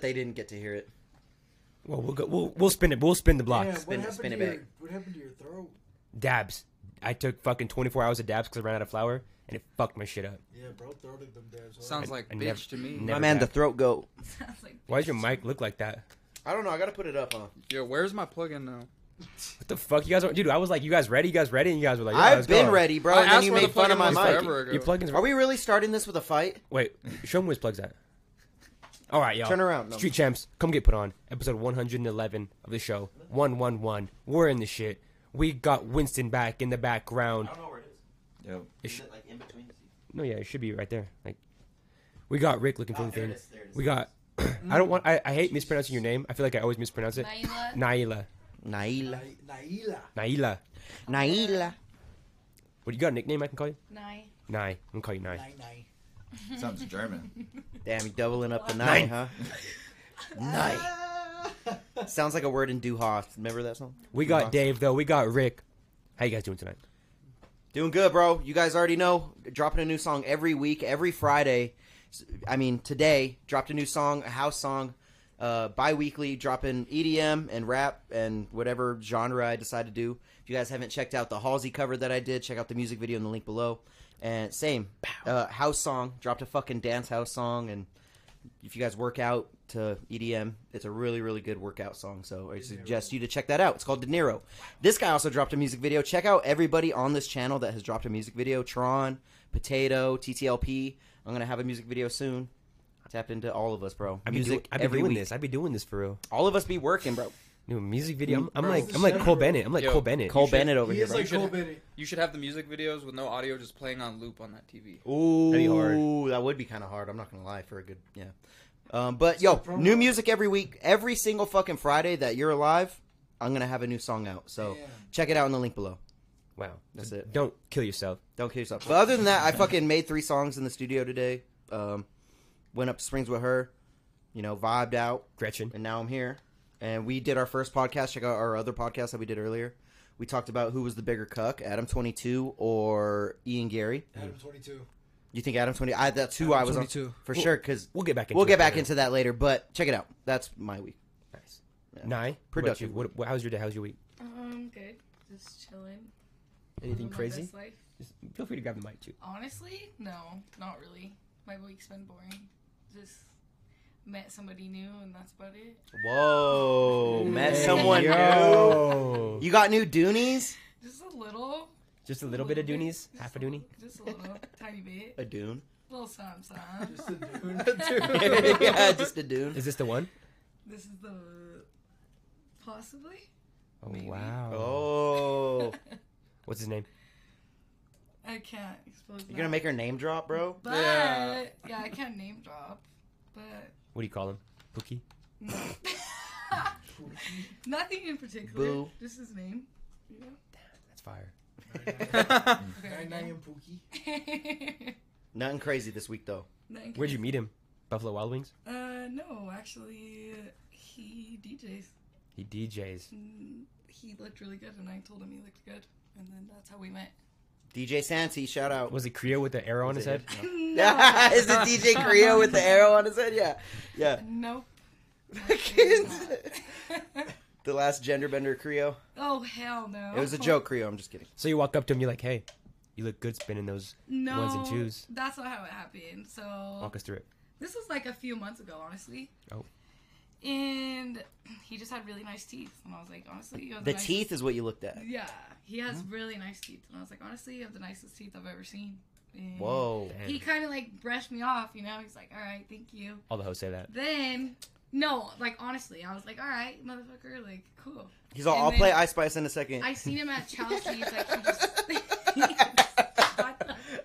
they didn't get to hear it. Well, we'll go. We'll we'll spin it. We'll spin the block. Yeah, what Spin it- happened spin to it your, back. What happened to your throat? Dabs. I took fucking 24 hours of dabs because I ran out of flour, and it fucked my shit up. Yeah, bro, throated them dabs. hard. Sounds like I bitch never- to me. never- My man, the back. throat goat. Sounds like Why does your mic look like that? I don't know. I gotta put it up, huh? Yo, where's my plug-in now? What the fuck, you guys? Are, dude, I was like, you guys ready? You guys ready? And you guys were like, yeah, I've let's been go. ready, bro. I and then asked you where the made fun plug-in of my was mic. forever ago. Your plugins. Are we really starting this with a fight? Wait, show him where his plugs at. All right, y'all. Turn around, no. Street champs, come get put on. Episode 111 of the show. 111. We're in the shit. We got Winston back in the background. know where it is. Yep. Is it, like in between? No, yeah, it should be right there. Like, we got Rick looking for Oh, the there it thing. is, there it is, We there it got. I don't want. I, I hate mispronouncing your name. I feel like I always mispronounce it. Naila. Naila. Naila. Na- Naila. Naila. Naila. What you got a nickname I can call you? Nai. Nai. I'm gonna call you Nai. Nai, nai. Sounds German. Damn, you doubling up the Nine. nine, huh? Nine. Sounds like a word in Duha. Remember that song? We got Duha. Dave though. We got Rick. How you guys doing tonight? Doing good, bro. You guys already know. Dropping a new song every week, every Friday. S- I mean, today dropped a new song, a house song. Uh, bi-weekly dropping EDM and rap and whatever genre I decide to do. If you guys haven't checked out the Halsey cover that I did, check out the music video in the link below. And same uh, house song dropped a fucking dance house song. And if you guys work out to EDM, it's a really really good workout song. So I suggest you to check that out. It's called De Niro. This guy also dropped a music video. Check out everybody on this channel that has dropped a music video. Tron, Potato, TTLP. I'm gonna have a music video soon. Tap into all of us, bro. I be music do- I be every doing week. this. I be doing this for real. All of us be working, bro. New music video. I'm, I'm Bro, like this I'm like is- Cole Bennett. I'm like Yo, Cole Bennett. Cole should- Bennett over He here, is bro. like should- Cole Bennett. You should have the music videos with no audio, just playing on loop on that TV. Ooh, That'd be hard. that would be kind of hard. I'm not gonna lie for a good yeah. Um, but yo, new music every week, every single fucking Friday that you're alive. I'm gonna have a new song out. So Damn. check it out in the link below. Wow. That's it. Don't kill yourself. Don't kill yourself. But other than that, I fucking made three songs in the studio today. Um, went up to Springs with her, you know, vibed out, Gretchen. and now I'm here. And we did our first podcast. Check out our other podcast that we did earlier. We talked about who was the bigger cuck, Adam Twenty Two or Ian Gary. Adam 22. You think Adam Twenty? I that's who I Adam was 22. on for sure. Because We'll get back into we'll get it back later. into that later. But check it out. That's my week. Nice. Nai. Productive. Productive. What, what, how's your day? How's your week? Um, good. Just chilling. Anything Living my crazy? best life. Just feel free to grab the mic too. Honestly, no, not really. My week's been boring. Just met somebody new, and that's about it. Whoa, met someone new. Yo. You got new Doonies? Just a little. Just a little bit of Doonies. just Half a Dooney. Just a little, tiny bit. A Dune? little something, something. Just a dude. yeah, just a Dune. Is this the one? This is the possibly. Oh Maybe. wow. Oh, What's his name? I can't expose. you're gonna make her name drop, bro. But yeah. Yeah. I can't name drop, but What do you call him? Pookie. no. nothing in particular. Boo. Just his name. you know? That's fire. Nai Very Nai good. and Pookie. Nothing crazy this week though. Nothing Where'd you crazy. meet him? Buffalo Wild Wings. Uh, no, actually, he DJs. He DJs. Mm, He looked really good, and I told him he looked good, and then that's how we met. DJ Santy, shout out. Was it Creo with the arrow on his Is head? it no, Yeah, is it DJ Creo with the arrow on his head? Yeah, yeah. nope. the last genderbender Creo. oh hell no! It was a joke, Creo. I'm just kidding. So you walk up to him, you're like, "Hey, you look good spinning those." No, Ones and twos. That's not how it happened. So Walk us through it. This was like a few months ago, honestly. Oh. And he just had really nice teeth, and I was like, honestly, you have The nice- teeth is what you looked at. Yeah, he has really nice teeth, and I was like, honestly, you have the nicest teeth I've ever seen. And Whoa. He Damn. kind of like brushed me off, you know. He's like, all right, thank you. All the hoes say that. Then, no, like honestly, I was like, all right, motherfucker, like cool. He's all. And I'll then- play Ice Spice in a second. I seen him at Chelsea's, like he just.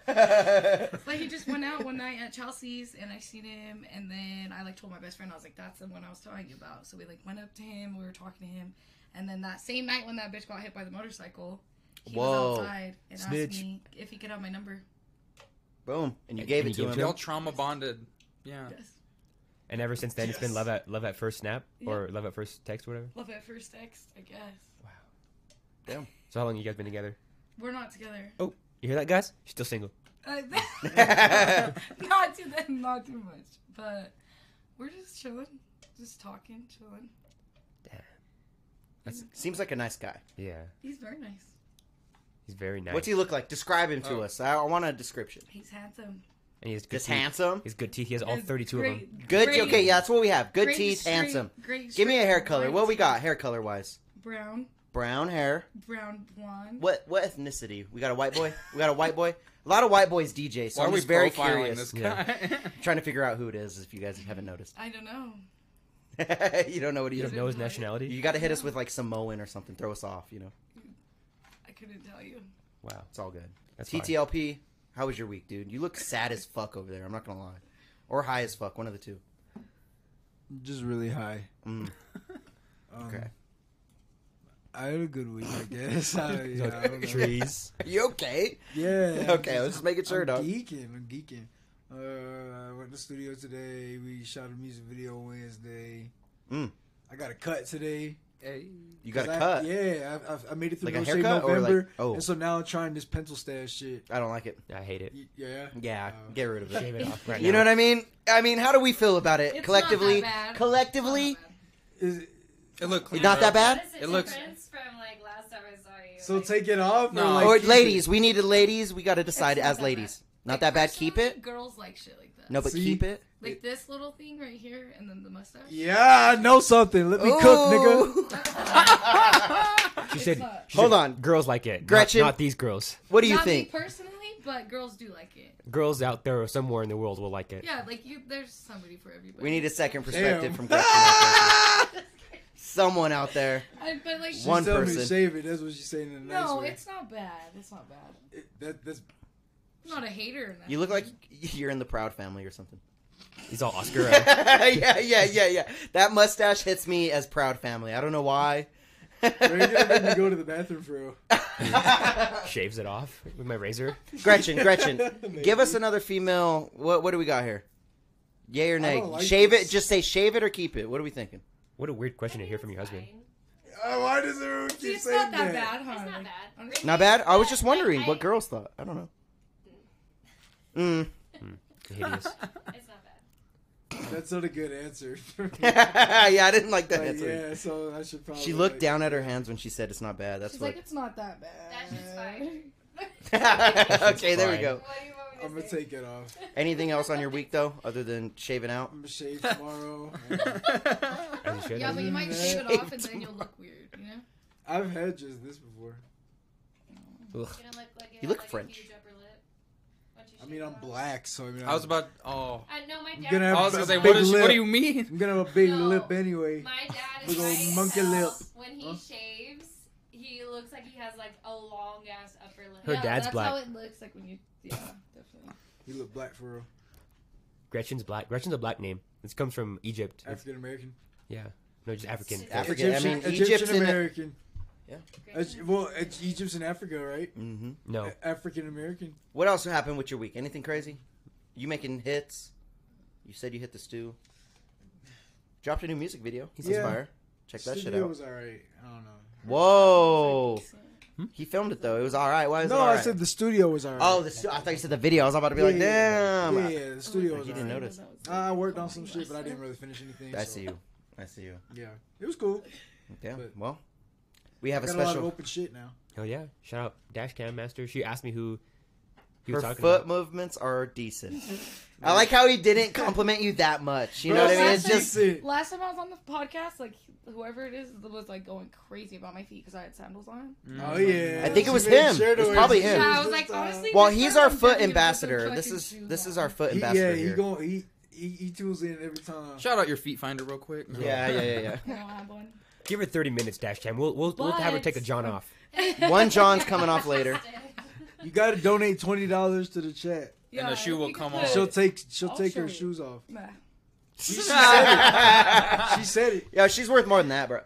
like he just went out one night at Chelsea's and I seen him and then I like told my best friend I was like that's the one I was telling you about so we like went up to him we were talking to him and then that same night when that bitch got hit by the motorcycle he was Whoa. outside and Snitch. asked me if he could have my number Boom, and you gave And it you to gave it Y'all him. trauma bonded. Yeah. yes And ever since then, it's been Yes. love at love at first snap or love at first text, whatever. love at first text I guess So how long you guys been together? we're not together Oh, you hear that, guys? She's still single. uh, not too that not too much but we're just chilling just talking, chilling. Damn. That's- Seems like a nice guy. Yeah, He's very nice. he's very nice. What's he look like? Describe him to Oh. us. I, I want a description. He's handsome. And he has good Just teeth. handsome. He's good teeth. He has all Has 32 of them. great- Good. great- okay, yeah, that's what we have. Good great teeth, straight- handsome. Great. Give me a straight hair color. white What we teeth. got hair color wise? Brown, Brown hair. brown, blonde. What what ethnicity? We got a white boy. We got a white boy. A lot of white boys DJ. So Why I'm are we just very profiling curious. this Yeah. guy? Trying to figure out who it is. If you guys haven't noticed, I don't know. you don't know what he You is. don't know his Is it white? nationality? You got to hit us with like Samoan or something. Throw us off. You know, I couldn't tell Uh, you. Wow. it's all good. That's fine. TTLP. How was your week, dude? You look sad as fuck over there. I'm not gonna lie, or high as fuck. One of the two. Just really high. Mm. Um, Okay. I had a good week, I guess. I, He's yeah, like, I don't know. trees. Are you okay? Yeah. I'm Okay, let's just make it sure, I'm dog. Geeking, I'm geeking. Uh, I went to the studio today. We shot a music video Wednesday. Mm. I got a cut today. Hey. You got a 'Cause I- cut. yeah, I, I, I made it through Like a No Shave haircut or like- November, oh. and so now I'm trying this pencil stash shit. I don't like it. I hate it. Y- Yeah, Yeah, Uh, get rid of it. Shave it off right You know now. what I mean? I mean, how do we feel about it It's not collectively? that bad. Collectively, Not that bad. Is it- It looked clean, not bro. that bad. What is the It looks- difference from like last time I saw you? so Like, take it off. No. like, or keep it? ladies, we needed ladies. We got to decide It's not as that ladies. Not Like, that bad. Keep personally, it. Girls like shit like that. No, but See? keep it. Like this little thing right here, and then the mustache. Yeah, I know something. Let me cook, nigga. Ooh. She said, not. she Hold said, on. Girls like it. Not- Gretchen. Not, these girls. What do you Not think? me personally, but girls do like it. Girls out there or somewhere in the world will like it. Yeah, like you, there's somebody for everybody. We need a second perspective Damn. from Gretchen. out there. Someone out there. I, but like, She's One telling me to person. shave it. That's what she's saying in a nice no, way. it's not bad. It's not bad. It- that, that's I'm not a hater. In that You look like you're in the Proud Family or something. He's all Oscar. uh, yeah, yeah, yeah, yeah. That mustache hits me as Proud Family. I don't know why. Right now, let me go to the bathroom for real. shaves it off with my razor. Gretchen, Gretchen, Maybe. give us another female. What what do we got here? Yay or nay? don't like shave this. it. Just say shave it or keep it. What are we thinking? What a weird I question to mean, hear from it's your husband. fine. Uh, why does everyone keep See, it's saying not that bad, huh? It's not Like, bad. honestly. Not bad. I was just But, like, wondering what I- girls thought. I don't know. Mm. Hideous. It's not bad. That's not a good answer. yeah, I didn't like that Like, answer. yeah, so I should probably. She looked like- down at her hands when she said it's not bad. That's She's what. like, it's not that bad. That shit's fine. okay, there we fine. go. What do you want me to I'm gonna say? take it off. Anything else on your week though, other than shaving out? I'm gonna shave tomorrow. uh, As you should. Yeah, but you might shave it off, and then you'll look weird. You know. I've had just this before. Ugh. You're gonna look like You have, look like, a French. huge upper lip once you I shave mean, it I'm off. black, so I mean, I was I'm- about. Oh. I know my dad. gonna have I was a gonna say, big what, is, what lip. do you mean? I'm gonna have a big No. lip anyway. My dad Big is ol' right monkey as hell. lip. When Huh? he shaves, he looks like he has like a long ass upper lip. Her yeah, dad's that's black. how it looks like when you. Yeah, definitely. You look black for real. Gretchen's black. Gretchen's a black name. This comes from Egypt. It's- African American. yeah. No, just African. It's- African. I mean, Egyptian Egypt's in it. American. Great. Well, it's Egypt's in Africa, right? hmm No. African American. What else happened with your week? Anything crazy? You making hits? You said you hit the stew. Dropped a new music video. He's Yeah. fire. Check that shit Studio out. was alright. I don't know. Whoa. It's like decent. He filmed it though. It was all right. Why is no, it all I right? said the studio was alright. oh, the stu- I thought you said the video. I was about to be like, Yeah, damn. Yeah, yeah, the studio Like, was you didn't alright. notice. I worked on some shit, but I didn't really finish anything. I so, see you. I see you. Yeah, it was cool. Yeah. But- Well, we have a Got a lot of special. open shit now. Oh yeah. Shout out Dash Cam Master. She asked me who he Her was foot talking about. movements are decent. I like how he didn't compliment you that much. You know Bro, what I mean? that's It's just decent. Last time I was on the podcast, like whoever it is was like going crazy about my feet because I had sandals on. Mm. Oh yeah. I think it was She made him. sure to It was wear probably shoes him. Yeah, I was this like, oh, time. honestly, well, next he's time our I'm foot definitely gonna put some ambassador. This fucking is shoes this is on. our foot He, ambassador yeah, he here. going he, he he tools in every time. Shout out your feet finder real quick. yeah, yeah, yeah, yeah. No, I have one. Give her 30 minutes, Dash Cam. We'll we'll, we'll have her take the But- John off. One John's coming off later. You got to donate twenty dollars to the chat. the shoe will you come could off. put- She'll take she'll I'll take show her you. shoes off. Nah. yeah, She said it. she's worth more than that, bro.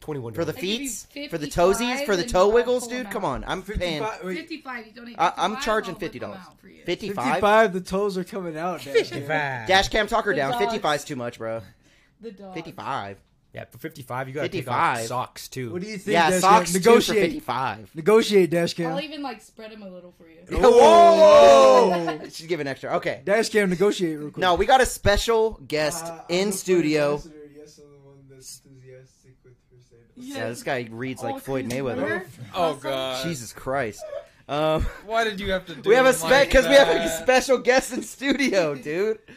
21 For the I'd give you feets, for the 55 toesies, for the and toe I'll wiggles, pull dude. 'em Come out. on, I'm paying 55, wait, 55 you donate I- I'm 55, charging I'll whip $50. them out for you. 55. 55, The toes are coming out. Dash. Dash cam, talk her The down. dogs. 55 is too much, bro. The dog. 55. Yeah, for 55 you got to take 55. off socks too. What do you think? Yeah, Dash socks too Cam? for Negotiate. 55. Negotiate, dash cam. I'll even like spread them a little for you. Whoa! She's giving extra. Okay. Dash cam, negotiate real quick. No, we got a special guest Uh, I'm in the studio. ambassador, Yeah, this guy reads like Oh, Floyd Chris Mayweather. Webber? Oh Awesome. god. Jesus Christ. Um, Why did you have to do we have a him spec like because we have a that? special guest in studio, dude.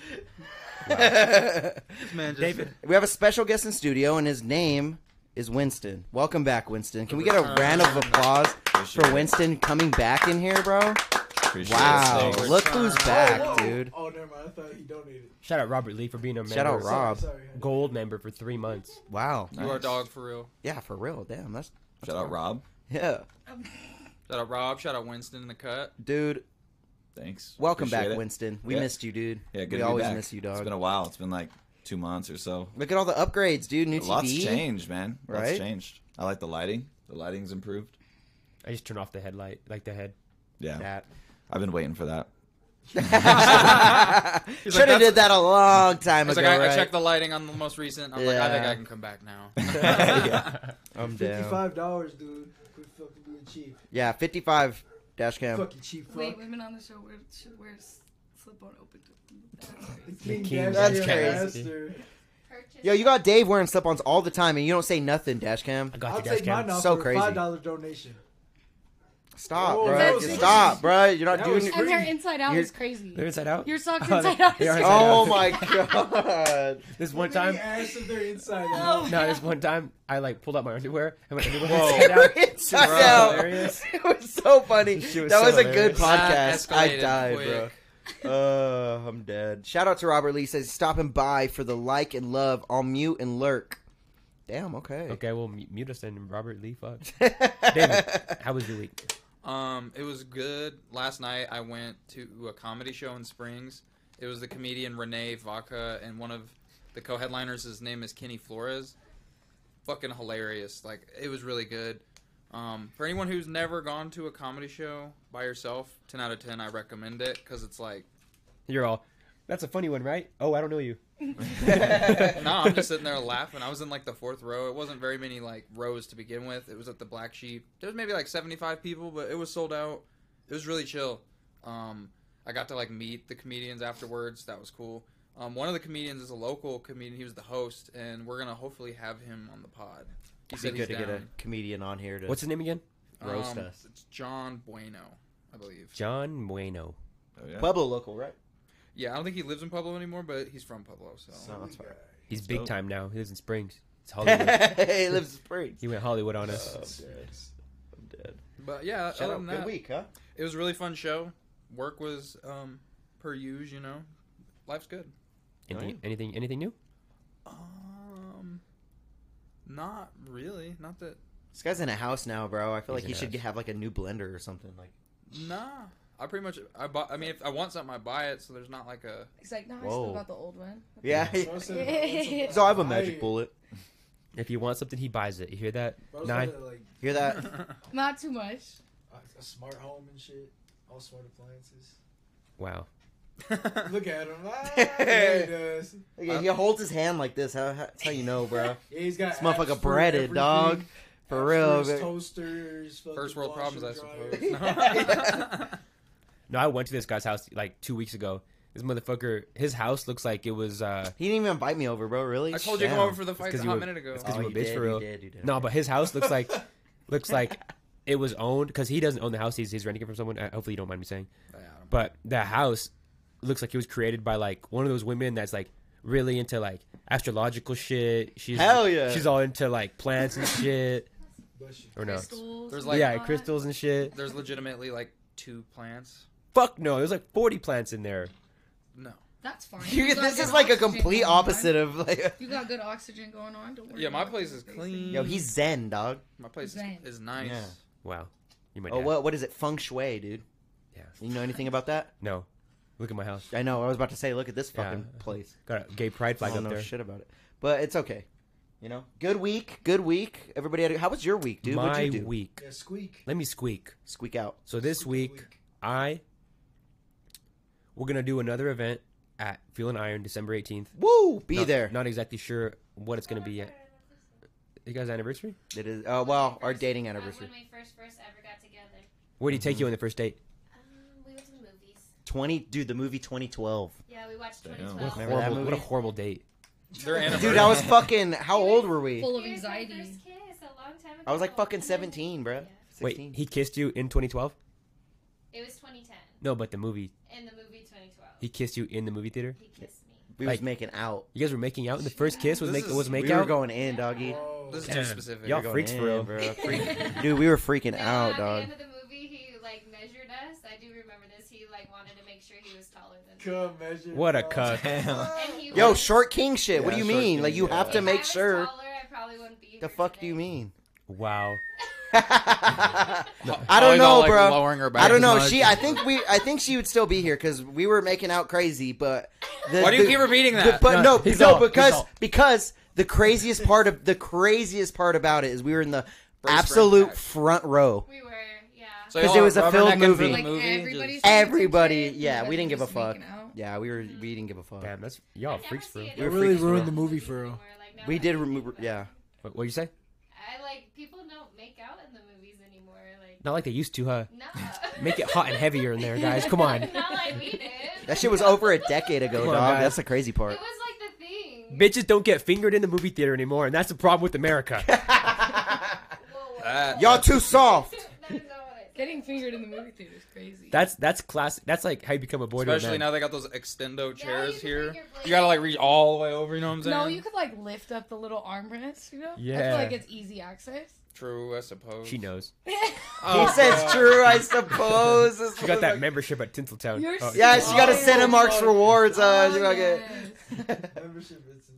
This man just David. we have a special guest in studio, and his name is Winston. Welcome back, Winston. Can we get a round of applause Appreciate for it. Winston coming back in here, bro? Appreciate it. Wow, Thanks. look who's back, dude. Oh, never mind. I thought you donated. Shout out Robert Lee for being a member. Shout out Rob. Sorry. Gold member for three months. Wow. You are Nice. dog for real. Yeah, for real. Damn, that's Shout out Rob. yeah, Shout out Rob. Shout out Winston in the cut. dude. Thanks. Welcome Appreciate back, it. Winston. We Yeah. missed you, dude. Yeah, good we to be always back. miss you, It's dog. been a while. It's been like two months or so. Look at all the upgrades, dude. New TV. Lots changed, man. Lots E Right? changed. I like the lighting. The lighting's improved. I just turn off the headlight, like the head. Yeah. That. I've been waiting for that. Should have "That's- did that a long time It's ago. like I, I right? checked the lighting on the most recent. I'm like, I think Yeah. I can come back now. I'm down. Fifty-five dollars, dude. Quit fucking being cheap. Yeah, 55 dash cam. Fucking cheap. Fuck. Wait, women on the show wear, should wear s- slip on open. The king, king dash That's your crazy. master. Purchase. Yo, you got Dave wearing slip-ons all the time, and you don't say nothing, dash cam. I I'll got the dash take mine cam. off So for crazy. a five dollar donation. Stop, Oh, that bro. was Just it. stop, bro. You're not That doing was it. free. And their inside out You're- is crazy. They're inside out. Your socks Oh, inside out they is are crazy. inside Oh my god. This one time, Ass if they're inside Oh. out. no, this one time, I like pulled out my underwear and my underwear Whoa. was inside out. Inside Bro. out. Hilarious. It was so funny. She was that so was a good hilarious. That podcast. I escalated died, quick. bro. Uh, I'm dead. Shout out to Robert Lee. Says stopping by for the like and love. I'll mute and lurk. Damn. Okay. Okay, well, mu- mute us and Robert Lee. Fuck. okay. David, how was your week? Um, it was good. Last night I went to a comedy show in Springs. It was the comedian Renee Vaca and one of the co-headliners. His name is Kenny Flores. Fucking hilarious! Like it was really good. Um, for anyone who's never gone to a comedy show by yourself, ten out of ten, I recommend it because it's like, You're all. That's a funny one, right? Oh, I don't know you. no, I'm just sitting there laughing. I was in like the fourth row. It wasn't very many like rows to begin with. It was at the Black Sheep. There was maybe like 75 people, but it was sold out. It was really chill. Um, I got to like meet the comedians afterwards. That was cool. Um, one of the comedians is a local comedian. He was the host, and we're gonna hopefully have him on the pod. He It'd be good to he's get a down. Um, comedian on here to What's his name again? roast us. It's John Bueno, I believe. John Bueno. Oh, yeah. Pueblo local, right? Yeah, I don't think he lives in Pueblo anymore, but he's from Pueblo. So So that's right. He's That's big dope. time now. He lives in Springs. It's Hollywood. hey, lives in Springs. he went Hollywood on us. Uh, Oh, I'm dead. but yeah, Shout other out. than Oh, Good that- week, huh? It was a really fun show. Work was um, per use, you know. Life's good. Anything, anything, anything new? Um, not really. Not that. This guy's in a house now, bro. I feel like He's he in a should house. have like a new blender or something. Like, Nah. I pretty much. I bought. I mean, if I want something, I buy it. So there's not like a. He's like, no, I Whoa. still got the old one. yeah. Bro said- so I have a magic bullet. If you want something, he buys it. You hear that? Bro said Nine. that, like Hear that? Not too much. a- a smart home and shit. All smart appliances. Wow. Look at him. Ah, yeah, he does. Okay, he holds his hand like this. How, how, that's how you know, bro. Yeah, he's got This motherfucker apps for breaded, everything. dog. For real, Apps man. Toasters. fucking First world washer, problems, I dryer. suppose. No, I went to this guy's house like two weeks ago. This motherfucker, his house looks like it was. uh He didn't even invite me over, bro. Really? I told you to come Damn. over for the fight 'cause a you hot were- minute ago. it's 'cause Oh, you were you bitch did, for you real. did, you did. No, but his house looks like looks like it was owned because he doesn't own the house. He's, he's renting it from someone. Uh, hopefully, you don't mind me saying. Oh, Yeah, I don't- But the house looks like it was created by like one of those women that's like really into like astrological shit. She's Hell yeah. She's all into like plants and shit. Bless you. Or no. Crystals. There's and like- yeah, whatnot. crystals and shit. There's legitimately like two plants. Fuck no, there's like 40 plants in there. No. That's fine. You, You got this good is like a oxygen complete going on. opposite of like. You got good oxygen going on. Don't worry. Yeah, my about place it. is clean. Yo, he's zen, dog. My place is, Zen. is nice. Yeah. Wow, you might. Oh, what what is it? Feng shui, dude. Yeah. You know anything about that? No, look at my house. I know. I was about to say, look at this fucking Yeah. place. Got a gay pride I flag don't up know there. Oh, shit about it, but it's okay. You know, good week, good week. Everybody, had a, how was your week, dude? my What'd you do? week. Yeah, squeak. Let me squeak. Squeak out. So this Squeak of the week, I we're gonna do another event at Feel and Iron December eighteenth. Woo! Be not, there. Not exactly sure what it's gonna be uh, yet. You guys' anniversary? It is. Uh, well, our dating anniversary. When we first first ever got together, Where do you Mm-hmm. take you on the first date? um, we went to the movies. Twenty, dude. The movie Twenty Twelve. Yeah, we watched Damn. 2012. Remember that Horrible- what a movie? horrible date. Their Dude, I was fucking. How old were we? Full of Here's my anxiety. first kiss. I I was like fucking 17, bro. 16. Wait, he kissed you in 2012? It was 2010. No, but the movie. In the movie 2012. He kissed you in the movie theater. He kissed me. we was like- making out. You guys were making out, and the first kiss was This make is- was make we were out. going in, Oh, doggy. This is Damn. too specific. We were Y'all going freaks for in, real. bro. Dude, we were freaking No, out, at dog. the end of the movie, he like measured us. I do remember this. He like wanted to make sure he was taller than me. Come measure. What a cuck. Damn. And he Yo, was- short king shit. what do Yeah, you short mean? king, like you yeah. have to if I make was sure. Taller, I probably wouldn't be The here fuck do today. you mean? Wow. I I don't know, Oh, like, bro. Lowering her back don't as know. much. She, I think we, I think she would still be here because we were making out crazy. But the, Why do you the- keep repeating the- that? but no, Uh, No, no, he's all- he's because all. because the craziest part of the craziest part about it is we were in the Brace absolute back. front row. We were, yeah. So 'Cause y'all it was a rubbernecking filled for the movie. Like movie, everybody's just- Everybody, Shit, yeah, we everybody didn't give a was fuck. making out. Yeah, we were, we didn't give a fuck. Damn, that's y'all I never freaks for see real. it We were on really really freaks for real. ruined the movie TV for real. anymore, like, now We I did don't remove, do that. yeah. What would you say? I like people don't make out in the movies anymore. Like Not like they used to, huh? no. Make it hot and heavier in there, guys. Come on. Not like we did. That shit was over a decade ago, Come on, dog. guys. That's the crazy It part. was like the thing. Bitches don't get fingered in the movie theater anymore, and that's the problem with America. Whoa, whoa, That- whoa. Y'all too soft. That is not what I said. Getting fingered in the movie theater is crazy. That's that's classic. That's like how you become a boy to a Especially man. now they got those extendo Yeah, chairs you can here. put your blade- You gotta like reach all the way over. You know what I'm saying? no, you could like lift up the little armrest, you know? I Yeah. feel like it's easy access. True, I suppose. she knows. He Oh, says God. true, I suppose. This She got that motherfucker- membership at Tinseltown. You're Oh, so- Yeah, she got a Santa Marks rewards. Uh, Oh, she fucking- yes. Membership is sensitive.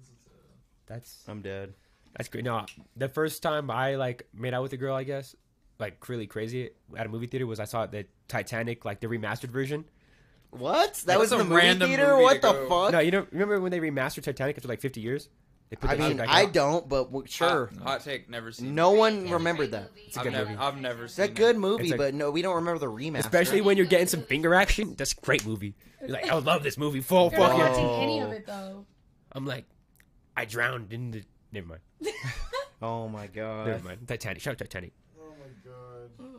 that's I'm dead. that's great. No, the first time I like made out with a girl, I guess, like really crazy at a movie theater was I saw the Titanic, like the remastered version. What? That That's was in a the movie random theater. movie what to the go- fuck? No, you know, remember when they remastered Titanic after like 50 years? They I the mean, back I out? Ah. don't, but w- sure. Hot, hot take. Never seen. No it. one It's a remembered great that. movie. a I've good never, movie. I've never It's seen a good it. movie, It's a- but no, we don't remember the remaster. Especially when you're getting some finger action, that's a great movie. You're like, oh, I love this movie. Full They're not fucking. Wow. watching any of it though. I'm like, I drowned in the. Never mind. Oh my god. Never mind. Titanic. Shut up, Titanic. Oh my god.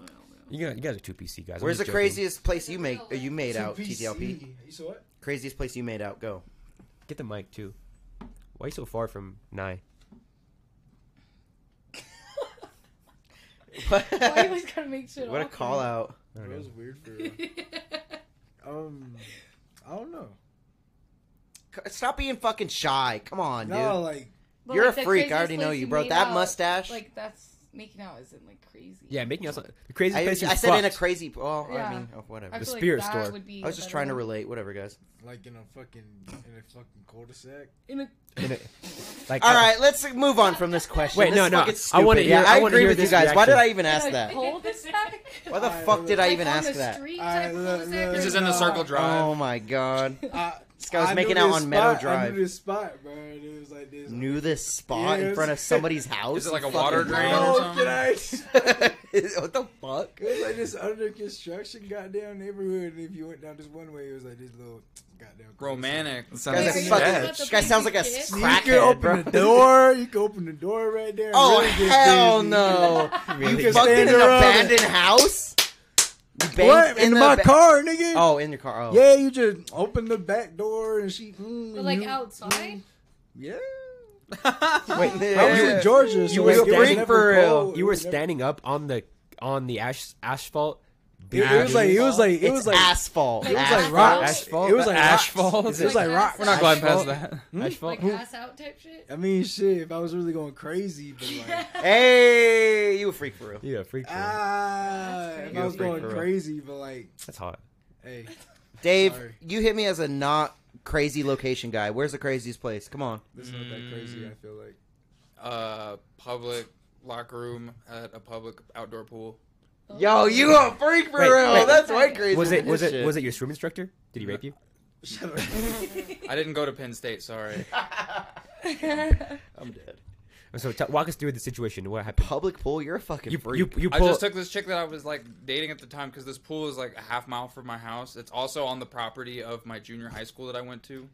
You guys, you guys are two PC guys. I'm Where's the just joking. craziest place you make you made Two out? PC. TTLP. You saw what? Craziest place you made out? Go. Get the mic too. Why you so far from Nye? Why you always gotta make shit what a awkward? call out. I don't That know. was weird for real. Um, I don't know. C- Stop being fucking shy. Come on, dude. No, like But, You're like, a the freak. I craziest already know place you, bro. made That out, mustache. Like that's making out isn't like crazy. Yeah, making us the craziest I, place. I you said in a fucked. crazy. Well, Yeah. I mean, oh, whatever. I The feel like spirit that store. would be I was a just better trying to one. relate. Whatever, guys. like in a fucking in a fucking cul-de-sac. In a In a- like, All uh, right, let's move on from this question. Wait, This no, is no. fucking I wanna stupid. Yeah, hear- I I wanna agree hear with you this guys. Why did I even in ask a that? cul-de-sac? Why the I fuck did I Like, even on ask the that? Street I- type look, cul-de-sac look. or This is in the no? circle drive. Oh my god. I, This guy was I making knew out this on Meadow spot. Drive. I knew this spot, bro. And it was like this. Knew this spot in Yes. front of somebody's house. Is it like you a water fucking drain weirdo. or Oh, something? can I? It what the fuck? was like this under construction goddamn neighborhood, and if you went down this one way, it was like this little goddamn cul-de-sac. Romantic. That Guys, sounds like Wait, are you fucking- talking about the this guy sounds like a basic You shit? crackhead, can bro. open the door. You can open the door right there. and Oh really get hell busy. no! You You can fucking in stand an around abandoned house? You banged What? In, the my ba- car, nigga. Oh, in your car. Oh. Yeah, you just open the back door and she. Mm, But like you- hmm. outside? Yeah. Wait, I was in Georgia. So You were like, it was freak never for real. cold. you were It was never- standing up on the on the ash, asphalt. It, it was like it was like it It's was like asphalt. It it was was asphalt. like rocks. Asphalt? It was like Asphalt? rocks. It was Like like rocks. We're Not gliding past that. asphalt. Like ass out type shit? I mean, shit. If I was really going crazy, but like, Hey, you a freak for real. yeah, freak. show. ah, if That's I crazy. was You're a freak going for real. crazy, but like, That's hot. hey, Dave, Sorry. you hit me as a not crazy location guy. Where's the craziest place? Come on. this is not that crazy. I feel like. Uh, public locker room at a public outdoor pool. Yo, you Oh. a freak for Wait, real. wait. That's way crazy. Was it was it was it your swim instructor? Did he rape you? Shut up. I didn't go to Penn State. Sorry. I'm dead. Oh, So t- walk us through the situation. What happened? Public pool, you're a fucking You freak. you you I pull. just took this chick that I was like dating at the time because this pool is like a half mile from my house. It's also on the property of my junior high school that I went to,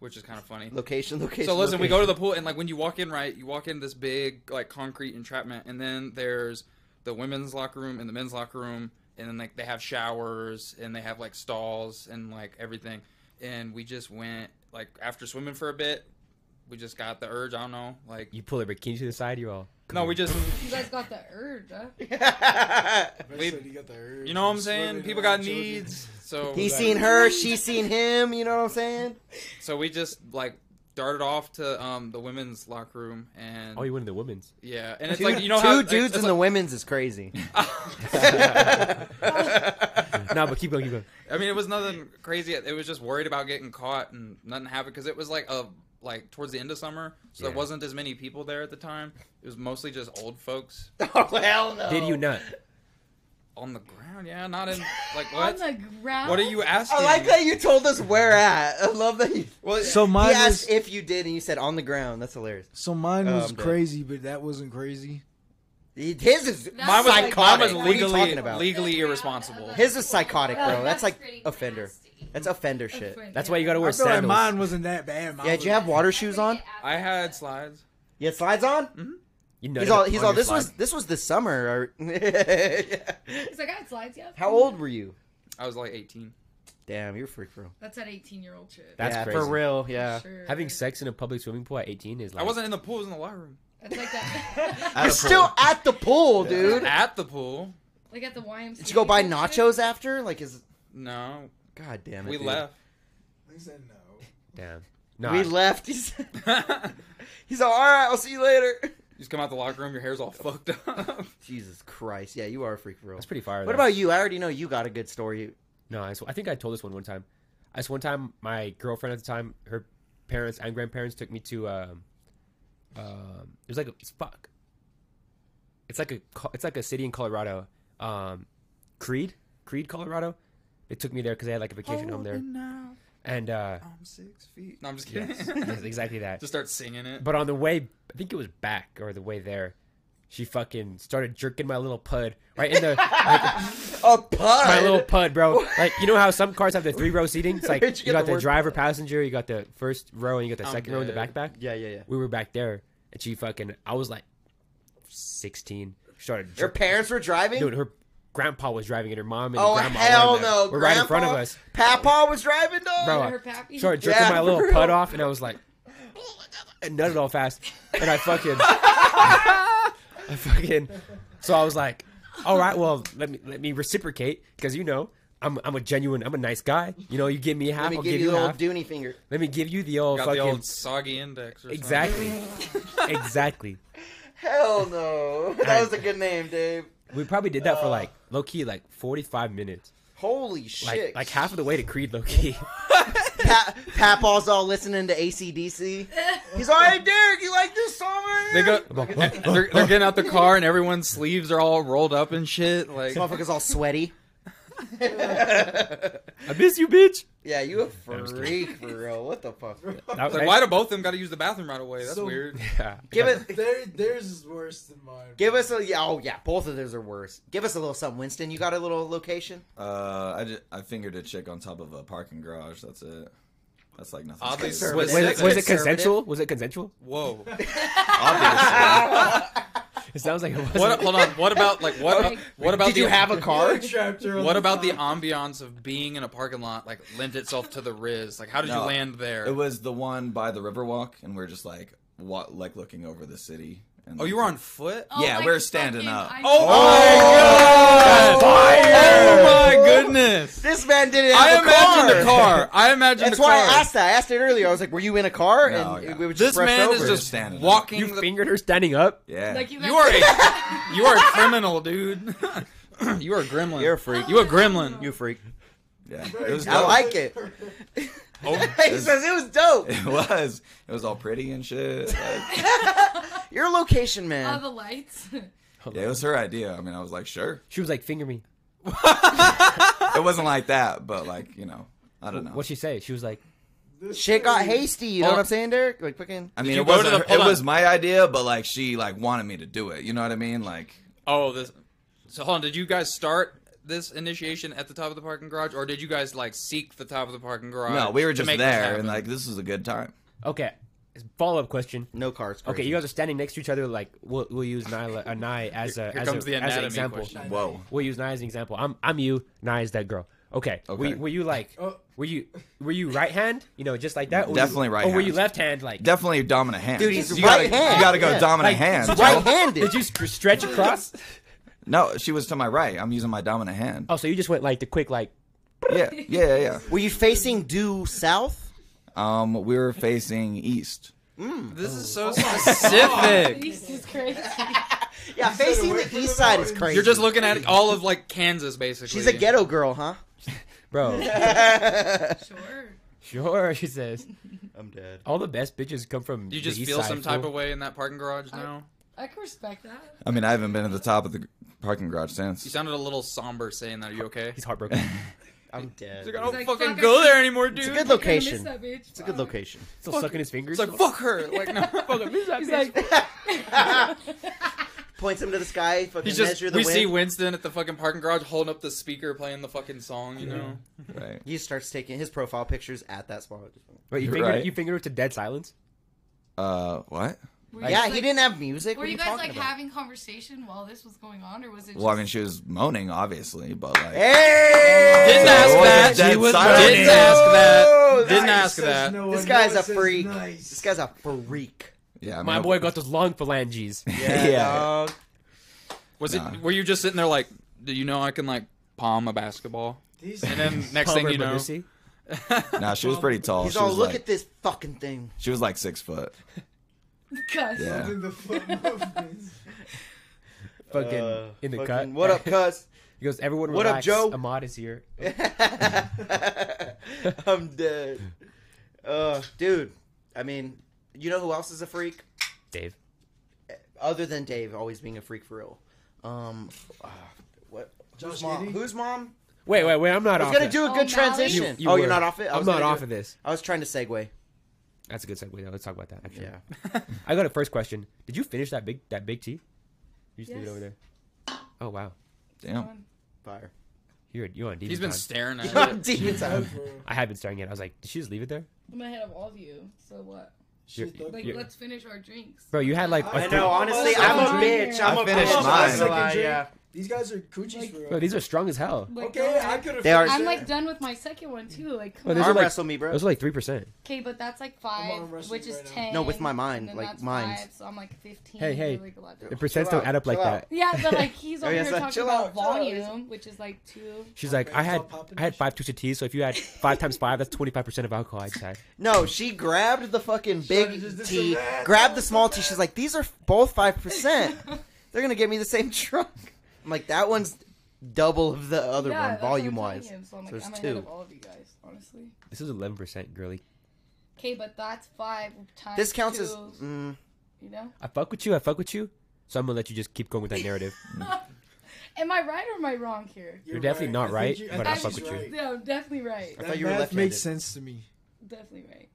which is kind of funny. location, location. So listen, location. we go to the pool and like when you walk in, right, you walk in this big like concrete entrapment, and then there's the women's locker room and the men's locker room, and then like they have showers and they have like stalls and like everything. And we just went like after swimming for a bit, we just got the urge. I don't know. Like You pull a bikini to the side, you're all. no, we just You guys got the urge, huh? We- said he got the urge. you know what I'm He's saying. swimming People around got children. needs, so He's seen her, she's seen him. You know what I'm saying? so we just like darted off to um the women's locker room and Oh, you went in the women's. yeah, and it's two like you know two how like, dudes it's in the like, women's is crazy. no, but keep going, keep going. I mean, it was nothing crazy. It was just worried about getting caught and nothing happened because it was like a like towards the end of summer, so Yeah. there wasn't as many people there at the time. It was mostly just old folks oh hell no! Did you not? on the ground. Yeah, not in like On what? the ground. What are you asking? I like that you told us where at. I love that you. Well, So He mine asked was, if you did, and you said on the ground. That's hilarious. so mine Oh, was I'm dead. crazy, but that wasn't crazy. He- His is Mine was- mine was psychotic. what are you legally- talking about? legal- Legally That's irresponsible. ground. His is psychotic, bro. Oh, That's like pretty offender. nasty. That's offender shit. That's why you gotta I wear feel like sandals. mine wasn't that bad. Mine Yeah, did you have was- water shoes I on? think it I had after- slides. You had slides on. You know, He's all. He's all. This was. This was the summer. or- He's like, I had slides, yeah. How old were you? I was like 18. Damn, you're a freak, bro. That's that 18 year old shit. That's yeah, crazy. for real. Yeah. Sure. Having sex in a public swimming pool at 18 is like. I wasn't in the pool. I was in the locker room. That's like that. At You're a pool. still at the pool, dude. At the pool? like at the YMCA. Did you go buy shit. nachos after? Like, is No, God damn it. we dude. left. He said no. Damn. No. we I- left. He's, you he's all. All right, I'll see you later. just come out the locker room. Your hair's all fucked up. Jesus Christ. Yeah, you are a freak, for real. that's pretty fire. What though. about you? I already know you got a good story. No, I, s- I think I told this one one time. I just one time, my girlfriend at the time, her parents and grandparents took me to. Um, um, it was like a, it's fuck. It's like a co- it's like a city in Colorado, um, Creed, Creed, Colorado. They took me there because they had like a vacation Oh, home there, Now, Oh, and uh, I'm six feet. No, I'm just kidding. yes, yes, exactly that. Just start singing it. But on the way, I think it was back or the way there, she fucking started jerking my little pud right in the like, A pud. my little pud, bro. Like you know how some cars have the three row seating. It's like Where'd you you get got the the word driver, passenger, you got the first row, and you got the I'm second row in the dead. backpack. Yeah, yeah, yeah. We were back there, and she fucking. I was like, sixteen. She started. Your Jerk- parents were driving. dude, her grandpa was driving, and her mom and oh grandma hell were, in the- no! were right in front of Grandpa- us. Papa was driving though. Bro, Her pappy. started jerking Yeah, my for little real. pud off, and I was like, and nutted all fast, and I fucking, I fucking, so I was like, all right, well, let me let me reciprocate because you know I'm I'm a genuine, I'm a nice guy. You know, you give me half, Let me I'll give, you you the old half. dooney finger. let me give you the old Got fucking the old soggy index. Or something. exactly, exactly. Hell no! That was a good name, Dave. We probably did that for like low key like 45 minutes, Holy like shit! like half of the way to Creed low key. Pa- Papa's all listening to ACDC. He's all right, Derek. You like this song? right They here?" go. They're, they're getting out the car and everyone's sleeves are all rolled up and shit. Like, Motherfucker's all sweaty. I miss you, bitch. Yeah, you a I'm just freak, bro. What the fuck? That- like, why do both of them got to use the bathroom right away? That's So- weird. Yeah. Give it. Their, theirs is worse than mine. Give us a yeah, oh yeah, both of those are worse. Give us a little something, Winston. You got a little location? Uh, I, just, I fingered a chick on top of a parking garage. That's it. That's like nothing. Oddly crazy. Was, Was it was it, was it conservative? consensual? Was it consensual? Whoa. Obviously. It sounds like it was. What? Hold on. What about like what? What about Did the, you have a car? Trapped her on What about the top. ambiance of being in a parking lot? Like, lent itself to the riz. Like, how did you No, land there? It was the one by the Riverwalk, and we're just like, wa- like looking over the city. And oh, like, you were on foot. Oh, yeah, like we're the standing fucking up. ice- Oh, my god! Fire! Oh my goodness! This man didn't have I a car. imagine the car. I imagine That's the why car. I asked that. I asked it earlier. I was like, "Were you in a car?" No, and yeah. we were just this brushed man over. is just Standing up. walking. You the- fingered her standing up. Yeah. Like you, you guys- are a you are a criminal, dude. you are a gremlin. You're a freak. You a gremlin. You freak. yeah. It was I dope. like it. Oh, he says it was dope. It was. It was all pretty and shit. Like, You're a location All man. the lights. yeah, it was her idea. I mean, I was like, sure. She was like, "Finger me." It wasn't like that, but like you know, I don't know. What'd she say? She was like, Shit got hasty. You know Hold what on. I'm saying, Derek? Like fucking. I Did mean, you it go to wasn't. the- her- hold it on. was my idea, but like she like wanted me to do it. You know what I mean? Like Oh, this. So hold on. Did you guys start this initiation at the top of the parking garage, or did you guys like seek the top of the parking garage? no, we were to just make this there, happen? and like this was a good time. "Okay." Follow up question. No cars. Okay, you guys are standing next to each other. Like, we'll, we'll use Nyla, uh, Nye as a Here as, comes a, the as an anatomy example. question. Whoa. We'll use Nye as an example. I'm I'm you. Nye is that girl. Okay. Were, Okay. you, were you like Oh. were you were you right hand? You know, just like that. Or were Definitely you, right Or were you hand. left hand? Like Definitely dominant hand. Dude, he's you gotta, right hand. You gotta go Yeah. dominant Like, hand. it's bro. right handed. Did you sc- stretch across? No, she was to my right. I'm using my dominant hand. oh, so you just went like the quick like. Yeah, yeah, yeah, Were you facing due south? yeah. Um, we were facing east. This is so oh. specific. This is crazy. Yeah, facing the east side is crazy. You're just looking at all of like Kansas, basically. She's a ghetto girl, huh? Bro, Sure. sure, she says. I'm dead. All the best bitches come from. You just feel some type of way in that parking garage now. I can respect that. I mean, I haven't been at the top of the parking garage You since. sounded a little somber saying that. Are you okay? He's heartbroken. I'm dead. He's like, I don't He's like, fucking fuck, I go can't- there anymore, dude. It's a good I kinda miss location. that bitch. It's a good location. Still sucking his fingers. He's like, fuck her. Like, no. fuck him. He's like, Points him to the sky. Fucking He's just, we measure the wind. see Winston at the fucking parking garage holding up the speaker playing the fucking song, you know? Right. he starts taking his profile pictures at that spot. Wait, you You're fingered, right. you fingered her to dead silence. Uh, what? Were you Yeah, guys, he like- didn't have music. Were What are you guys talking like about? having conversation while this was going on, or was it? Just, Well, I mean, she was moaning, obviously, but like, Hey! Didn't Oh, ask it was that. dead She was silence. didn't ask that. Didn't Nice, ask says that. no This one. guy's No a one says freak. nice. This guy's a freak. yeah. I mean, My boy got those long phalanges. Yeah. dog. Was Nah. it? Were you just sitting there like, do you know I can like palm a basketball? These- And then next thing Palmer you know, Badusi. Nah, she was pretty tall. He's she all, was look like, at this fucking thing. she was like six foot. Cuss. Yeah. in the foot movements. fucking in the Uh, fucking, cut. What up, cuz? He goes, everyone What up, relax. Joe?" Ahmad is here. I'm dead. Uh, dude, I mean, you know who else is a freak? Dave. Other than Dave always being a freak for real. Um, uh, what? Whose Josh mom? Giddy? Whose mom? Wait, wait, wait. I'm not I was off. gonna it. do a Oh, good Mally? transition. You- you oh, were. you're not off it. I I'm was not gonna do off it. of this. I was trying to segue. That's a good segue. Though. Let's talk about that. Actually, Yeah. I got a first question. Did you finish that big that big T? You just leave it Yes. over there. Oh wow, Damn. Fire. you're you're on demon he's been time. staring at Yeah, it. deep inside. I had been staring at. it. I was like, did she just leave it there, I'm ahead of all of you. So what? Shit, that- Like, You're- let's finish our drinks. bro? You had like I I a know. three- Honestly, I'm a bitch. I'm I a finished bitch. mine. I'm not gonna lie, yeah. These guys are coochies Like- for real. Bro, these are strong as hell. Like, okay, I could have. They are- I'm like done with my second one too. Like, come Well, on. there's Arm like- wrestle me, bro. Those are like three percent. okay, but that's like I'm five, on wrestling which is right now. ten. No, with my mind, and then like, that's mine. five, so I'm like fifteen. Hey, hey. you're, Like, a lot The down. percents Chill don't add up like chill that. yeah, but like he's Oh, over yes, here I- talking chill about out, chill out, volume, which is like two. She's like, Okay, I it's had all popping I had and five twisted teas, so if you had five times five, that's twenty five percent of alcohol. I just had. No, she grabbed the fucking big just- this is T, a rat, grabbed oh, the it's a small T. rat. She's like, these are both 5%. They're going to get me the same trunk. I'm like, that one's double of the other yeah, one, that's what I'm volume telling wise. him, so I'm like, There's I'm ahead two. of all of you guys, honestly. This is eleven percent, girly. Okay, but that's five times. This counts two, as. Mm, you know. I fuck with you. I fuck with you. So I'm gonna let you just keep going with that narrative. Am I right or am I wrong here? You're definitely not think right, you- but I think fuck she's with you. right. No, I'm definitely right. I That thought you were math left makes handed. sense to me. Definitely right.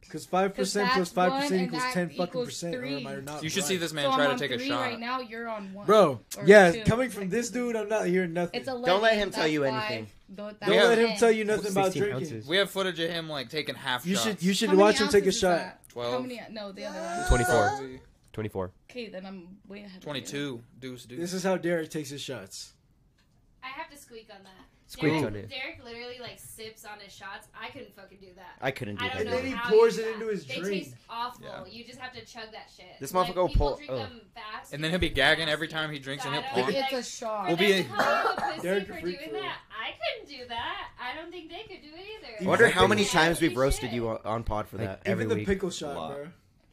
Because 5% plus that's one 5% and equals that 10 fucking equals percent. Or am I three. not You should right? see this man so try I'm to on take a three shot. right now. You're on one. Bro, or yeah, two. coming from this dude, I'm not hearing nothing. It's 11, Don't let him that's tell you five, anything. tho- that's Don't let him 10. tell you nothing about 16 drinking. ounces. We have footage of him like taking half You shots. should you should How many watch him take a ounces is shot. that? How Twelve. many? No, the other one. Twenty four. Probably. Twenty four. Okay, then I'm way ahead. of you. 22. Deuce, deuce. This is how Derek takes his shots. I have to squeak on that. Squeak Derek, on it. Derek literally like sips on his shots. I couldn't fucking do that. I couldn't do I that. don't And know then he how pours you do it into that. his they drink. taste awful. Yeah. You just have to chug that shit. This motherfucker will like, people pull- Oh. Drink ugh. them fast, And then he'll be gagging every time he drinks and he'll Like, Like, it's a shock. We'll We'll be be a- a pussy Derek for the Freak doing Fool. that. I couldn't do that. I don't think they could do it either. I wonder Exactly. how many Yeah, times we've you roasted should. you on- on pod for Like, that. Every Even the week. pickle A shot, lot. bro.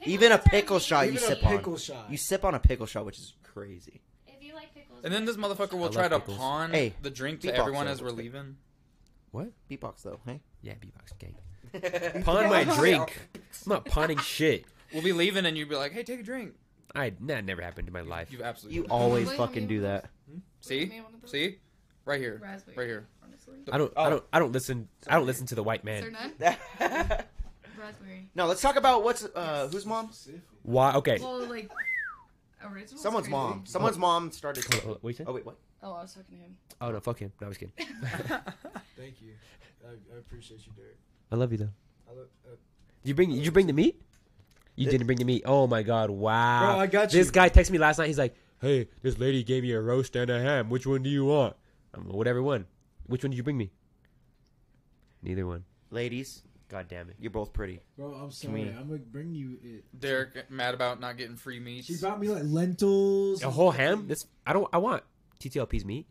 Even a Pickles are pickle amazing. shot you Even a sip on. pickle shot. You sip on a pickle shot, which is crazy. If you like pickles, And then this motherfucker will love try to pickles. pawn Hey, the drink to beatbox everyone though. as we're leaving. Beatbox, though, hey? Yeah, beatbox gang. Pawn my drink. I'm not pawning shit. We'll be leaving and you'd be like, hey, take a drink. I that never happened in my life. You've absolutely. You always Wait, fucking let do me- that. See? Give me one of those. See? Right here. Raspberry. Right here. Honestly. I don't. I don't. I don't listen. I don't listen to the white Is there man. none? Raspberry. no, let's talk about what's uh, whose mom? Why? Okay. Well, like original. Someone's mom. Someone's mom started. Oh, what you said? Oh wait, what? Oh, I was talking to him. Oh no, fuck him. No, I was kidding. Thank you. I, I appreciate you, Derek. I love you though. I love, uh, You bring you bring the meat? You didn't bring the meat. Oh my god! Wow. Bro, I got This you. guy texted me last night. He's like, "Hey, this lady gave me a roast and a ham. Which one do you want?" I'm like, whatever one. Which one did you bring me? Neither one. Ladies, God damn it. you're both pretty. Bro, I'm we- sorry. I'm gonna bring you it. Derek mad about not getting free meats. She brought me like lentils. A whole ham? This I don't. I want TTLP's meat.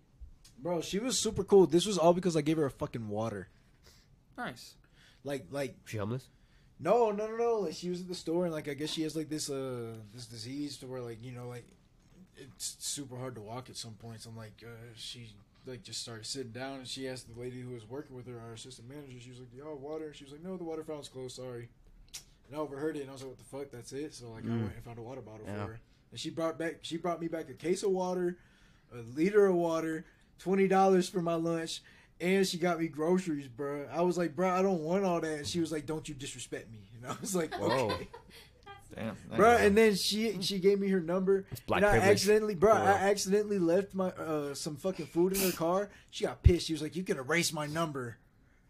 Bro, she was super cool. This was all because I gave her a fucking water. Nice. Like, like She homeless? no, no, no, no. Like she was at the store and like I guess she has like this uh this disease to where like you know like it's super hard to walk at some points. I'm like uh, she like just started sitting down and she asked the lady who was working with her, our assistant manager. She was like, "Y'all water?" She was like, "No, the water fountain's closed. Sorry." And I overheard it and I was like, "What the fuck? That's it." So like I Mm. went and found a water bottle Yeah. for her. And she brought back she brought me back a case of water, a liter of water, twenty dollars for my lunch, and she got me groceries, bruh. I was like, bruh, I don't want all that. And she was like, don't you disrespect me. And I was like, Whoa. okay, Damn. bruh. And then she she gave me her number, It's black and I privilege. accidentally, bruh, Wow. I accidentally left my uh some fucking food in her car. She got pissed. She was like, you can erase my number.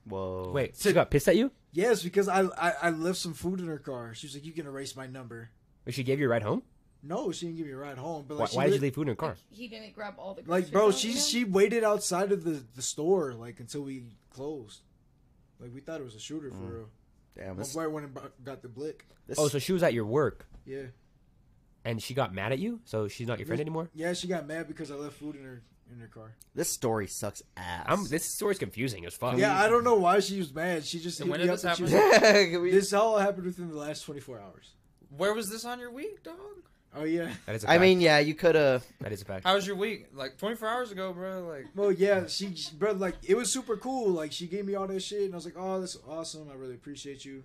Whoa. Wait, she got pissed at you? Yes, because I, I I left some food in her car. She was like, you can erase my number. Or she gave you a ride home? No, she didn't give me a ride home. But Why, like, she why did lit- you leave food in her car? Like, he didn't grab all the Like, groceries bro, off she of him? she waited outside of the the store like until we closed. Like we thought it was a shooter for Mm. real. Damn. My This, boy went and bu- got the blick. this, Oh, so she was at your work Yeah, and she got mad at you, so she's not your friend Yeah. anymore. yeah. She got mad because I left food in her in her car. this story sucks ass. I'm. This story's confusing as fuck. Yeah, I don't know why she was mad. She just And hit when me did up and this she was happen? like- Can we- this all happened within the last twenty four hours. Where was this on your week, dog? Oh yeah. That is. A I fact. mean, yeah, you could have. that is a fact. How was your week? Like 24 hours ago, bro. Like Well, yeah, she, she, bro, like, it was super cool. Like, she gave me all that shit, and I was like, oh, that's awesome. I really appreciate you.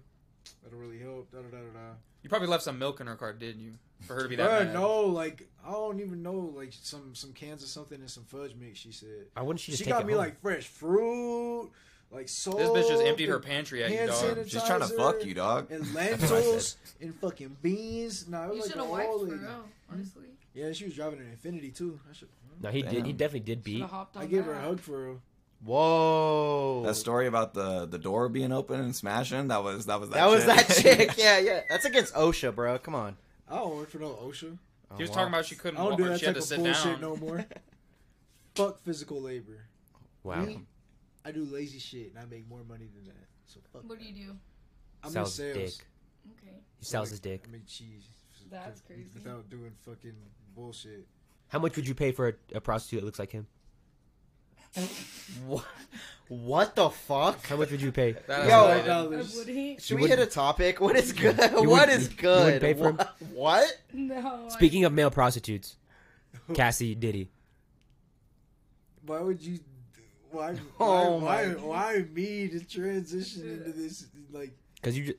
That'll really help. Da da da da da. you probably left some milk in her car, didn't you? For her to be that Bruh, mad. no, like I don't even know, like some some cans of something and some fudge mix. She said Why wouldn't she she, just take got it me home? like fresh fruit, like soap. This bitch just emptied her and- pantry at you, hand dog. sanitizer. She's trying to fuck you, dog. and That's what I lentils and fucking beans. Nah, it You was should like all have wiped for in- real, honestly. Yeah, she was driving an Infinity too. I should. No, he did. He Damn. definitely did beat. Shoulda hopped on I gave that. her a hug for real. Whoa. That story about the the door being open and smashing. That was that was that. that was chick. that chick. Yeah, yeah. That's against OSHA, bro. Come on. I don't work for no OSHA. Oh, He was wow. talking about she couldn't I don't walk do or that she type had to of sit bullshit down. no more. fuck physical labor. Wow. Me, I do lazy shit and I make more money than that. So fuck. What do you do? I'm in sells sales. dick. Okay. He sells Like, his dick. I mean, cheese. That's crazy. Without doing fucking bullshit. How much would you pay for a, a prostitute that looks like him? What? What the fuck? How much would you pay? That Yo, escalated. uh, I There's- wouldn't. Should we wouldn't- hit a topic? What is good? what You wouldn't- is you good? wouldn't pay for him? Wha- What? No. I- Speaking of male prostitutes, Cassie Diddy. Why would you? Why? Why? Oh why, my- why me to transition into this? Like, Because you, ju-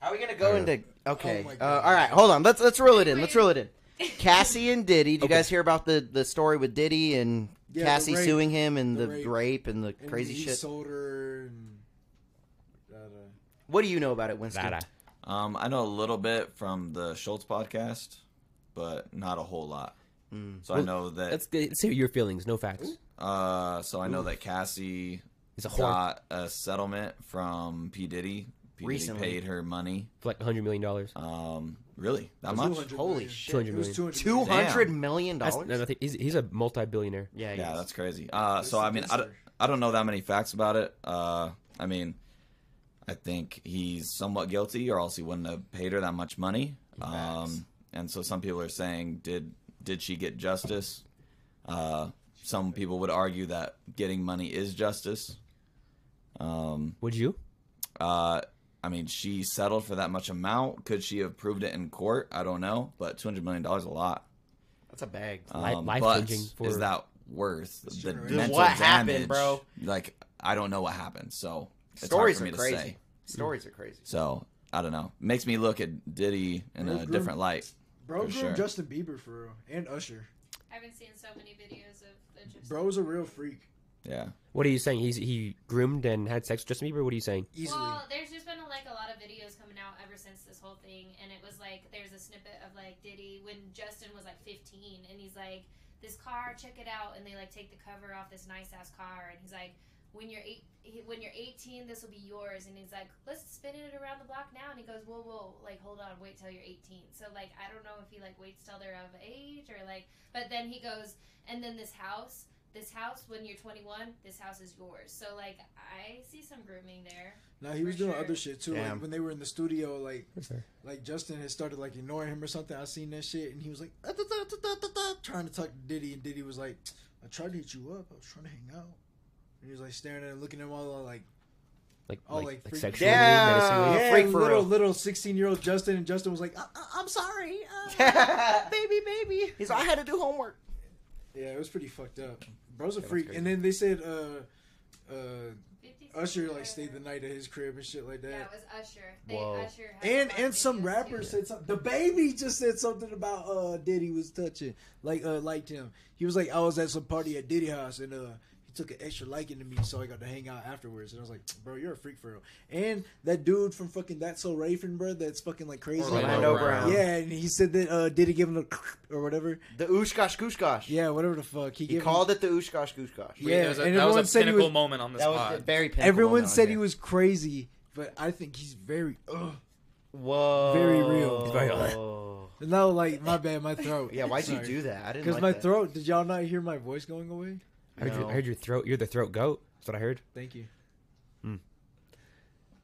How are we gonna go Uh, into? Okay. my uh, God. all right. Hold on. Let's let's reel it in. Let's Wait. reel it in. Cassie and Diddy. Did Okay. you guys hear about the, the story with Diddy and Yeah, the Cassie rape. suing him and the, The rape. rape. and the and crazy he shit? Sold her and. da, da. what do you know about it, Winston? Zara. Um, I know a little bit from the Schultz podcast, but not a whole lot. Mm. So Well, I know that. Let's, let's hear your feelings, no facts. Uh, so I know that Cassie It's a whore. got a settlement from P Diddy. P Recently. Diddy paid her money. for like $100 million. Um, really that It was much? 200 Holy million. shit. It was 200 Two 200 million. hundred million That's, dollars. no, nothing. He's, he's a multi-billionaire. Yeah. Yeah, yeah that's crazy. Uh, so That's I mean, I don't, disaster. I don't know that many facts about it. Uh, I mean, I think he's somewhat guilty, or else he wouldn't have paid her that much money. Facts. Um, and so some people are saying, did did she get justice? Uh, some people would argue that getting money is justice. Um, Would you? uh, I mean, she settled for that much amount. Could she have proved it in court? I don't know, but two hundred million dollars is a lot. that's a bag. Li- Um, but life-changing for- is that worth It's the true, right? Dude, mental what happened, damage? bro? Like, I don't know what happened, so it's Stories hard are for me to say. crazy. Stories are crazy. So I don't know. Makes me look at Diddy in Bro, a groom- different light. Bro, For grew sure. Justin Bieber for real and Usher. I've been seeing so many videos of the just. Bro's a real freak. Yeah, What are you saying? He's, he groomed and had sex with Justin Bieber? What are you saying? Easily. Well, there's just been like a lot of videos coming out ever since this whole thing, and it was like there's a snippet of like Diddy when Justin was like 15, and he's like, "This car, check it out," and they like take the cover off this nice ass car, and he's like, "When you're eight, he- when you're 18, this will be yours," and he's like, "Let's spin it around the block now," and he goes, "Whoa, whoa, like hold on, wait till you're 18." So like I don't know if he like waits till they're of age or like, but then he goes, and then this house this house when you're 21, this house is yours. So like I see some grooming there. No, he was For doing sure. other shit too. Damn. Like when they were in the studio, like For sure. like Justin had started like ignoring him or something. I seen that shit, and he was like "Ah, da, da, da, da, da, da," trying to talk to Diddy, and Diddy was like, "I tried to hit you up. I was trying to hang out." And he was like staring at him, looking at him all like, Like, Oh, like, like like freak- sexually, Yeah. menacingly. freak for little real. little sixteen year old Justin, and Justin was like, I- I- "I'm sorry, uh, baby, baby." He's like, I had to do homework. Yeah, it was pretty fucked up. Bro's a that's freak. crazy. And then they said uh uh 50, Usher like whatever. stayed the night at his crib and shit like Yeah, it that. was Usher. They Whoa. Usher had a And lot of and some videos, too. rapper said something. The baby just said something about uh Diddy was touching, like uh liked him. He was like, I was at some party at Diddy house and uh he took an extra liking to me, so I got to hang out afterwards. And I was like, bro, you're a freak for real. And that dude from fucking That's So Raven, bro, that's fucking like crazy. Orlando Brown. Yeah, and he said that uh Diddy gave him a or whatever. The Ooshkosh Gooshkosh. Yeah, whatever the fuck he, He gave called it the Ooshkosh Gooshkosh. Him, yeah, that was a, and that was everyone a said he pinnacle was moment on this That was pod. the very pinnacle Everyone moment said on he here. was crazy, but I think he's very. Ugh. Whoa. very real. He's very real. No, like my bad, my throat. Yeah, why'd you do that? I didn't Because like my that. throat. Did y'all not hear my voice going away? I heard, No. your, I heard your throat. You're the throat goat. That's what I heard. Thank you.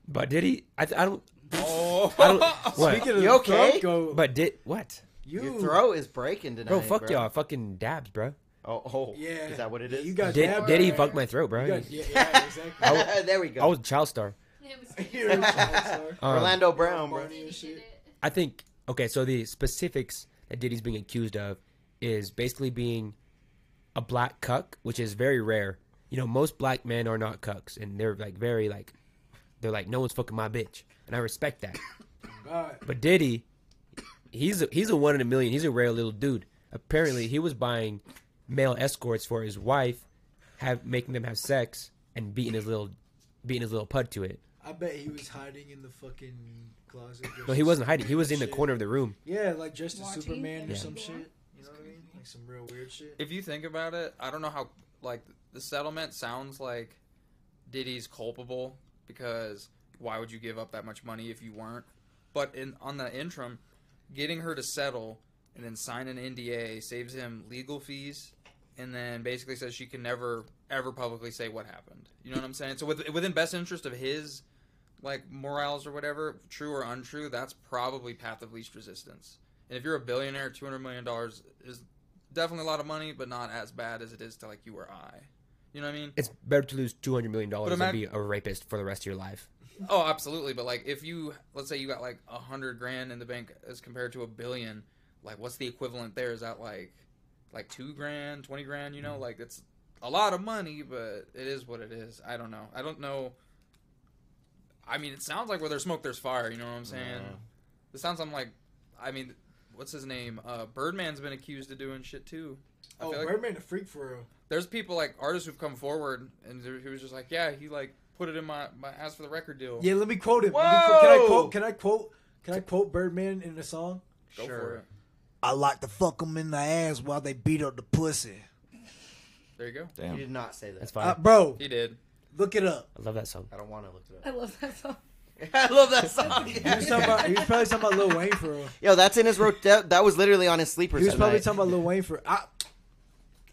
But did he? I, I don't. Oh, I don't. what? Speaking of You okay? throat go, But did what? you, Your throat is breaking tonight. Bro, fuck bro. y'all. Fucking dabs, bro. Oh, oh. Yeah, Is that what it Yeah, is? You got Did, dabbed. did he You fuck my throat, bro? got- yeah, yeah, exactly. I was- Oh, there we go. I was a child star. It was You're a child star. Um, Orlando Brown, bro. Barney and shit. I think okay. So the specifics that Diddy's being accused of is basically being a black cuck, which is very rare. You know, most black men are not cucks, and they're like very like they're like no one's fucking my bitch, and I respect that. God. But Diddy, he's a, he's a one in a million. He's a rare little dude. Apparently, he was buying male escorts for his wife, have making them have sex and beating his little beating his little pud to it. I bet he was hiding in the fucking closet. No, he wasn't hiding. He was in the corner of the room. Yeah, like dressed as Watching Superman or Yeah. some Yeah. shit. You know what I mean? Like some real weird shit. if you think about it, I don't know how like the settlement sounds like Diddy's culpable because why would you give up that much money if you weren't? But in on the interim, getting her to settle and then sign an NDA saves him legal fees and then basically says she can never ever publicly say what happened. You know what I'm saying? So with, within best interest of his like morals or whatever, true or untrue, that's probably path of least resistance. And if you're a billionaire, 200 million dollars is definitely a lot of money, but not as bad as it is to like you or I. You know what I mean? It's better to lose two hundred million dollars But than imag- be a rapist for the rest of your life. Oh, absolutely. But like, if you let's say you got like a hundred grand in the bank as compared to a billion, like what's the equivalent there? Is that like like two grand, twenty grand? You know, like it's a lot of money, but it is what it is. I don't know. I don't know. I mean, it sounds like where there's smoke, there's fire. You know what I'm saying? Yeah. It sounds I'm like, I mean, what's his name? Uh, Birdman's been accused of doing shit too. I Oh, feel like- Birdman a freak for real. there's people like artists who've come forward and he was just like, yeah, he like put it in my my ass for the record deal. Yeah, let me quote him. Let me quote- can I Whoa! quote? Can I quote? Can I quote Birdman in the song? Go for it. I like to fuck them in the ass while they beat up the pussy. There you go. You Damn. did not say that. That's fine. Uh, bro, He did. look it up. I love that song. I don't want to look it I up. love that song. I love that song. He was, talking about, he was probably talking about Lil Wayne for real. Yo, that's in his ro- that, that was literally on his sleepers. He was probably tonight. talking about Lil Wayne for. I,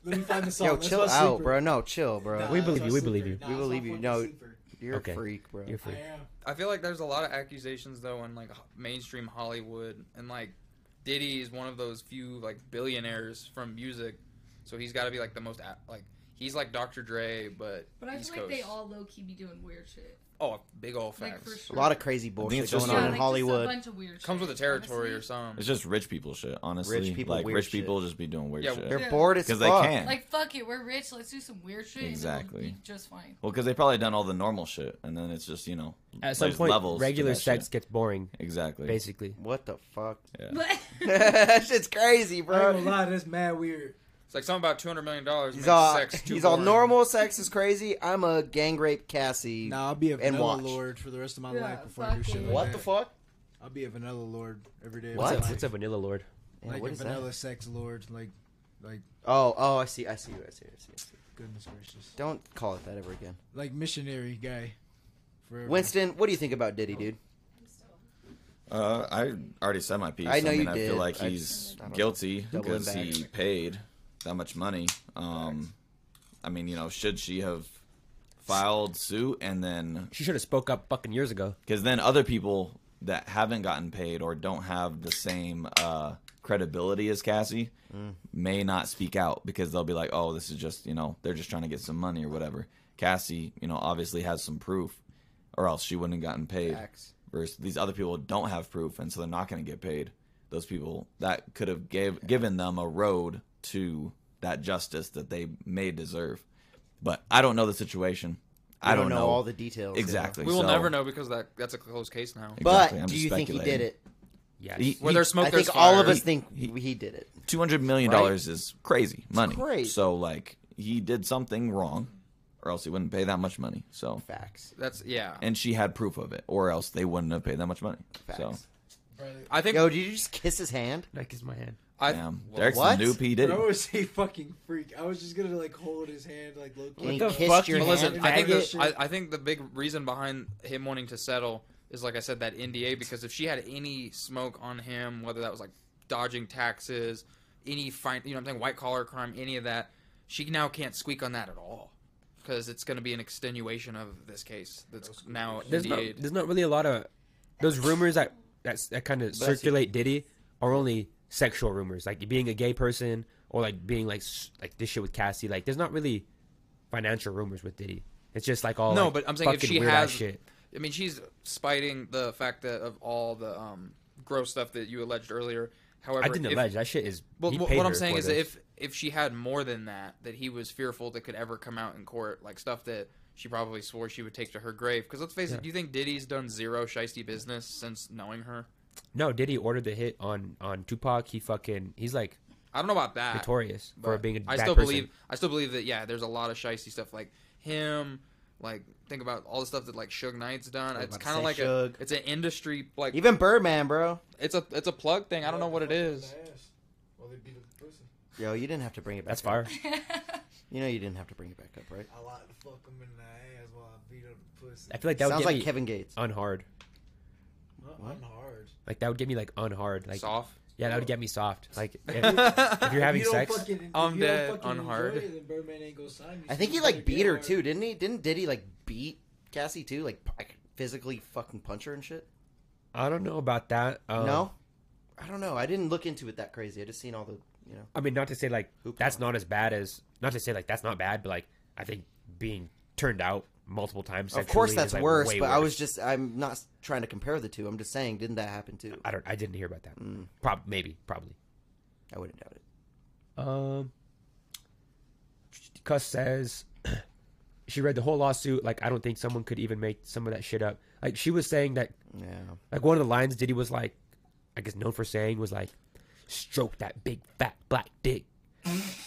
let me find the song. Yo, That's chill my out, sleeper. bro. No, chill, bro. Nah, We that's believe my you, we sleeper. believe you. Nah, We it's my believe you. fucking No. sleeper. You're Okay. a freak, bro. You're I free. am. I feel like there's a lot of accusations though in like h- mainstream Hollywood and like Diddy is one of those few like billionaires from music, so he's got to be like the most a- like he's like Dr. Dre, but But I East feel like they Coast. all low key be doing weird shit. oh big old Like for facts a sure. lot of crazy bullshit it's just going a- on in Yeah, like, just A Hollywood. bunch of weird comes shit, with the territory or honestly. something. It's just rich people shit, honestly. Rich people like weird rich shit. people just be doing weird Yeah, shit. They're bored as Because they fuck. can. Like fuck it, we're rich. Let's do some weird shit. And Exactly. then we'll be just fine. well, because they probably done all the normal shit, and then it's just you know At some there's point, levels to regular that sex shit. gets boring, Exactly. basically. What the fuck? Yeah. But that shit's crazy, I ain't bro. gonna lie, that's mad weird. It's like something about 200 million dollars He's makes all sex too he's all boring. normal. Sex is crazy. I'm a gang rape Cassie. Nah, I'll be a And vanilla watch. lord for the rest of my Yeah, life before I do shit fucking- like What that. the fuck? I'll be a vanilla lord every day. of What? my life. What's a vanilla lord? Yeah, Like what a is vanilla that? sex lord. Like, like Oh, oh, I see, I see, I see, I see. I see. goodness gracious. Don't call it that ever again. Like missionary guy. Forever. Winston, what do you think about Diddy, dude? I'm still- Uh, I already said my piece. I know mean, you I did. feel like I he's just- I don't know. guilty Doubling because he paid that much money. Um, I mean, you know, should she have filed suit and then She should have spoke up fucking years ago. because then other people that haven't gotten paid or don't have the same uh, credibility as Cassie Mm. may not speak out because they'll be like, "Oh, this is just you know they're just trying to get some money or whatever." Cassie, you know, obviously has some proof, or else she wouldn't have gotten paid. Facts. Versus these other people don't have proof, and so they're not going to get paid. Those people that could have gave given them a road to that justice that they may deserve, but I don't know the situation. We I don't, know all the details. you know. exactly. We will so- never know because that that's a closed case now. But Exactly, I'm do you think he did speculating. it? Yeah. He- Where there's smoke, I there's think all of fire. us think he did it. two hundred million dollars is crazy money. great. So like he did something wrong, or else he wouldn't pay that much money. So Facts. That's yeah. and she had proof of it, or else they wouldn't have paid that much money. So Facts. I think Yo, did you just kiss his hand? I kiss my hand. I damn, well, Derek's What? the new P Bro, Diddy. I was a fucking freak. I was just gonna like hold his hand like low And he the kissed fuck, your you But hand. listen, I think, faggot? the, I, I think the big reason behind him wanting to settle is, like I said, that NDA. Because if she had any smoke on him, whether that was like dodging taxes, any fine, you know, what I'm saying white collar crime, any of that, she now can't squeak on that at all. Because it's going to be an extenuation of this case that's now There's not, NDA'd. there's not really a lot of those rumors that that's, that kind of circulate Diddy are only sexual rumors, like being a gay person or like being like s- like this shit with Cassie. Like, there's not really financial rumors with Diddy. It's just like all No, like, but I'm saying if fucking she weird ass has- shit. I mean, she's spiting the fact that of all the um, gross stuff that you alleged earlier. However, I didn't if- allege that shit is. Well, he wh- paid what I'm her saying for is, that this. if if she had more than that, that he was fearful that could ever come out in court, like stuff that she probably swore she would take to her grave. Because let's face Yeah. it, do you think Diddy's done zero shisty business since knowing her? no Diddy ordered the hit on on Tupac, he fucking he's like I don't know about that. notorious for Ah, but being a I bad still person. believe I still believe that yeah, there's a lot of shisty stuff like him. Like think about all the stuff that like Suge Knight's done. was It's about to kind of say like a, Suge. it's an industry like Even Birdman, bro. it's a it's a plug thing. I don't know what it is. Well, they beat up the pussy. Yo, you didn't have to bring it back. That's up. fire. You know you didn't have to bring it back up, right? I like to fuck him in the ass while I beat up the pussy. I feel like that Sounds would get like me Kevin Gates. unhard. Not I'm hard. Like that would get me like unhard. Like Soft. yeah, that would get me soft. Like if, if you're having If you don't sex, um, fucking- if I'm you don't dead, fucking I'm enjoy hard. it, then Birdman ain't gonna sign you. I think he You like better beat get her hard. too, didn't he? Didn't Diddy like beat Cassie too? Like, p- like physically fucking punch her and shit. I don't know about that. Um, no, I don't know. I didn't look into it that crazy. I just seen all the you know. I mean not to say like Hoopla. that's not as bad as not to say like that's not bad, but like I think being turned out multiple times. Of course, sexually that's is, like, worse. way But I was just I'm not s- trying to compare the two. I'm just saying, didn't that happen too? I don't. I didn't hear about that. Mm. Prob maybe probably. I wouldn't doubt it. Um, Cuss says she read the whole lawsuit. Like, I don't think someone could even make some of that shit up. Like, she was saying that, Yeah. like, one of the lines Diddy was like, I guess known for saying was like, stroke that big fat black dick.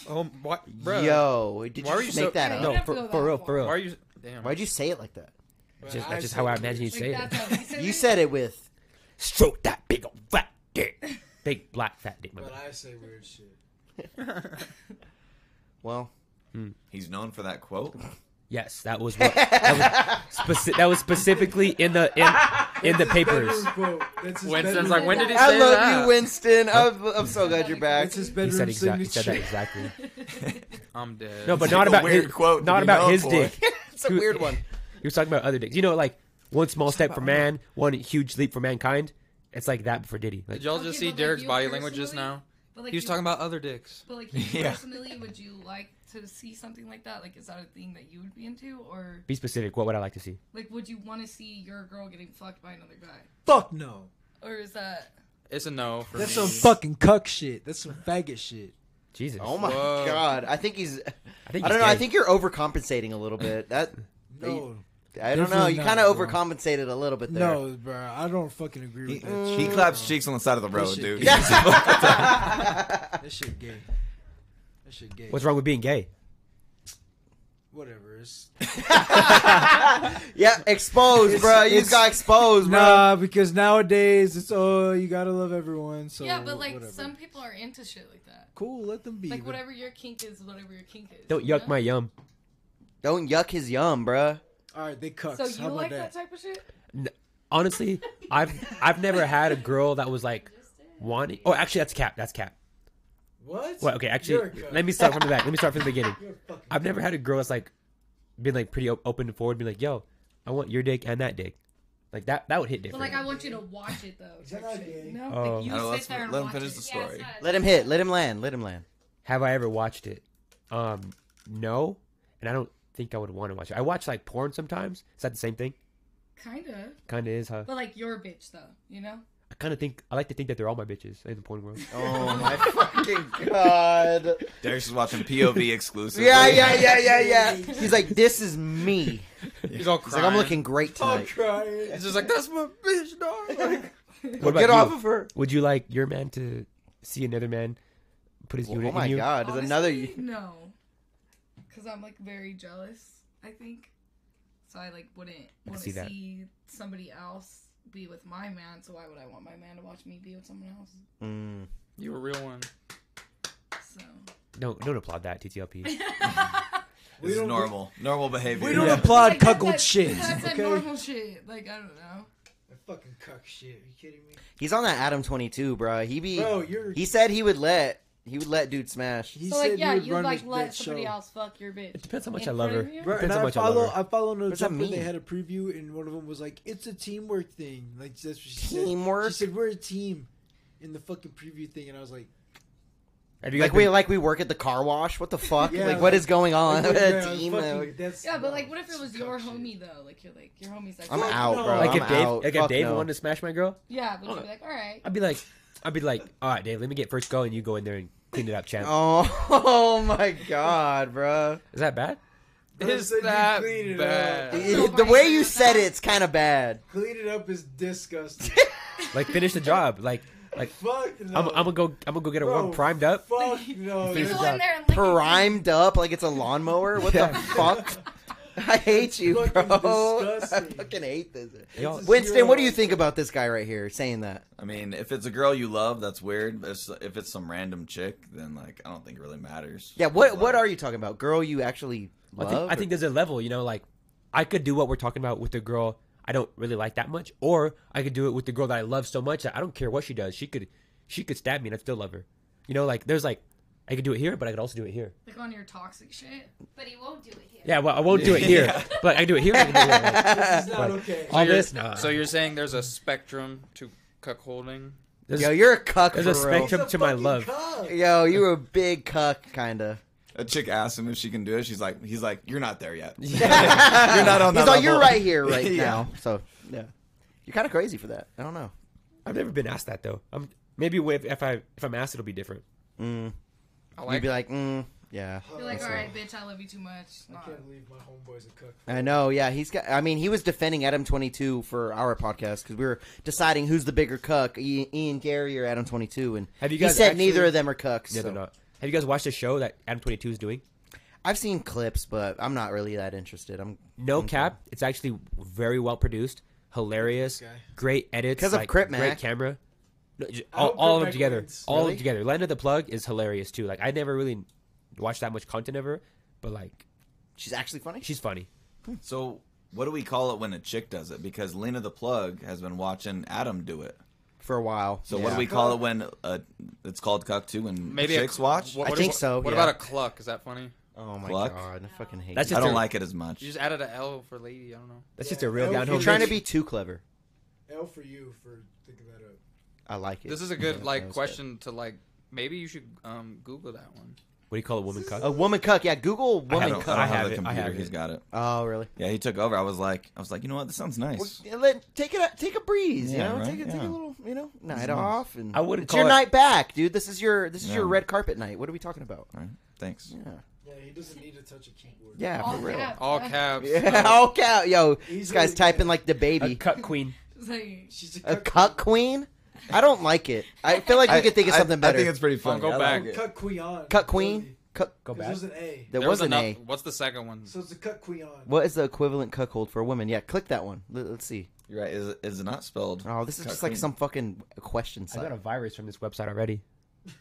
Oh, what, bro? Yo, did Why you are just you make so- that Yeah, up? you No, have to for, go for that real, far. for real. Why are you? Damn. Why'd you say it like that? But Just- I that's just said how I it. imagine he'd Like, say that's it. how he said You said it with Stroke that big old fat dick. Big black fat dick. my But bad. I say weird shit. well. He's known for that quote. Yes, that was what. That was, speci- that was specifically in the in, in the papers. Bedroom quote. That's his Winston's bedroom like, when did he quote. say I love that? you, Winston. I'm, I'm so glad you're back. That's his He bedroom said exactly. He said that signature. exactly. I'm dead. No, but like not a about weird his, quote to not be about known his for. dick. It's a weird one. He was talking about other dicks. You know, like one small step for man, one huge leap for mankind. It's like that for Diddy. Like, Did y'all Okay, just see but, like, Derek's you body language just personally- now? But, like, He was you- talking about other dicks. But like, you Yeah. personally, would you like to see something like that? Like, is that a thing that you would be into, or be specific. What would I like to see? like, would you want to see your girl getting fucked by another guy, Fuck no. or is that? It's a no for That's me. some fucking cuck shit. That's some faggot shit. Jesus. Oh my Whoa. god! I think he's. I think I don't he's know. I gay. think you're overcompensating a little bit. That No, I don't Definitely know. You not, kind of bro. overcompensated a little bit there. no, bro. I don't fucking agree He, with that. shit. he claps cheeks on the side of the road, shit dude. gay. Yeah. That shit gay. That shit gay. What's wrong with being gay? Whatever. It's yeah, exposed, bro. You It's- got exposed, bro. Nah, because nowadays it's oh you gotta love everyone. So yeah, but like, whatever. some people are into shit like that. cool, let them be. Like, but whatever your kink is, whatever your kink is. Don't you yuck know? my yum. Don't yuck his yum, bro. All right, they cucks. So How you about like that? that? type of shit? Honestly, I've I've never had a girl that was like wanting. Oh, actually, that's cap. That's cap. What? Well, okay, You're actually, a cunt. let me start from the back. Let me start from the beginning. You're a fucking I've never had a girl that's like been like pretty op- open and forward, and be like, "Yo, I want your dick and that dick," like that. That would hit But different. like, I want you to watch it though. Is that type not shit, gay? You know, Oh. like, you I don't know, sit let's- there and let him watch finish it. the Yeah, it's Sorry. not- Let him hit. Let him land. Let him land. Have I ever watched it? Um, no, and I don't think I would want to watch it. I watch like porn sometimes. Is that the same thing? Kinda, Kind of is, huh? but like your bitch though. You know, I kind of think I like to think that they're all my bitches in the porn world. Oh my fucking god. Derek's just watching POV exclusively. Yeah, yeah, yeah, yeah, yeah. He's like, this is me. He's all He's crying. like, I'm looking great I'm tonight. crying. He's just like, that's my bitch, dog. Like, What about Get you? off of her. Would you like your man to see another man put his Oh unit in my you? god, there's another. Honestly, no, because I'm like very jealous. I think so. I like wouldn't want see to that. see somebody else be with my man. So why would I want my man to watch me be with someone else? Mm. you a real one. So No, don't applaud that TTLP. We This is don't- normal. Normal behavior. We don't Yeah. applaud Like, that's cuckold that- shit. That's that Okay. normal shit. Like I don't know. Fucking cuck shit. Are you kidding me? He's on that Adam 22, bro. He be. Bro, you're. He said he would let. He would let dude smash. he so said like, he yeah, would you run like his- let that somebody show. else fuck your bitch. It depends how in much I front love of her. you? Bro, Depends and how I much I love follow. her. I follow no What does that jumper. They mean? had a preview, and one of them was like, "It's a teamwork thing." Like that's what she said. Teamwork? She said we're a team in the fucking preview thing, and I was like, Have you Like guys we been- like we work at the car wash. What the fuck? Yeah, like like- what is going on? like, yeah, Oh, Team, fucking- like- that's- Yeah, but like, no, what if it it's was cuck your shit. homie's homie though? Like you're like your homie's like, I'm "Fuck out, no. bro. like I'm if Dave, out. like if Fuck Dave no. wanted to smash my girl, Yeah, but you'd be like, all right. I'd be like, I'd be like, all right, Dave, let me get first go, and you go in there and clean it up, champ. Oh, oh my god, bro. Is that bad? But I Is said you that clean it bad? up. Oh the my way you God. said it's kind of bad. Clean it up is disgusting. Like finish the job. Like, like fuck no. I'm, I'm gonna go, I'm gonna go get her Bro, one primed up. Fuck no. You Finish that's- go in up. there and lick it. Primed up like it's a lawnmower. What the Yeah. fuck? I hate you, Fucking bro. I disgusting. fucking hate this. Y'all- It's a Winston, what do you zero. think about this guy right here saying that? I mean, if it's a girl you love, that's weird. But if- if it's some random chick, then like I don't think it really matters. Yeah, what Like, what are you talking about? Girl you actually I love? think, I think there's a level, you know, like I could do what we're talking about with the girl I don't really like that much, or I could do it with the girl that I love so much that I don't care what she does. She could, she could stab me and I'd still love her. You know, like there's like I could do it here, but I could also do it here. Like on your toxic shit. But he won't do it here. Yeah, well, I won't do it here, Yeah. but I can do it here. I can do it here. Like, This is not Like, okay. all you're- this, nah. So you're saying there's a spectrum to cuckolding? There's- Yo, you're a cuck There's for a real. spectrum to my love. Yo, you were a big cuck, kinda. A chick asked him if she can do it. She's like, he's like, you're not there yet. you're not on that. He's like, you're level." right here, right Yeah. now. So yeah, you're kind of crazy for that. I don't know. I've never been asked that though. I'm maybe if, if I if I'm asked, it'll be different. Mm. I You'd like be like, mm, yeah. You're like, all right, bitch, I love you too much. Oh, I Nah. can't believe my homeboy's a cook. I know, yeah. He's got. I mean, he was defending Adam Twenty Two for our podcast because we were deciding who's the bigger cuck, I- Ian Gary or Adam Twenty Two, and Have you he guys said actually- neither of them are cucks. Yeah, so. they're not. Have you guys watched the show that Adam Twenty Two is doing? I've seen clips, but I'm not really that interested. I'm No cap. It's actually very well produced, hilarious, Okay. great edits. 'Cause of like, Crip Great Mac. camera. No, j- I all, all hope Crip of them Mac together. wins. All of Really? them together. Land of the Plug is hilarious too. Like I never really watched that much content of her, but like she's actually funny. she's funny. So what do we call it when a chick does it? Because Lena the plug has been watching Adam do it. for a while. So what do Yeah. we call it when uh, it's called cuck too? When maybe chicks a, watch, I what- think what- so, What yeah. about a cluck? Is that funny? Oh my Cluck? god, I fucking hate. That's you. I just don't a- like it as much. You just added an L for lady. I don't know. That's Yeah. just a real That down was You're home. really Oh, trying to bitch. be too clever. L for you for thinking that up. I like it. This is a Yeah, good that like was question to like. Maybe you should um, Google that one. What do you call a woman good. A cuck? woman cuck. Yeah, Google I I woman don't, I cuck. cuck. don't I have, have the it, I computer. have He's it. got it. Oh really? Yeah, he took over. I was like, I was like, you know what? This sounds nice. Well, yeah, let, take it a- take a breeze, you Yeah, know, right? take, a, take Yeah. a little, you know, night nice. off, and I wouldn't It's call your it- night back, dude. This is your this is your Yeah. red carpet night. What are we talking about? All right, thanks. Yeah, Yeah, he doesn't need to touch a keyboard. yeah, All for real. caps. All caps. Yeah, oh cow, yo, this He's guy's really typing good. like the A baby, cuck queen. It's like, She's a a cuck. cuck queen. I don't like it. I feel like we could think of something better. I think it's pretty funny. go I back. Like it. Cuck queen. cuck queen. Cuck. Go Because back. there's an A. There, was, There was an another- A. What's the second one? So it's a cuck queen. Hmm. What is the equivalent cuckold for a woman? Yeah, click that one. Let, us see. You're right. Is, is it not spelled? Oh, this is cuck just like queen? some fucking question I got a site. virus from this website already.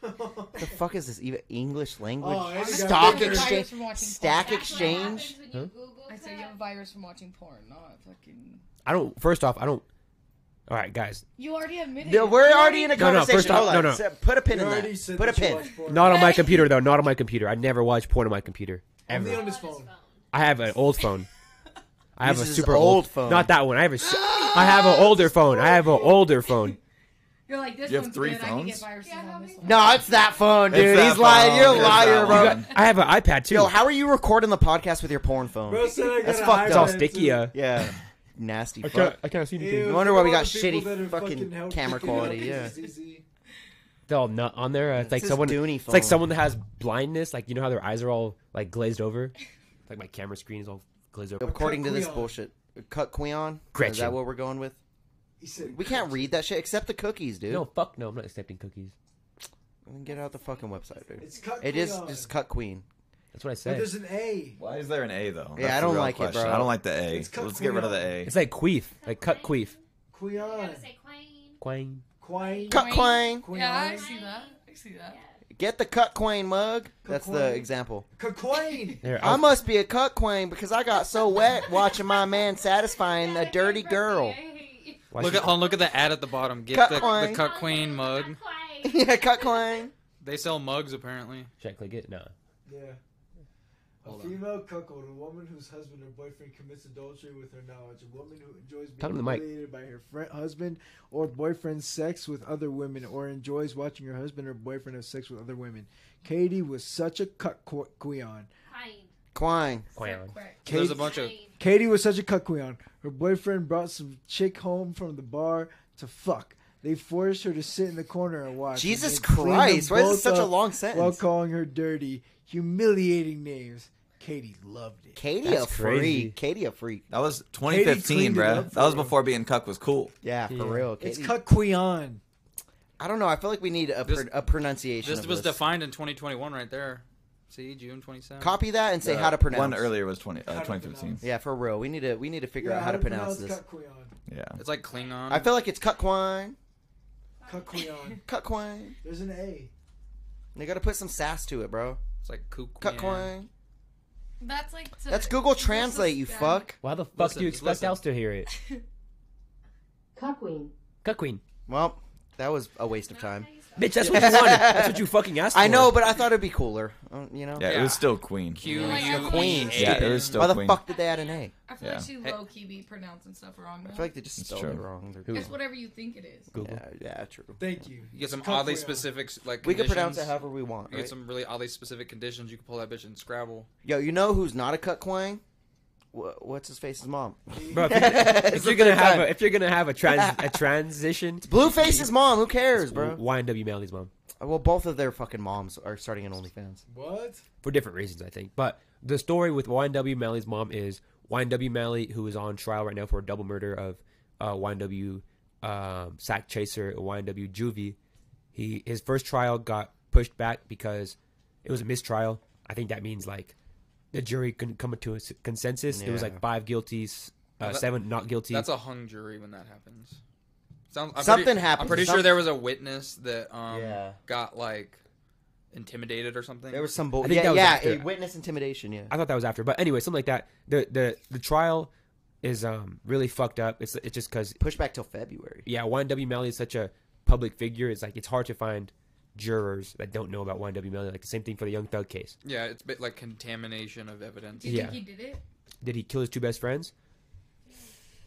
What the fuck is this even English language? Oh, it's got Stock pictures. exchange, From watching stack porn. That's exchange. What happens when you Google I said you have a cuck. virus from watching porn, not fucking. I don't. First off, I don't. All right, guys. You already admitted. No, it. we're You already in a No, no, conversation. first off- Hold on. no, no. So Put a pin You in already that. said Put a that you pin. watched porn. Not on my computer though. Not on my computer. I never watch porn on my computer Only ever. on his phone. I have an old phone. I have This a is super old old phone. Not that one. I have a. s- I have an older phone. I have an older phone. You're like this You have one's three good. I can get phones? viruses Yeah, how on this many- one. No, it's that phone, It's dude. that He's lying. phone. You're a It's that liar, bro. one. I have an iPad too. Yo, how are you recording the podcast with your porn phone? Bro said I got That's a fucked high it's all five, sticky. too. Uh, Yeah, nasty. I Fuck. can't. I can't see Ew, anything. No look wonder at why we all got the people shitty that are fucking healthy. camera quality, yeah. ZZ. They're all nut on there. Uh, It's like his someone. Dooney It's like phone. someone that has blindness. Like you know how their eyes are all like glazed over. Like my camera screen is all glazed over. According to this Cut Queon. bullshit, cut Queon. Is Gretchen. that what we're going with? He said, We can't read that shit except the cookies, dude. No, fuck no. I'm not accepting cookies. Get out the fucking website, dude. It's cut It is Queon. just cut Queen. That's what I But said. there's an A. Why is there an A though? Yeah, I the don't real like it, bro. question. I don't like the A. It's cut Let's get rid of the A. It's like queef. Like cut queef. You Queon. gotta say queen. Quang. Quine. Cut Queen. Queon. Yeah, I see that. I see that. Get the cut Queen mug. That's the Queen. example. Quine. There. oh, I must be a cut Queen because I got so wet watching my man satisfying a dirty girl. Look at, hold on, look at the ad at the bottom. Get Cut the, Queen. the Cut Queen mug. yeah, cut Queen. They sell mugs apparently. Should I click it? No. Yeah. A Hold on. female cuckold, a woman whose husband or boyfriend commits adultery with her knowledge, a woman who enjoys Tell being him the mic. humiliated by her friend, husband or boyfriend's sex with other women, or enjoys watching her husband or boyfriend have sex with other women. Katie was such a cuck qu- queon. Queen. Quine. Quang. Quick. So there's a Kate- bunch of Katie was such a cuck queon. Her boyfriend brought some chick home from the bar to fuck. They forced her to sit in the corner and watch. Jesus and they cleaned them Christ. Why is both it such a up long While sentence? calling her dirty, humiliating names. Katie loved it. Katie a That's crazy. freak. Katie a freak. That was cleaned 2015, it bro. up for That was him. before being cuck was cool. Yeah, for Yeah. real. It's Katie- cut queon. I don't know. I feel like we need a, This- pr- a pronunciation. this of was defined in 2021 right there. See June 27. Copy that and say The how to pronounce. One earlier was 20, uh, How to 2015. Yeah, for real. We need to we need to figure out how to pronounce, this. Cut queon. Yeah. It's like Klingon. I feel like it's cut quine, Cut queon. cut quine. There's an A. They got to put some sass to it, bro. it's like Kook. Cut Queen. quine. That's like. to- That's Google that's so Translate, you bad. fuck. Why the fuck Listen, do you just expect listen. else to hear it? Cuckwing. Cut queen. Well, that was a waste of time. Bitch, that's what you wanted. That's what you fucking asked for. I know, but I thought it'd be cooler. Uh, you know, Yeah, it Yeah. was still Queen. Q Like U a E queen. A. Yeah, it was still why the Queen. fuck did they add an A? I feel Yeah. like she Hey. low key be pronouncing stuff wrong. I though. feel like they just It's spelled true. it wrong. They're- it's whatever you think it is. Google. Yeah, yeah, true. Thank you. You get some Cut oddly queon. specific like We could pronounce it conditions. however we want. You Right? get some really oddly specific conditions. You can pull that bitch in Scrabble. Yo, you know who's not a cut quang? Wha- What's his face's mom? Bro, if you're, if you're gonna have a, if you're gonna have a trans a transition, Blueface's mom. Who cares, bro? bro. YNW Malley's mom Well, both of their fucking moms are starting an OnlyFans. What? for different reasons, I think. But the story with YNW Malley's mom is YNW Malley, who is on trial right now for a double murder of uh, YNW um, sack chaser YNW juvie. He his first trial got pushed back because it was a mistrial. I think that means like the jury couldn't come to a s- consensus. It was Yeah. like five guilty, s- uh, Well, that- seven not guilty. That's a hung jury when that happens. Sounds, I'm Something pretty, happened. I'm pretty Some- sure there was a witness that um Yeah. got like intimidated or something. There was some bull. I think Yeah, that was yeah, after- a witness intimidation. Yeah, I thought that was after, but anyway, something like that. The the the trial is um really fucked up. It's it's just because push back till February. yeah, YNW Malley is such a public figure. It's like it's hard to find jurors that don't know about YNW Malley. Like the same thing for the Young Thug case. yeah, it's a bit like contamination of evidence. Do you Yeah. think he did it? Did he kill his two best friends?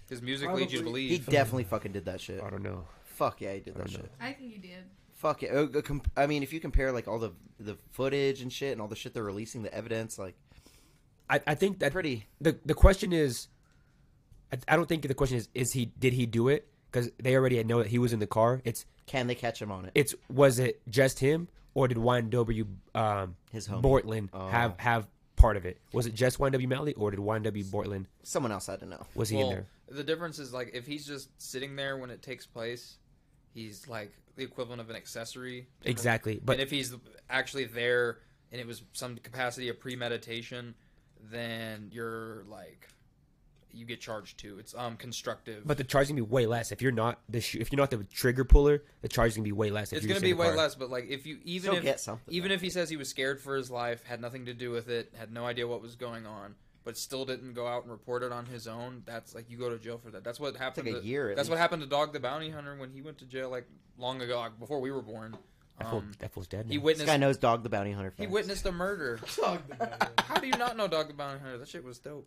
Because music leads you to Probably. He believe. definitely fucking did that shit. I don't know. Fuck yeah, he did that don't shit. I think he did. Fuck it. Uh, com- I mean, if you compare like all the the footage and shit and all the shit they're releasing, the evidence, like I, I think that pretty. the the question is, I, I don't think the question is is he did he do it because they already know that he was in the car. It's Can they catch him on it? it's was it just him or did YNW um His homie. Bortland Oh. have have part of it? Was it just YNW Malley or did YNW Bortland Someone else had to know. was he in well, there? the difference is like if he's just sitting there when it takes place, he's like the equivalent of an accessory. Exactly, But but and if he's actually there and it was some capacity of premeditation, then you're like you get charged too. It's um constructive. but the charge is gonna be way less if you're not the sh- if you're not the trigger puller. The charge is gonna be way less. If it's you're gonna just be in the way car. less, but like if you even Still if get something, even though. if he says he was scared for his life, had nothing to do with it, had no idea what was going on, but still didn't go out and report it on his own, that's like you go to jail for that. That's what happened. like a to, year at That's what least. happened to Dog the Bounty Hunter when he went to jail like long ago, like, before we were born. That, fool, Um, that fool's dead. he now. This witnessed. guy knows Dog the Bounty Hunter. He facts. witnessed a murder. Talk to me. How do you not know Dog the Bounty Hunter? That shit was dope.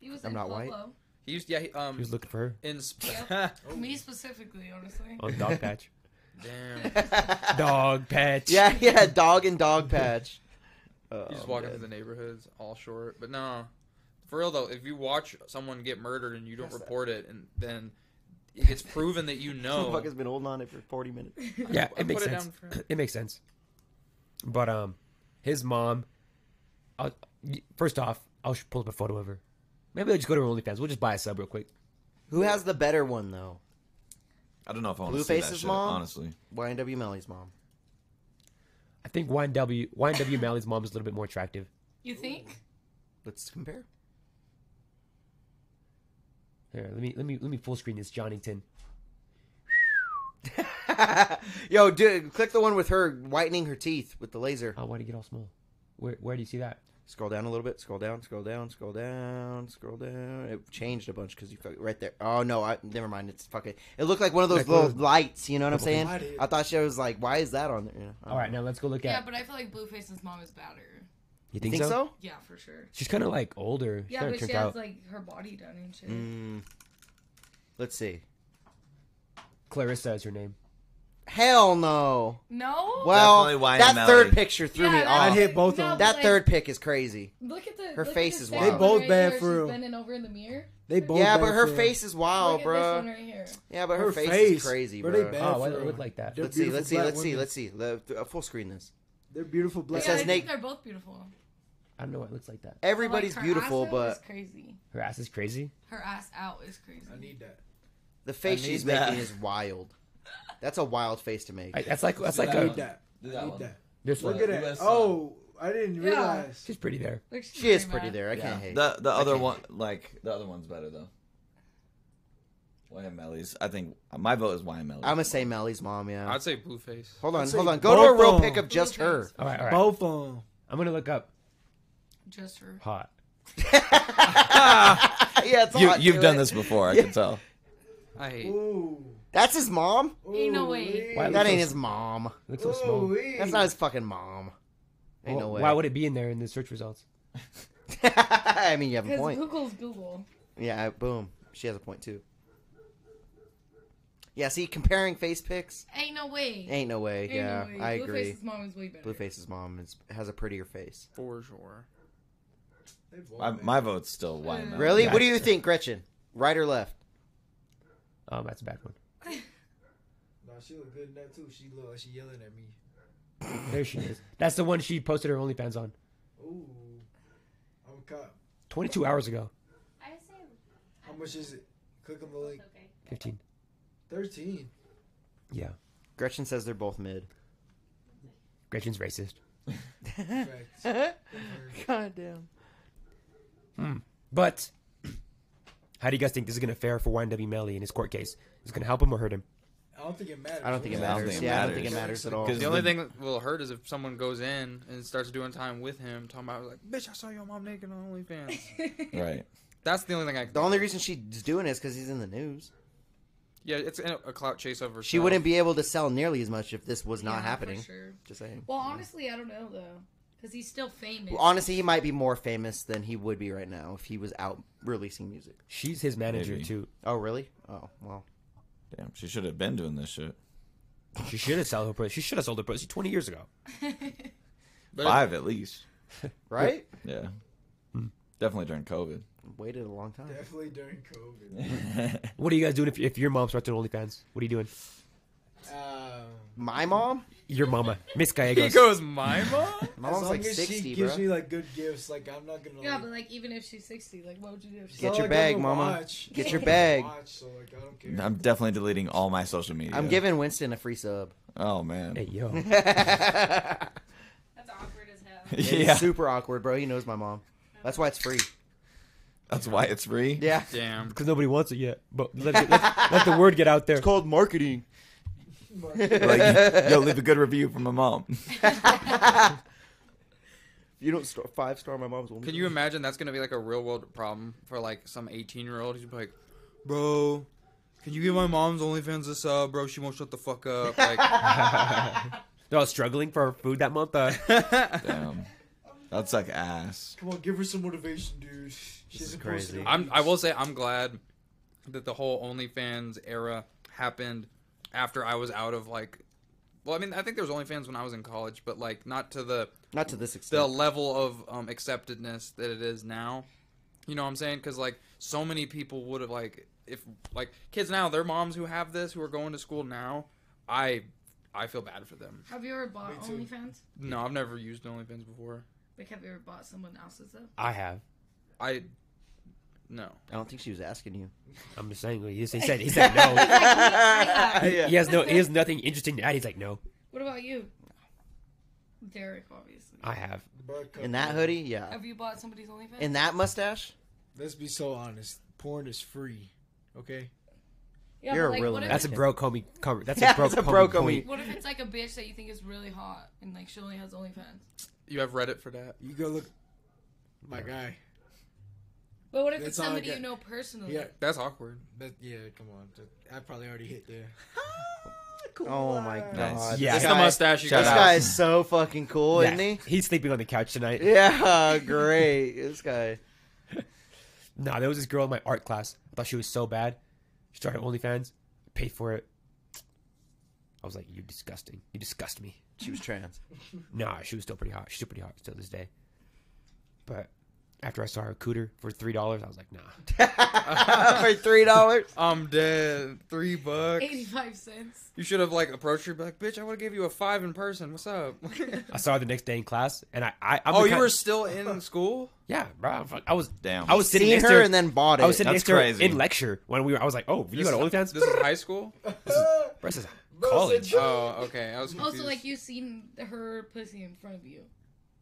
He was I'm in not white. Pueblo. He used yeah. He, um, He was looking for her in sp- Oh. Me specifically, honestly. on dog patch. damn. dog patch. yeah, yeah, dog and dog patch. Oh, You just walk into man. the neighborhoods all short. But no, for real though, if you watch someone get murdered and you don't That's- report it, and then it gets proven that you know. Motherfucker's been holding on it for 40 minutes. Yeah, I it makes put it sense. down for- It makes sense. But um, his mom. I'll, y- first off, I'll sh- pull up a photo of her. Maybe I'll just go to her OnlyFans. We'll just buy a sub real quick. Who has the better one, though? I don't know if I want to see that Blueface's shit. mom? Honestly, YNW Melly's mom. I think YNW YNW Mally's mom is a little bit more attractive. You think? Let's compare. Here, let me let me let me full screen this Johnnington. Yo, dude, click the one with her whitening her teeth with the laser. Oh, why do you get all small? Where where do you see that? Scroll down a little bit. Scroll down. Scroll down. Scroll down. Scroll down. It changed a bunch because you fuck- right there. Oh no, I never mind. It's fucking. It looked like one of those Like one little of those- lights. You know what I'm saying? Lighted. I thought she was like, why is that on there? You know, I Oh. don't All right, know. now let's go look at. Yeah, but I feel like Blueface's mom is better. you You think, think so? Yeah, for sure. She's kind of like older. Yeah, kinda but she tricked has out. like her body done and shit. Mm, let's see. Clarissa is her name. Hell no. No. Well, Definitely Y and that Melly. third picture threw Yeah, me that- off. I'd hit both of no, them. but, that like, third pick is crazy. Look at the. Her look at face this is second wild. one They both right bad here, for she's real. Bending over in the mirror. They both. yeah, bad but her for- face is Look wild, at bro. this one right here. Yeah, but her, face, is crazy, Bro, bro. They bad Oh, I for look her. like that. They're Let's see, beautiful let's see, black let's see, women. let's see, let's see. Full screen this. They're beautiful black. says yeah, I women. Nate- think they're both beautiful. I don't know why it looks like that. Everybody's Like, her beautiful, ass out but is crazy. Her ass is crazy. Her ass out is crazy. I need that. the face I need she's that. making is wild. That's a wild face to make. I, that's like that's like I a, need that. do I need that. this one. Look at it. US, uh, Oh, I didn't Yeah. realize. She's pretty there. Like, she's she is pretty pretty bad. there. I can't hate. The the I other can't one, like the other one's better though. William Melly's. I think my vote is William Melly. I'm gonna say Melly's mom. Yeah. I'd say Blueface. hold on, I'd say hold on. Go to a both real of 'em. pic of just her. Blueface. All right, all right. Both of them. I'm gonna look up Just her. hot. yeah, it's you, hot, you've do done it. this before. I can tell. I hate. Ooh. That's his mom. Ain't no way. Ooh-wee. Why That looks ain't so- his mom. Looks so small. Ooh-wee. That's not his fucking mom. Ain't Well, no way. Why would it be in there in the search results? I mean, you have a Because point. Google's Google. Yeah, boom. She has a point too. Yeah, see, comparing face pics Ain't no way. ain't no way. Ain't no yeah, way. I agree. Blueface's mom is way better. Blueface's mom is, has a prettier face. For sure. They both My, bad. my vote's still William Melly. Really? yeah. What do you think, Gretchen? Right or left? Um, that's a bad one. Nah, she look good in that too. She look like she yelling at me. There she is. That's the one she posted her OnlyFans on Ooh. I'm a cop. 22 hours ago. I would say How much is it? Click on the link. it's okay. 15. 13. Yeah, Gretchen says they're both mid. Gretchen's racist. Facts. God damn. But how do you guys think this is gonna fare for YNW Melly in his court case? Is it gonna help him or hurt him? I don't think it matters. I don't think it Yeah, I don't matters. think it Yeah, I don't think it matters. matters at all. 'Cause The only the- thing that will hurt is if someone goes in and starts doing time with him, talking about like, "Bitch, I saw your mom naked on OnlyFans." Right. That's the only thing I. The only reason she's doing it is because he's in the news. Yeah, it's a, a clout chase over. She wouldn't be able to sell nearly as much if this was Yeah, not for happening. sure. Just saying. Well, honestly, I don't know though, because he's still famous. Well, honestly, he might be more famous than he would be right now if he was out releasing music. She's his manager Maybe. too. Oh, really? Oh, well. Damn. She should have been doing this shit. She should have sold her pussy. She should have sold her pussy 20 years ago. But Five at least. Right? Yeah. Definitely during COVID. Waited a long time. Definitely during COVID. What are you guys doing if, if your mom starts doing OnlyFans? What are you doing? Um, My mom? Your mama, Miss He Gallegos. goes, "My mom." My as long mom's like as 60, she bro. gives me like good gifts, like I'm not gonna. yeah, like, but like even if she's sixty, like what would you do? If she's Get It's your not like I'm bag, gonna mama. watch. Get It's your not like I'm bag. gonna watch, so, like, I don't care. I'm definitely deleting all my social media. I'm giving Winston a free sub. Oh man. Hey yo, That's awkward as hell. It's yeah. super awkward, bro. He knows my mom. That's why it's free. That's why it's free. Yeah. Damn. because nobody wants it yet. But let, it- let- let the word get out there. called marketing. But Like, yo, leave a good review for my mom. you don't star, five star my mom's. Can you imagine that's gonna be like a real world problem for like some eighteen year old? He's like, bro, can you give my mom's OnlyFans a sub, bro? She won't shut the fuck up. Like, They're all struggling for food that month. Uh, Damn. That'd suck ass. Come on, give her some motivation, dude. She is hasn't posted crazy. in I'm. I weeks. will say I'm glad that the whole OnlyFans era happened after I was out of like. Well, I mean, I think there was OnlyFans when I was in college, but like not to the Not to this the extent. level of um, acceptedness that it is now. You know what I'm saying? Because like so many people would have like if like kids now, their moms who have this who are going to school now. I I feel bad for them. Have you ever bought Me too. OnlyFans? No, I've never used OnlyFans before. Like, have you ever bought someone else's though? I have. I no. I don't think she was asking you. I'm just saying. He, just, he said. He said no. Yeah. He has no. He has nothing interesting to add. He's like, no, What about you? Derek, obviously. I have. But- In that hoodie, yeah. Have you bought somebody's OnlyFans? In that mustache, Let's be so honest. Porn is free. Okay. yeah, you're but, a like, real what man. if That's a it's- bro Comey. com- That's Yeah, a bro, that's a Comey bro Comey. point. What if it's like a bitch that you think is really hot and like she only has OnlyFans? You have Reddit for that. You go look. My guy. But what if That's it's all I somebody got. you know personally? Yeah. That's awkward. That, yeah, come on. That- I probably already hit there. Oh my god. Nice. Yeah. This That's That's the guy, mustache you Shout this out. got. guy is so fucking cool, Yeah. isn't he? He's sleeping on the couch tonight. Yeah, great. this guy. Nah, there was this girl in my art class. I thought she was so bad. She started OnlyFans. Paid for it. I was like, you're disgusting. You disgust me. She was trans. Nah, she was still pretty hot. She's still pretty hot still to this day. But after I saw her cooter for three dollars, I was like, nah. For three dollars. I'm dead. Three bucks. Eighty-five cents. You should have like approached her and be like, bitch, I would have gave you a five in person. What's up? I saw her the next day in class, and I, I, I'm oh, the you kind- were still in school? yeah, bro. I'm fuck- I was, Damn. I was sitting Seen next her to and then bought it. I was sitting That's next to her crazy. in lecture when we were. I was like, oh, you This got is- OnlyFans? This is high school? Bro, this is Bro said college. no. Oh, okay. I was confused. Also, like you seen her pussy in front of you,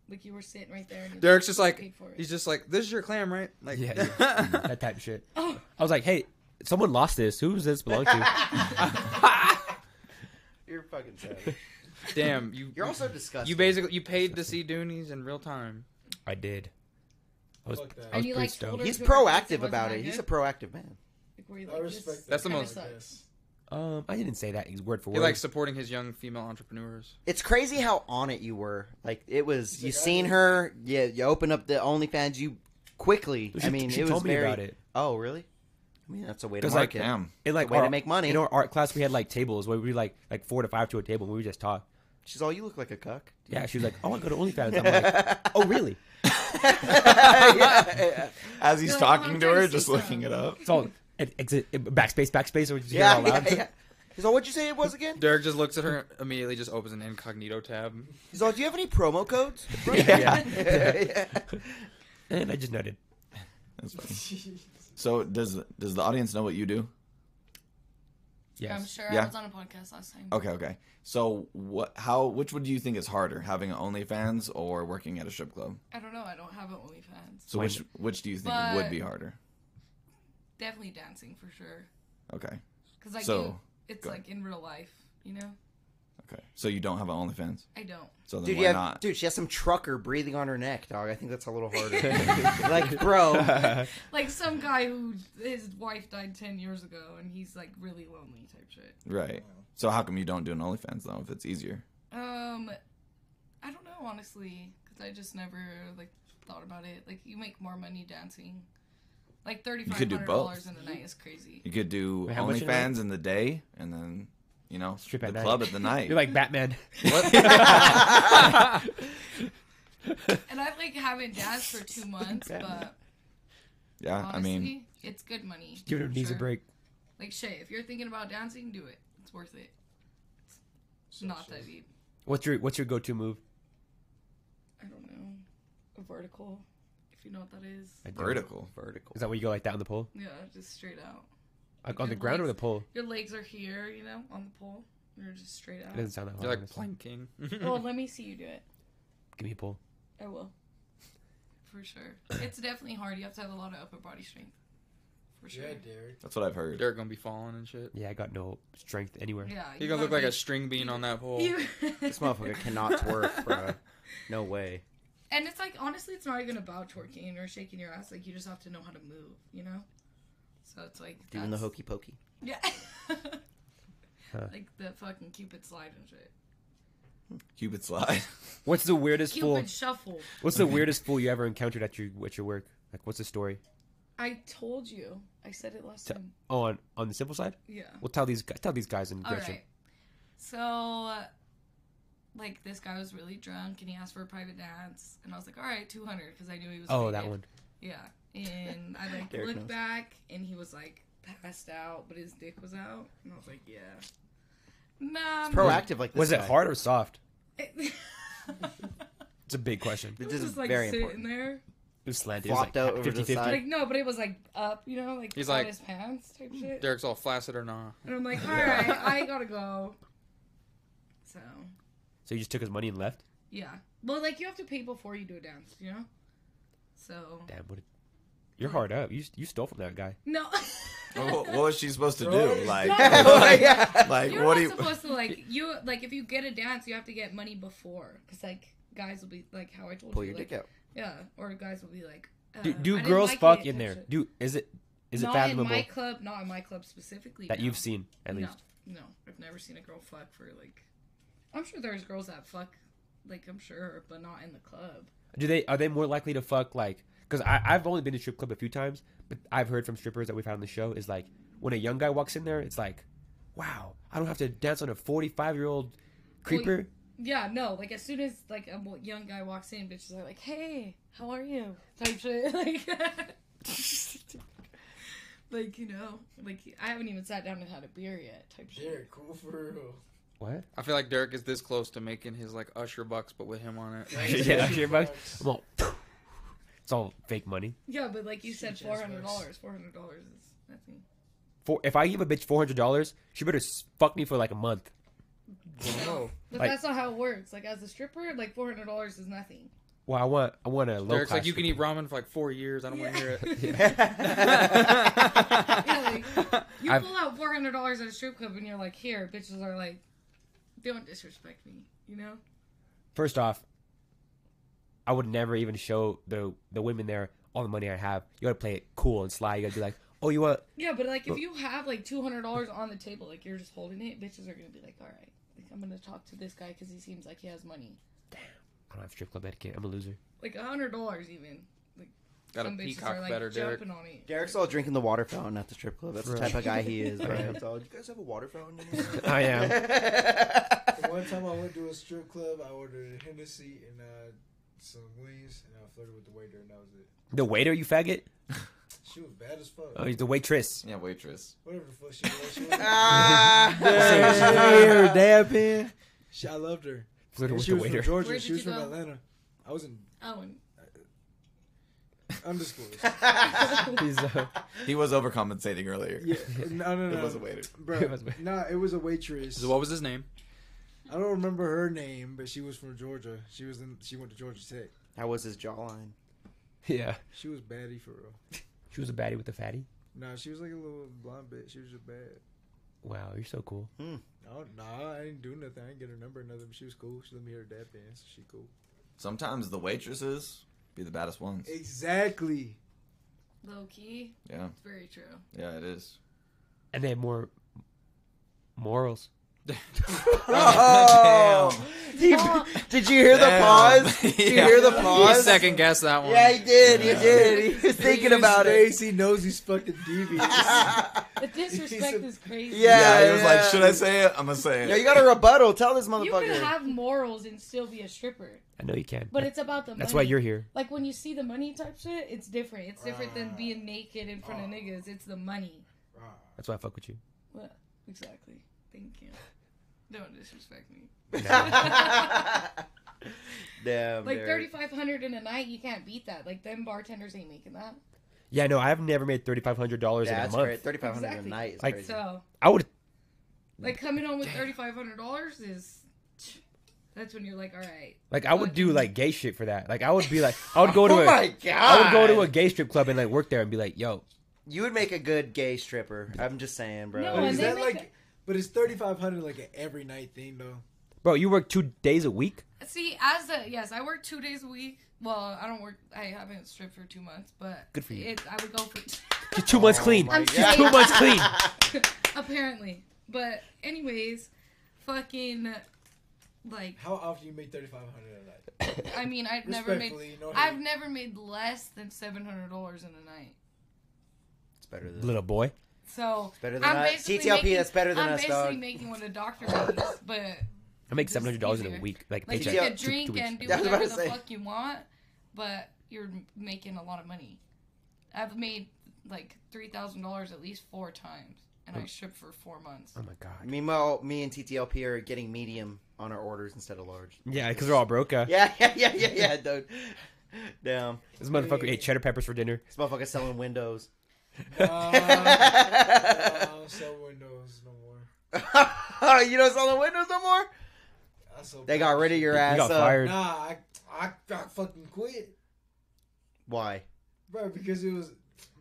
like you were sitting right there. And you Derek's just like paid for it. he's just like this is your clam, right? Like Yeah, mm, that type of shit. I was like, hey, someone lost this. Who does this belong to? You're fucking savage. damn, you You're also disgusting. you basically you paid to see Doonies in real time. I did. I was, Fuck that. I was And you, pretty like, stoned. told her- He's Who knows if it proactive wasn't about that it. He's a good? proactive man. like, were you I like, respect this that. That's the kinda most- sucks. Yes. Um, I didn't say that word for word. You're like supporting his young female entrepreneurs. It's crazy how on it you were. Like it was. He's you like, I seen did. her. Yeah. You opened up the OnlyFans. You quickly. She- I mean, she it was told me very. about it. Oh, way. I mean, that's a way to 'Cause, like, market. Damn. in like Way to our- make money. In our art class, we had like tables where we like like four to five to a table, and we would just talk. She's all. You look like a cuck. Yeah, she was like, "Oh, "I want to go to OnlyFans." I'm like, "Oh, really?" As he's You're like, talking "Oh, to I'm trying her, to see just looking something." it up. It's all it, exit it- backspace, backspace. Or just Yeah. yeah, yeah, yeah. He's all. What'd you say it was again? Derek just looks at her immediately, just opens an incognito tab. He's all. Do you have any promo codes? Yeah. yeah. And I just noted. That's funny. So does does the audience know what you do? I'm Yes. sure Yeah. I was on a podcast last time. Okay, okay. So what? How? Which would you think is harder, having an OnlyFans or working at a strip club? I don't know. I don't have an OnlyFans. So Mine- which which do you think But- would be harder? Definitely dancing for sure. Okay, Cause like So, you, it's go like in real life, you know. okay. So you don't have an OnlyFans. I don't. So then Dude, why you have, not? dude, she has some trucker breathing on her neck, dog. I think that's a little harder. like, bro, Like some guy who his wife died ten years ago, and he's like really lonely type shit. Right. So how come you don't do an OnlyFans though? If it's easier. Um, I don't know honestly, cause I just never like thought about it. Like you make more money dancing. Like thirty five could do hundred both. dollars in a night is crazy. You could do Wait, how much in a OnlyFans in the day and then you know Strip the at night. club at the night. You're like Batman. And I like haven't danced for two months, but yeah, honestly, I mean, it's good money. Give her for knees a sure. break. Like Shay, if you're thinking about dancing, do it. It's worth it. It's not that deep. What's your What's your go to move? I don't know. A vertical, if you know what that is. I don't- vertical. vertical. Is that where you go like that on the pole? Yeah, just straight out. Like on the Your ground or legs- the pole? Your legs are here, you know, on the pole. You're just straight It out. doesn't sound that hard. You're like honestly. planking. Well, let me see you do it. Give me a pole. I will. For sure. It's definitely hard. You have to have a lot of upper body strength. For sure. Yeah, Derek. That's what I've heard. Derek gonna be falling and shit. Yeah, I got no strength anywhere. Yeah. He you gonna look gotta like be- a string bean on that pole. You- This motherfucker cannot twerk, bro. No way. and it's like honestly, it's not even about twerking or shaking your ass. Like you just have to know how to move, you know. So it's like Doing the that's- hokey pokey. Yeah. Huh. Like the fucking Cupid slide and shit. Cupid slide. What's the weirdest fool? Cupid shuffle. What's the weirdest fool you ever encountered at your at your work? Like, what's the story? I told you. I said it last T- time. Oh, on on the simple side, Yeah. we'll tell these gu- tell these guys and All Gretchen. right. So, like, this guy was really drunk and he asked for a private dance, and I was like, "All right, 200," because I knew he was. Oh, naked. that one. Yeah. And I like Derek looked knows. back, and he was like passed out, but his dick was out, and I was like, "Yeah." Nah. I'm not- Proactive like this. Was it guy. hard or soft? It It's a big question. It This is just like very sitting important. there. was slanted. Flopped it was out like over to the 50-50. side. Like no, but it was like up, you know, like He's on like- his pants type shit. Derek's all flaccid or not. And I'm like, all right, I gotta go. So So you just took his money and left. yeah, well, like you have to pay before you do a dance, you know. So Damn, what? A, you're hard up. You you stole from that guy. no, what, Oh, what was she supposed to Bro. do? Like, Like, like, yeah. you're what not do you? supposed to like you like if you get a dance, you have to get money before, because like guys will be like how I told Pull you, your like, dick out. yeah, or guys will be like, uh, Do, do I didn't girls like fuck it, in type there? shit. Do is it is it not in fathomable my club, not in my club specifically that no. you've seen at no, least? No, I've never seen a girl fuck for like. I'm sure there's girls that fuck, like I'm sure, but not in the club. Do they are they more likely to fuck like? Because I've only been to strip club a few times, but I've heard from strippers that we've had on the show is like when a young guy walks in there, it's like, wow, I don't have to dance on a forty five year old creeper. Yeah, no. Like as soon as like a mo- young guy walks in, bitches are like, "Hey, how are you?" Type shit. Like, like you know, like I haven't even sat down and had a beer yet. Type shit. Derek, cool for real. What? I feel like Derek is this close to making his like Usher bucks, but with him on it. yeah, your bucks. I'm all, it's all fake money. Yeah, but like you said, Shit, four that's hundred dollars. worse. Four hundred dollars is nothing. For if I give a bitch four hundred dollars, she better s- fuck me for like a month. Whoa. But Like- that's not how it works. Like as a stripper, like four hundred dollars is nothing. Well, I want I want a low Derek's class. like, you can eat ramen for like four years. I don't want to hear it. Yeah, like, you I've- pull out four hundred dollars at a strip club and you're like, here, bitches are like, don't disrespect me, you know? First off, I would never even show the the women there all the money I have. You gotta play it cool and sly. You gotta be like, oh, you want Yeah, but like if you have like two hundred dollars on the table, like you're just holding it, bitches are gonna be like, all right, like I'm gonna talk to this guy because he seems like he has money, I don't have strip club etiquette. I'm a loser. like a hundred dollars even. Got a Some bitches peacock are like better, Derek. jumping on it. Derek's all drinking the water fountain at the strip club. That's the Right. type of guy he is. bro. Right. It's all, "Do you guys have a water fountain? in there?" I am. The one time I went to a strip club, I ordered a Hennessy and uh, some wings, and I flirted with the waiter, and that was it. The waiter, you faggot. She was bad as fuck. Oh, he's the waitress. Yeah, waitress. Whatever the fuck she was, she was Ah, Damn, damn. she, I loved her. Flirting with she the was waiter. from Georgia. Where did she was you from go? Atlanta. I was in Oh, and undisclosed. He's, uh, He was overcompensating earlier. yeah, no, no, no. It was a waiter. Bro, It was a waiter. nah, it was a waitress. So what was his name? I don't remember her name, but she was from Georgia. She was in. She went to Georgia Tech. How was his jawline? yeah. She was baddie for real. She was a baddie with a fatty. Nah, she was like a little blonde bitch. She was just bad. Wow, you're so cool. No, nah, I didn't do nothing. I didn't get her number or nothing. But she was cool. She let me hear her dad dance. She cool. Sometimes the waitresses be the baddest ones. Exactly. low key, Yeah, it's very true. yeah, it is. And they have more morals. Oh, Oh. did you hear the Damn. pause? Did you Yeah. hear the He pause? He second guessed that one. Yeah, he did. He Yeah. did. He was thinking about it. He knows he's fucking devious. The disrespect a- is crazy. Yeah, Yeah, he was like, yeah. should I say it? I'm gonna say it. No, you got a rebuttal. Tell this You can motherfucker. have morals and still be a stripper, I know you can. but it's about the money. That's why you're here. Like when you see the money type shit, it's different. It's different Ah. than being naked in front of niggas. It's the money. That's why I fuck with you. Well, exactly. Thank you. Don't disrespect me. Damn, Like thirty Derek. five hundred in a night, you can't beat that. Like them bartenders ain't making that. Yeah, no, I've never made thirty five hundred dollars in a That's month. great. Thirty five hundred a Exactly. night is Like- crazy. So, I would. like coming home with thirty five hundred dollars is. That's when you're like, all right. Like I would do like gay shit for that. Like I would be like I would go to oh a my god! I would go to a gay strip club and like work there and be like, yo, You would make a good gay stripper. I'm just saying, bro. No, But Oh, and is they that make like? a- But it's thirty five hundred like an every night thing though. Bro, you work two days a week? See, as a yes, I work two days a week. Well, I don't work. I haven't stripped for two months, but Good for you. It, I would go for. She's two Oh months clean. I'm She's two saying- months clean. apparently, but anyways, fucking, like How often you make thirty five hundred a night? I mean, I've never made. Respectfully, no I've hate. never made less than seven hundred dollars in a night. It's better than Little boy. So better than I'm us. basically TTLP, making, that's better than I'm us, basically dog. making what a doctor makes, but I make This seven hundred dollars in a easier. week, like like paycheck. you can Two- two drink weeks. and do Yeah, I was about whatever to the say. fuck you want, but you're m- making a lot of money. I've made like three thousand dollars at least four times, and I shipped for four months. Oh my god. Meanwhile, me and TTLP are getting medium on our orders instead of large. Yeah, because they're all broke. Uh, Yeah, yeah, yeah, yeah, yeah, dude. Damn, This motherfucker ate cheddar peppers for dinner. this motherfucker's selling windows. Uh, I sell windows no more. you don't sell the windows no more. I sell They got rid of your You ass. uh, got up. fired. Nah, I, I I fucking quit, Why? bro. Because it was,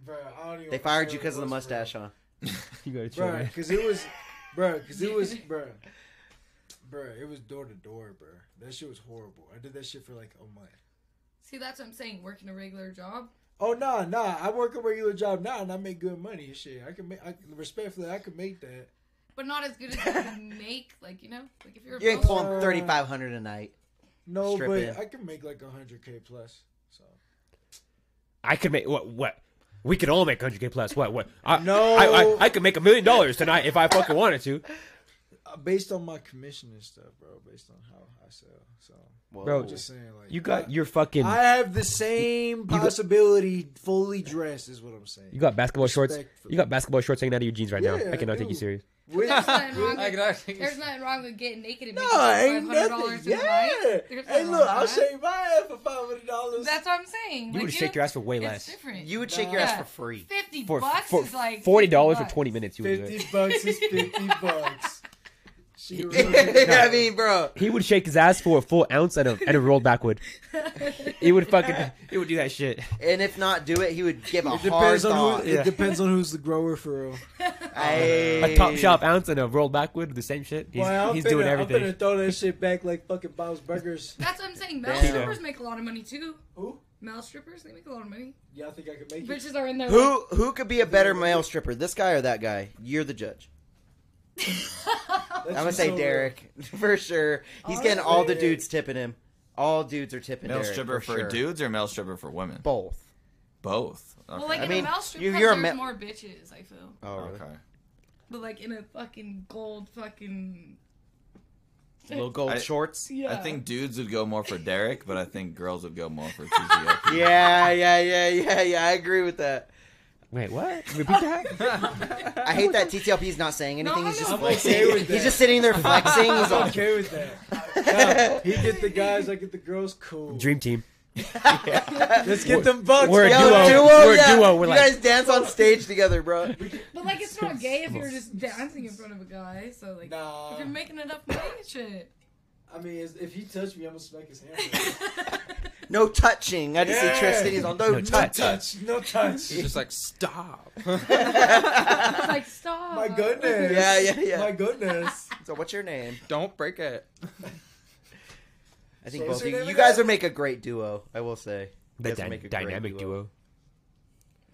bro. I don't even. They fired you because of the mustache, huh? You go to bro. cheddar. Because it was, bro. Because it was, bro. Bro, it was door to door, bro. That shit was horrible. I did that shit for like a month. See, that's what I'm saying. Working a regular job, Oh nah, nah. I work a regular job now and I make good money and shit. I can make. I, respectfully, I can make that. but not as good as you can make. Like you know, like if you're a You ain't boss- pulling thirty five hundred a night. No, Strip but in. I can make like a hundred k plus. So I could make what what. We could all make 100k plus. What? What? I, No. I, I, I could make a million dollars tonight if I fucking wanted to. uh, based on my commission and stuff, bro. Based on how I sell. So Whoa. Bro, I'm just saying, like You got your fucking. I have the same got- possibility, fully dressed, is what I'm saying. You got basketball shorts. Respectfully. You got basketball shorts hanging out of your jeans right now. Yeah, I cannot take you dude. serious. Oh With- There's nothing wrong I with- can actually- There's nothing wrong with getting naked and making no, five ain't hundred nothing. dollars in a Yeah. night. There's Hey, nothing look, wrong I'll with that. shave my ass for five hundred dollars. That's what I'm saying. You would shake your ass for way it's less. Different. You would shake your ass for free. fifty For, bucks for is like forty dollars 50 for bucks. twenty minutes, you would do it. Fifty bucks is fifty bucks. She I mean, bro. He would shake his ass for a full ounce and a and a rolled backwood. he would fucking. He would do that shit. And if not do it, he would give a It hard depends thought. on who. Yeah. It depends on who's the grower for real. A top shelf ounce and a rolled backwood, the same shit. He's, Boy, I'm he's finna- doing I'm everything. finna throw that shit back like fucking Bob's Burgers. That's what I'm saying. Male Damn. strippers make a lot of money too. Who? Male strippers, they make a lot of money. Y'all think I could make it? Bitches are in there. like, Who who could be a better male stripper? This guy or that guy? You're the judge. That's I'm gonna just say so real. Derek for sure. He's I'll getting all say the it. dudes tipping him. All dudes are tipping Male Derek stripper for, sure. dudes or male stripper for women? Both. Both. Okay. Well, like I in mean, a male strip you- club, you're a there's ma- more bitches. I feel, Oh, really? okay. but like in a fucking gold fucking. Little gold I- shorts. Yeah. I think dudes would go more for Derek, but I think girls would go more for TGLP. Yeah, yeah, yeah, yeah, yeah. I agree with that. Wait, what? Repeat that. I hate that TTLP is not saying anything. No, He's just I'm flexing. okay with He's that. just sitting there flexing. He's I'm all, okay with that. No, he get the guys, I get the girls. Cool. Dream team. Let's get them bucks. We're a Yo, bro. duo. We're a duo. We're you like- guys dance on stage together, bro. But like, it's not gay if you're just dancing in front of a guy. So like, Nah. if you're making enough money, and shit. I mean, is- if he touched me, I'm gonna smack his hand. No touching. I just Yeah. see Tristan. He's on no, No touch. touch, no touch. It's just like stop. It's like stop. My goodness. Yeah, yeah, yeah. My goodness. So what's your name? Don't break it. I think both So what's of your you, name you again? guys would make a great duo. I will say. You The guys would dy- make a great dynamic duo.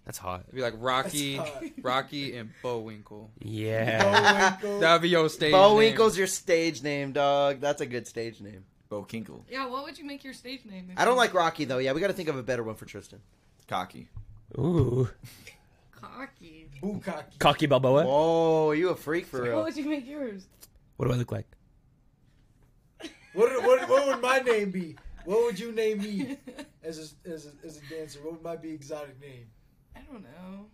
That's hot. It'd be like Rocky, That's hot. Rocky, and Bowinkle. Yeah. Bullwinkle. That'd be your stage. Bo name. Winkle's your stage name, dog. That's a good stage name. Bo Kinkle. Yeah, what would you make your stage name? if I don't you- like Rocky though. Yeah, we got to think of a better one for Tristan. Cocky. Ooh. cocky. Bukkake. Cocky Balboa. Whoa, Oh, you a freak for What real? would you make yours? What do I look like? What, what, what would my name be? What would you name me as a, as a, as a dancer? What would my be exotic name? I don't know.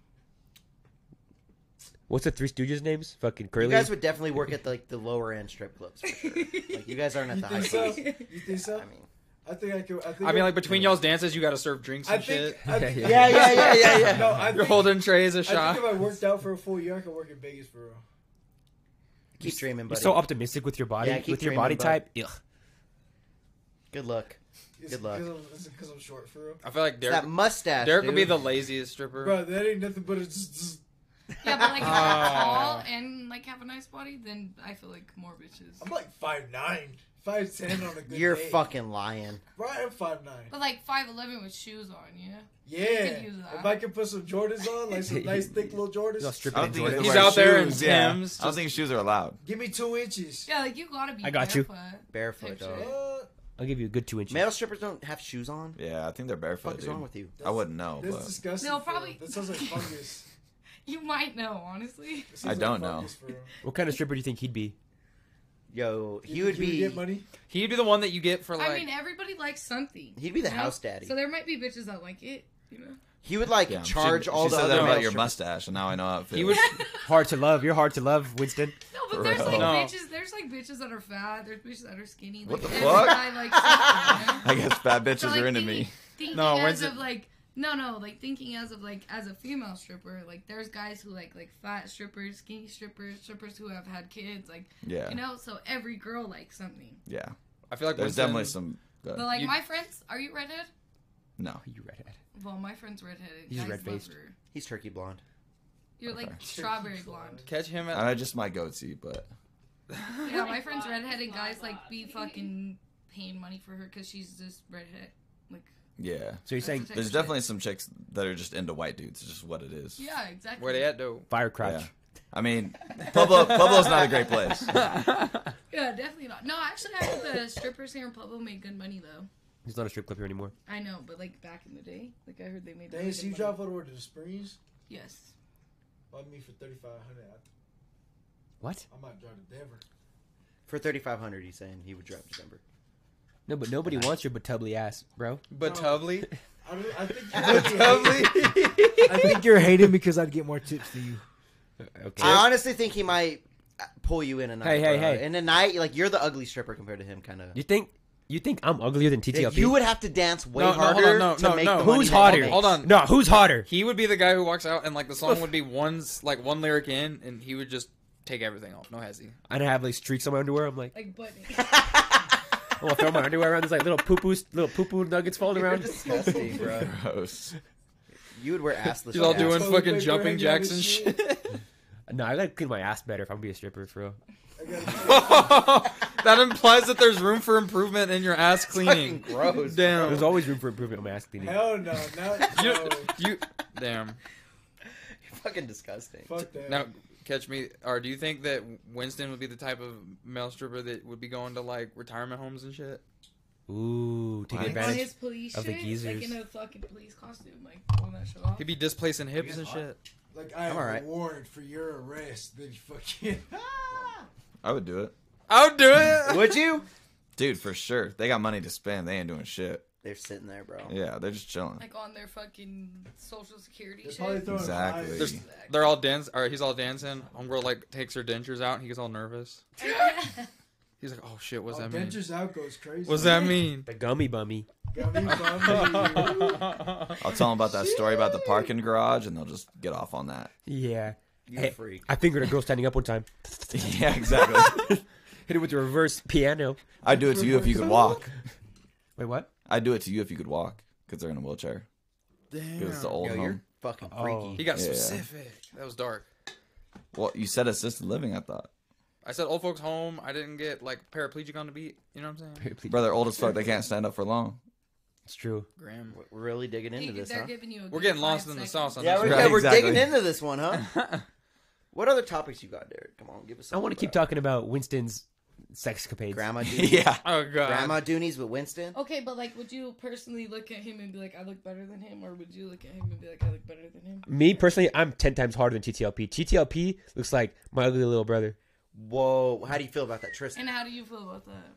What's the Three Stooges names? Fucking You Curly. guys would definitely work at like the lower end strip clubs. For sure. Like you guys aren't at You the high think so? clubs. You think so? I mean, I think I could. I, think I mean, I- like between y'all's dances, you got to serve drinks I and think. shit. I think Yeah, yeah, yeah, yeah, yeah. No, I You're think, holding trays of I shot. think if I worked out for a full year, I could work in Vegas for real. keep dreaming, You're buddy. so optimistic with your body, Yeah, keep with your dreaming, body bud. type. Ugh. Good luck. It's Good luck. Cause I'm, it's because I'm short for real. I feel like That Derek. mustache. Derek would be dude. the laziest stripper. Bro, that ain't nothing but a. zzz, zzz. Yeah, but like if Ah. I'm tall and like have a nice body, then I feel like more bitches. I'm like five nine, five ten on a good You're day. fucking lying. Bro, I'm five nine. But like five eleven with shoes on, yeah. Yeah. could use that. If I could put some Jordans on, like some nice thick little He's all Jordans, stripping and it's Jordan. the He's right out there in shoes, yeah. Tim's, I don't think shoes are allowed. give me two inches. Yeah, like you gotta be. I got you. barefoot. Barefoot, Picture. dog. Uh, I'll give you a good two inches. Male strippers don't have shoes on. Yeah, I think they're The fuck barefoot. is wrong Dude. with you? I wouldn't know, That's but disgusting. No, for real. probably- That sounds like fungus. You might know, honestly. That I sounds like don't know. fungus for real. What kind of stripper do you think he'd be? Yo, You he think would you be get money. He'd be the one that you get for like. I mean, everybody likes something. he'd be the you know? house daddy. So there might be bitches that like it. You know. He would like yeah, charge she, all she the said other that male about your strippers. mustache, and now I know how it feels. He was- Hard to love. You're hard to love, Winston. No, For but there's real. like No. bitches. There's like bitches that are fat. There's bitches that are skinny. Like, What the every fuck? guy likes something, you know? I guess fat bitches So, like, are into thinking- me. Thinking No, as when's of it- like no no like thinking as of like as a female stripper like there's guys who like like fat strippers skinny strippers strippers who have had kids like Yeah, you know so every girl likes something yeah. I feel like There's Winston- definitely some. but like You- my friends are you redhead No, You redhead. well my friend's redheaded He's Guys love red-faced. her. He's turkey blonde. you're like Okay. strawberry blonde catch him at. I just my goatee, but yeah my friend's redheaded Blonde, guys blonde. like be fucking paying money for her because she's just redhead like So yeah. you're that's saying the type There's of shit. definitely some chicks that are just into white dudes. It's just what it is. yeah exactly Where they at though? fire crotch. Yeah. I mean, Pueblo, Pueblo's not a great place. yeah definitely not no actually I think the strippers here in Pueblo made good money though He's not a strip club here anymore. I know, but like back in the day, like I heard they made. Dang, really so you good drive money. all the way to the Springs? Yes. Buy me for thirty five hundred. What? I might drive to Denver. For thirty five hundred, he's saying he would drive to Denver. No, but nobody wants your buttubly ass, bro. But No. Tubly? I, don't, I think okay. I think you're hating because I'd get more tips than you. I honestly think he might uh, pull you in a night. Hey, hey, bro. hey. In a night, like you're the ugly stripper compared to him, kind of. You think you think I'm uglier than TTLP? You would have to dance way No, no, hold on, harder no, to no, make no. the money Who's that he hotter? makes. Hold on. No, who's hotter? He would be the guy who walks out and like the song would be one's like one lyric in and he would just take everything off. No hezzy. I don't have like streaks on my underwear. I'm like, Like butt naked. oh, I'll throw my underwear around. There's like little poo poo, little poo poo nuggets falling You're around. disgusting, bro. Gross. You would wear assless. He's all pants. doing Toilet fucking paper jumping hanging jacks on and his shit. No, I gotta clean my ass better if I'm gonna be a stripper for real. I gotta- that implies that there's room for improvement in your ass fucking cleaning. gross. Damn. There's always room for improvement on my ass cleaning. Hell no, not You, no. you damn. You're fucking disgusting. Fuck that. Now catch me or do you think that Winston would be the type of male stripper that would be going to like retirement homes and shit? Ooh, take Like, Like on advantage. his police of the shit, like geezers. in a fucking police costume, like pulling that shit off. He'd be displacing hips and shit. Like I I'm have all right. a warrant for your arrest. Then you fucking. I would do it, I would do it. Would you? dude, for sure. They got money to spend. They ain't doing shit. They're sitting there, bro. Yeah, they're just chilling. Like on their fucking social security They're probably shit. throwing Exactly. flies. There's- They're all dance or he's all dancing. Homegirl like takes her dentures out and he gets all nervous. He's like, Oh shit, what's Oh, that mean? dentures out goes crazy. What's that mean? The gummy bummy. Got me bumming. I'll tell them about that story about the parking garage, and they'll just get off on that. Yeah. You Hey, freak. I fingered a girl standing up one time. yeah, exactly. Hit her with the reverse piano. I'd do it to you if you could walk. Wait, what? I'd do it to you if you could walk, because they're in a wheelchair. Because it's the old Yo, home. you're fucking Oh. He freaky. got Yeah. specific. That was dark. Well, you said assisted living. I thought, I said old folks home. I didn't get like paraplegic on the beat. You know what I'm saying? brother, old as fuck. They can't stand up for long. It's true. Graham. We're really digging into Hey, this, they're huh? giving you a We're good getting lost five in the seconds. sauce Oh, on Yeah, we're, this. Right, yeah, we're exactly. digging into this one, huh? what other topics you got, Derek? Come on, give us. I want to something, keep bro. talking about Winston's sex capades. Grandma Doonies. yeah, Oh god. Grandma Doonies with Winston. Okay, but like, would you personally look at him and be like, "I look better than him," or would you look at him and be like, "I look better than him"? Me personally, I'm ten times harder than TTLP. TTLP looks like my ugly little brother. Whoa, how do you feel about that, Tristan? And how do you feel about that?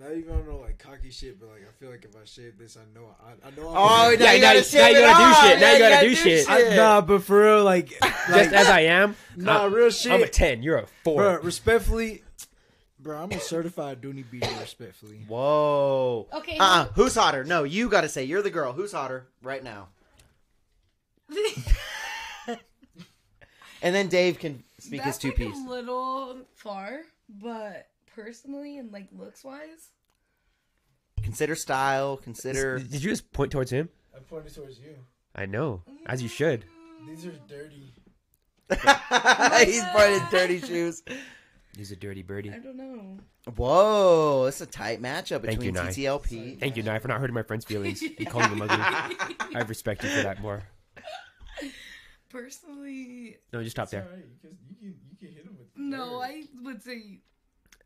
Not even on no like cocky shit, but like I feel like if I shave this, I know I, I know. I'm Oh, Yeah, now you now gotta you- shave now you it gotta do off. shit. Now Yeah, you gotta do shit. I, nah, but for real, like, like Just as I am, nah, real shit. I'm a ten. You're a four. Bro, respectfully, bro, I'm a certified Dooney beater. Respectfully, Whoa. Okay, Uh. Uh-uh. uh Who's hotter? No, you gotta say you're the girl. Who's hotter right now? And then Dave can speak his That's two like piece. a little far, but personally and like looks wise, Consider style. Consider. Did you just point towards him? I pointed towards you. I know, as you should. These are dirty. He's pointing dirty shoes. He's a dirty birdie. I don't know. Whoa, it's a tight matchup Thank you, between Nye. TTLP. Thank you, Nye, for not hurting my friend's feelings and calling him ugly. I respect you for that more. Personally, No, just stop It's all there. right. You can, you can, you can hit him with. no. dirt. I would say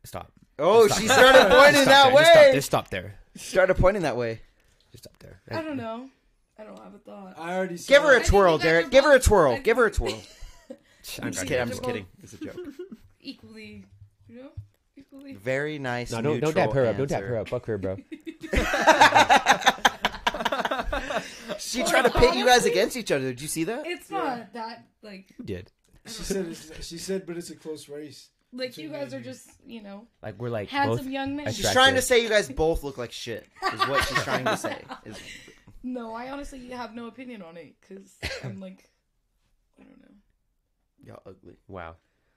Stop. Oh, Stop. she started pointing Just that stop there. Just stop way. there. Stop there. Started pointing that way. Just stop there. I don't know. I don't have a thought. I already saw Give her a I think it. we twirl, got your Derek. Give her a vote. twirl. I Give her a think- twirl. I'm I'm just not kidding. I'm kidding. just Well- kidding. It's a joke. Equally, you know, equally. Very nice. No, don't, don't neutral tap her up. Don't tap answer. her up. Fuck her, bro. She tried to pit you guys against each other. Did you see that? It's not that like You did. She said. It's, she said, but it's a close race. like you guys are just you know Like we're like handsome both. young men. attractive. She's trying to say you guys both look like shit. Is what she's trying to say. Is- No, I honestly have no opinion on it because I'm like, I don't know. y'all ugly. Wow.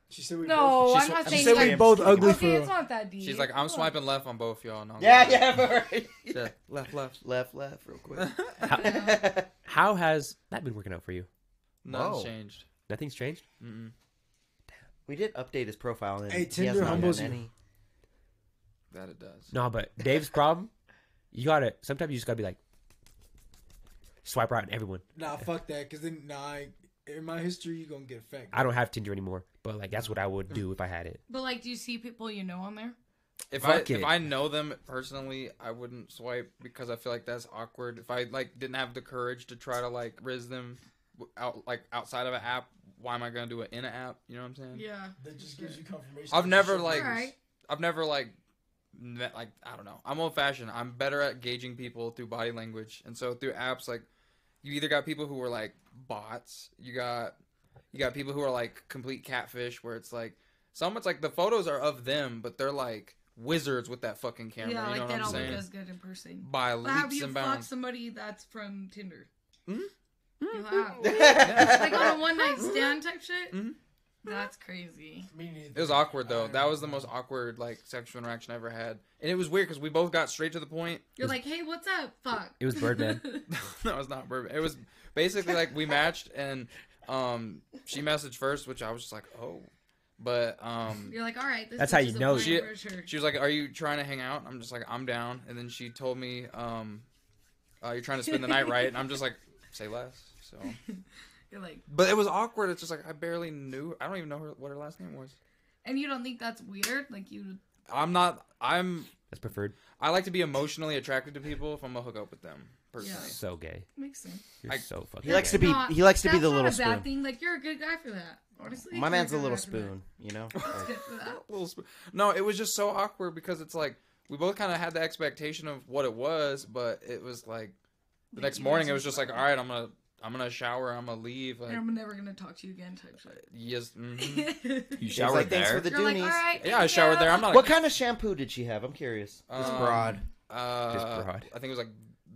She said we. No, both, I'm not she saying said that. we both ugly okay, for. it's not that deep. She's like, I'm Come on. swiping left on both y'all. and I'm Yeah, like, yeah, right. yeah. Left, left. Left, left, real quick. Yeah. How has that been working out for you? Nothing's Whoa. changed. Nothing's changed. Mm-mm. we did update his profile. And Hey, he has Tinder not humbles done you. any- That it does. No, but Dave's problem. You gotta. Sometimes you just gotta be like, swipe right on everyone. Nah, fuck that. Cause then, nah, I- in my history, you gonna get fat. I don't have Tinder anymore, but like that's what I would do if I had it. but like, do you see people you know on there? If Fuck I it. if I know them personally, I wouldn't swipe because I feel like that's awkward. If I like didn't have the courage to try to like riz them w- out like outside of an app, why am I gonna do it in an app? You know what I'm saying? Yeah. That just gives you confirmation. I've that never you're like Alright. I've never like met, like I don't know. I'm old fashioned. I'm better at gauging people through body language, and so through apps like you either got people who were like bots, you got you got people who are like complete catfish, where it's like some it's like the photos are of them, but they're like wizards with that fucking camera. yeah, you know like what they I'm don't saying? look as good in person. By But have leaps you and fucked bounds. somebody that's from Tinder? Hmm? You have. like on a yeah, one night stand type shit. Mhm. That's crazy. Me neither. It was awkward I though. don't That know. was the most awkward like sexual interaction I ever had, and it was weird because we both got straight to the point. You're like, hey, what's up? Fuck. It was Birdman. no, it's not bourbon. It was basically like we matched and um she messaged first, which I was just like, oh. But um You're like, all right, this That's how bitch you is know applying she- for sure. she was like, Are you trying to hang out? I'm just like, I'm down. And then she told me, um, uh, you're trying to spend the night, right? And I'm just like, say less. So You're like, But it was awkward. It's just like I barely knew I don't even know her, what her last name was. and you don't think that's weird? Like you, I'm not I'm That's preferred. I like to be emotionally attracted to people if I'm gonna hook up with them personally. Yeah. So gay. makes sense. You're I- so fucking. he likes to gay. be. Not- He likes to be that's the not little a spoon. bad thing. Like you're a good guy for that. Honestly, My you're man's a good little guy for that. spoon. You know. Good for that. little sp- no it was just so awkward because it's like we both kind of had the expectation of what it was but it was like the Like, next you morning guys it are was just like all fine. right i'm gonna i'm gonna shower i'm gonna leave like I'm never gonna talk to you again. Type shit. yes mhm. You It's showered like thanks for the there. You're like, doonies. all right. yeah i thank showered you." there i'm not What kind of shampoo did she have? I'm curious. This Um, broad. uh, Just broad. i think it was like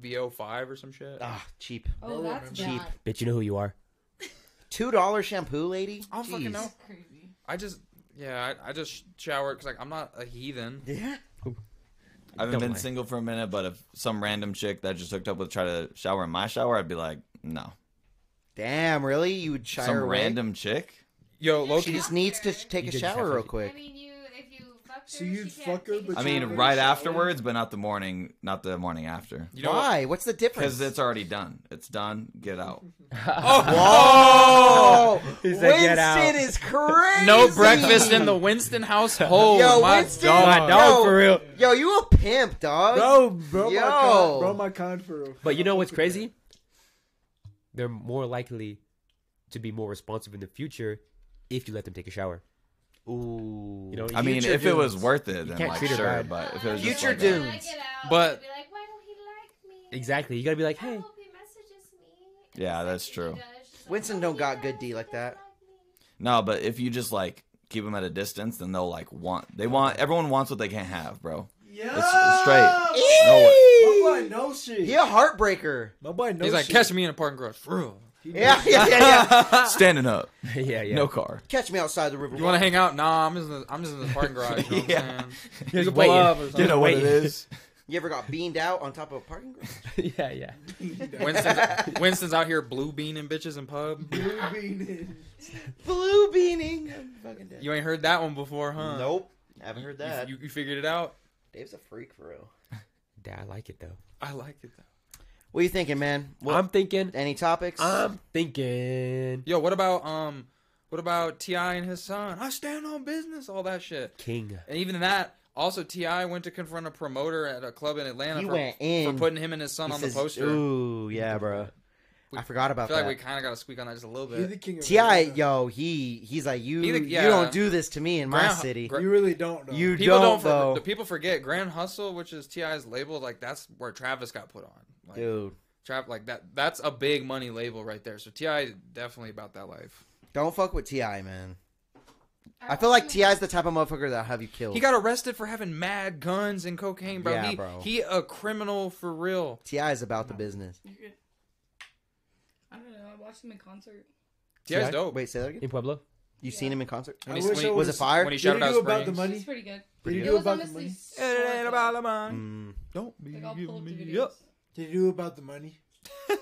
vo5 or some shit Ah, cheap. Oh, that's Cheap. bad. Bitch, you know who you are. Two dollar shampoo, lady. I don't fucking Jeez. know. That's crazy. i just yeah i, I just showered because like i'm not a heathen Yeah. I haven't Don't been lie. single for a minute, but if some random chick that just hooked up with tried to shower in my shower, I'd be like, no. Damn, really? You would shy some away? random chick? yo She loki just needs to sh- take You a did shower just- real I quick. mean, you if you fuck her, So you'd she fuck can't her, take but I a you mean, don't shower. really right shower? afterwards, but not the morning, not the morning after. you know what? Why? What's the difference? Because it's already done. It's done. Get out. Oh, He said, Winston "Get out." is crazy. no breakfast in the winston household Yo, my Winston, dog. My dog Yo. for real. Yo, you a pimp, dog? Bro, bro, Yo. my con, bro, my con for. a- But you know what's crazy? They're more likely to be more responsive in the future if you let them take a shower. Ooh. You know, I mean, future if it was dudes. worth it, then can't like treat her sure. bad. But if it was Future just like dude. dudes. a- When I get out, But- I'd be like, why don't he like me? exactly, you gotta be like, I hey, hope he messages me. And Yeah, it's like, that's he true. does. She's like, Winston "Oh, don't he got does. good D He like does that." like me." no, but if you just like keep them at a distance, then they'll like want. They want. Everyone wants what they can't have, bro. Yeah. It's, it's straight. No way. My boy knows shit. He a heartbreaker. My boy knows. he's like shit. catch me in a parking garage for real He Yeah, knows- yeah, yeah, yeah. Standing up. yeah, yeah. No car. Catch me outside the river. you want to hang out? Nah, I'm just in the, I'm just in the parking garage. You know what I'm Yeah. saying? Just You can wait. pull up or Just You know what wait. it is. You ever got beaned out on top of a parking garage? yeah, yeah. Winston's, Winston's out here blue beaning bitches in pub. Blue bean. Blue beaning. I'm fucking dead. You ain't heard that one before, huh? Nope. Haven't heard You- that. You, you figured it out. Dave's a freak for real. Dad, I like it though. I like it though. What are you thinking, man? What, I'm thinking. any topics? I'm thinking. Yo, what about um, what about Ti and his son? I stand on business, all that shit. King. And even that, also Ti went to confront a promoter at a club in Atlanta He for, went in. for putting him and his son He on says- the poster. Ooh, yeah, bro. I forgot I about feel that. like we kind of got to squeak on that just a little You're bit. the king of Ti, Atlanta. yo, he he's like you. Neither- You yeah. don't do this to me in my Ground- city. gr- You really don't know. you People don't, don't, though, for, the people forget Grand Hustle, which is Ti's label. Like that's where Travis got put on. Like, dude. Trav, like that. That's a big money label right there. So Ti definitely about that life. Don't fuck with Ti, man. I feel like Ti's the type of motherfucker that'll have you killed. He got arrested for having mad guns and cocaine, bro. Yeah, he, bro. He a criminal for real. Ti is about the business. You're good. I don't know. I watched him in concert. Ti's T.I.? dope. Wait, say that again. In Pueblo? You've Yeah. seen him in concert? When he, I wish when he- I Was it would've- fire? when he Did shouted he out do about the Springs. He's money? pretty good. Pretty Did good. he It do was about the honestly money? so It ain't good. about the money. Mm, Don't be Like I'll pull up giving the me videos. up. Did he do about the money?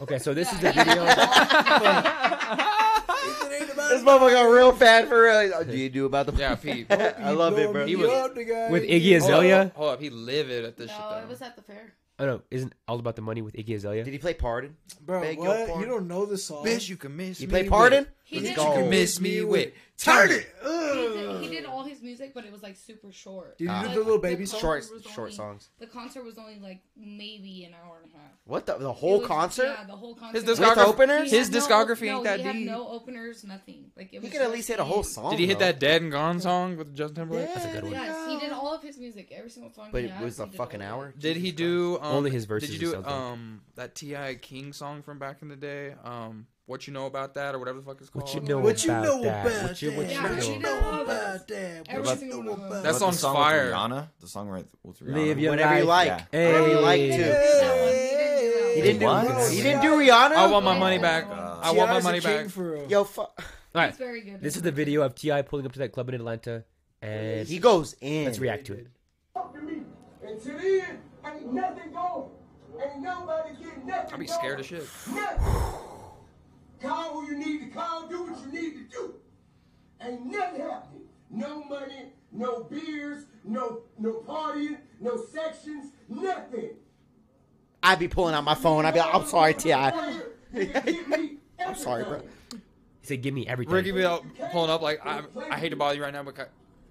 Okay, so this is Yeah, the he- video. It ain't about This motherfucker got real bad for real. He's, "Oh, do you do about the? Yeah, Pete. I love it, bro. He He was- was the guy. With Iggy Hold Azalea? up, Hold up, he livid at this No, it shit was though. at the fair. Oh no, isn't all about the money with Iggy Azalea? Did he play Pardon? Oh, Bro, Beg your what? You pardon. don't know the song. Bitch, you can miss He me. played with- Pardon. He Let's did. You can go. miss me with. Turn it. He Ugh. did, he did all his music, but it was like super short. Did he Ah. do Like, the little the babies? concert Short, was short only- songs. The concert was only like maybe an hour and a half. What the? The whole It was- concert? Yeah, the whole concert. His was- With discography. openers? His He had discography no, ain't no, that he had deep. no openers, nothing. Like it was He could at just least hit a whole him. song. Did he hit though. that Dead and Gone song with Justin Timberlake? That's a good one. Yes, he did all of his music, every single song. But he it had, was he the did fucking all of hour. it. Did he do um, Only his verses Did or you do something. um that Ti King song from back in the day? Um, what you know about that or whatever the fuck it's called? What you know What you about know that? about what you, what that? you Yeah, know about she did. know about that? Every What single you one know of them. about That What, song's the song fire. With Rihanna? The song right with Rihanna. Live your Whatever you life. like. Yeah. Whatever you like Hey. to. He didn't do. What? He didn't do Rihanna. I want my money back. God. I want my Ti's a money king back. For real. Yo, fuck. All right, He's very good. this is the video of Ti pulling up to that club in Atlanta, and He goes in. let's react to it. And to the end, ain't nothing going. Ain't nobody getting nothing. I'd be going. scared of shit. Nothing. Call who you need to call, do what you need to do. Ain't nothing happening. No money, no beers, no no partying, no sections, nothing. I'd be pulling out my phone. I'd be like, I'm sorry, Ti. I'm I'm sorry, bro. He said, "Give me everything." Ricky be out pulling up like I, I hate to bother you right now, but can,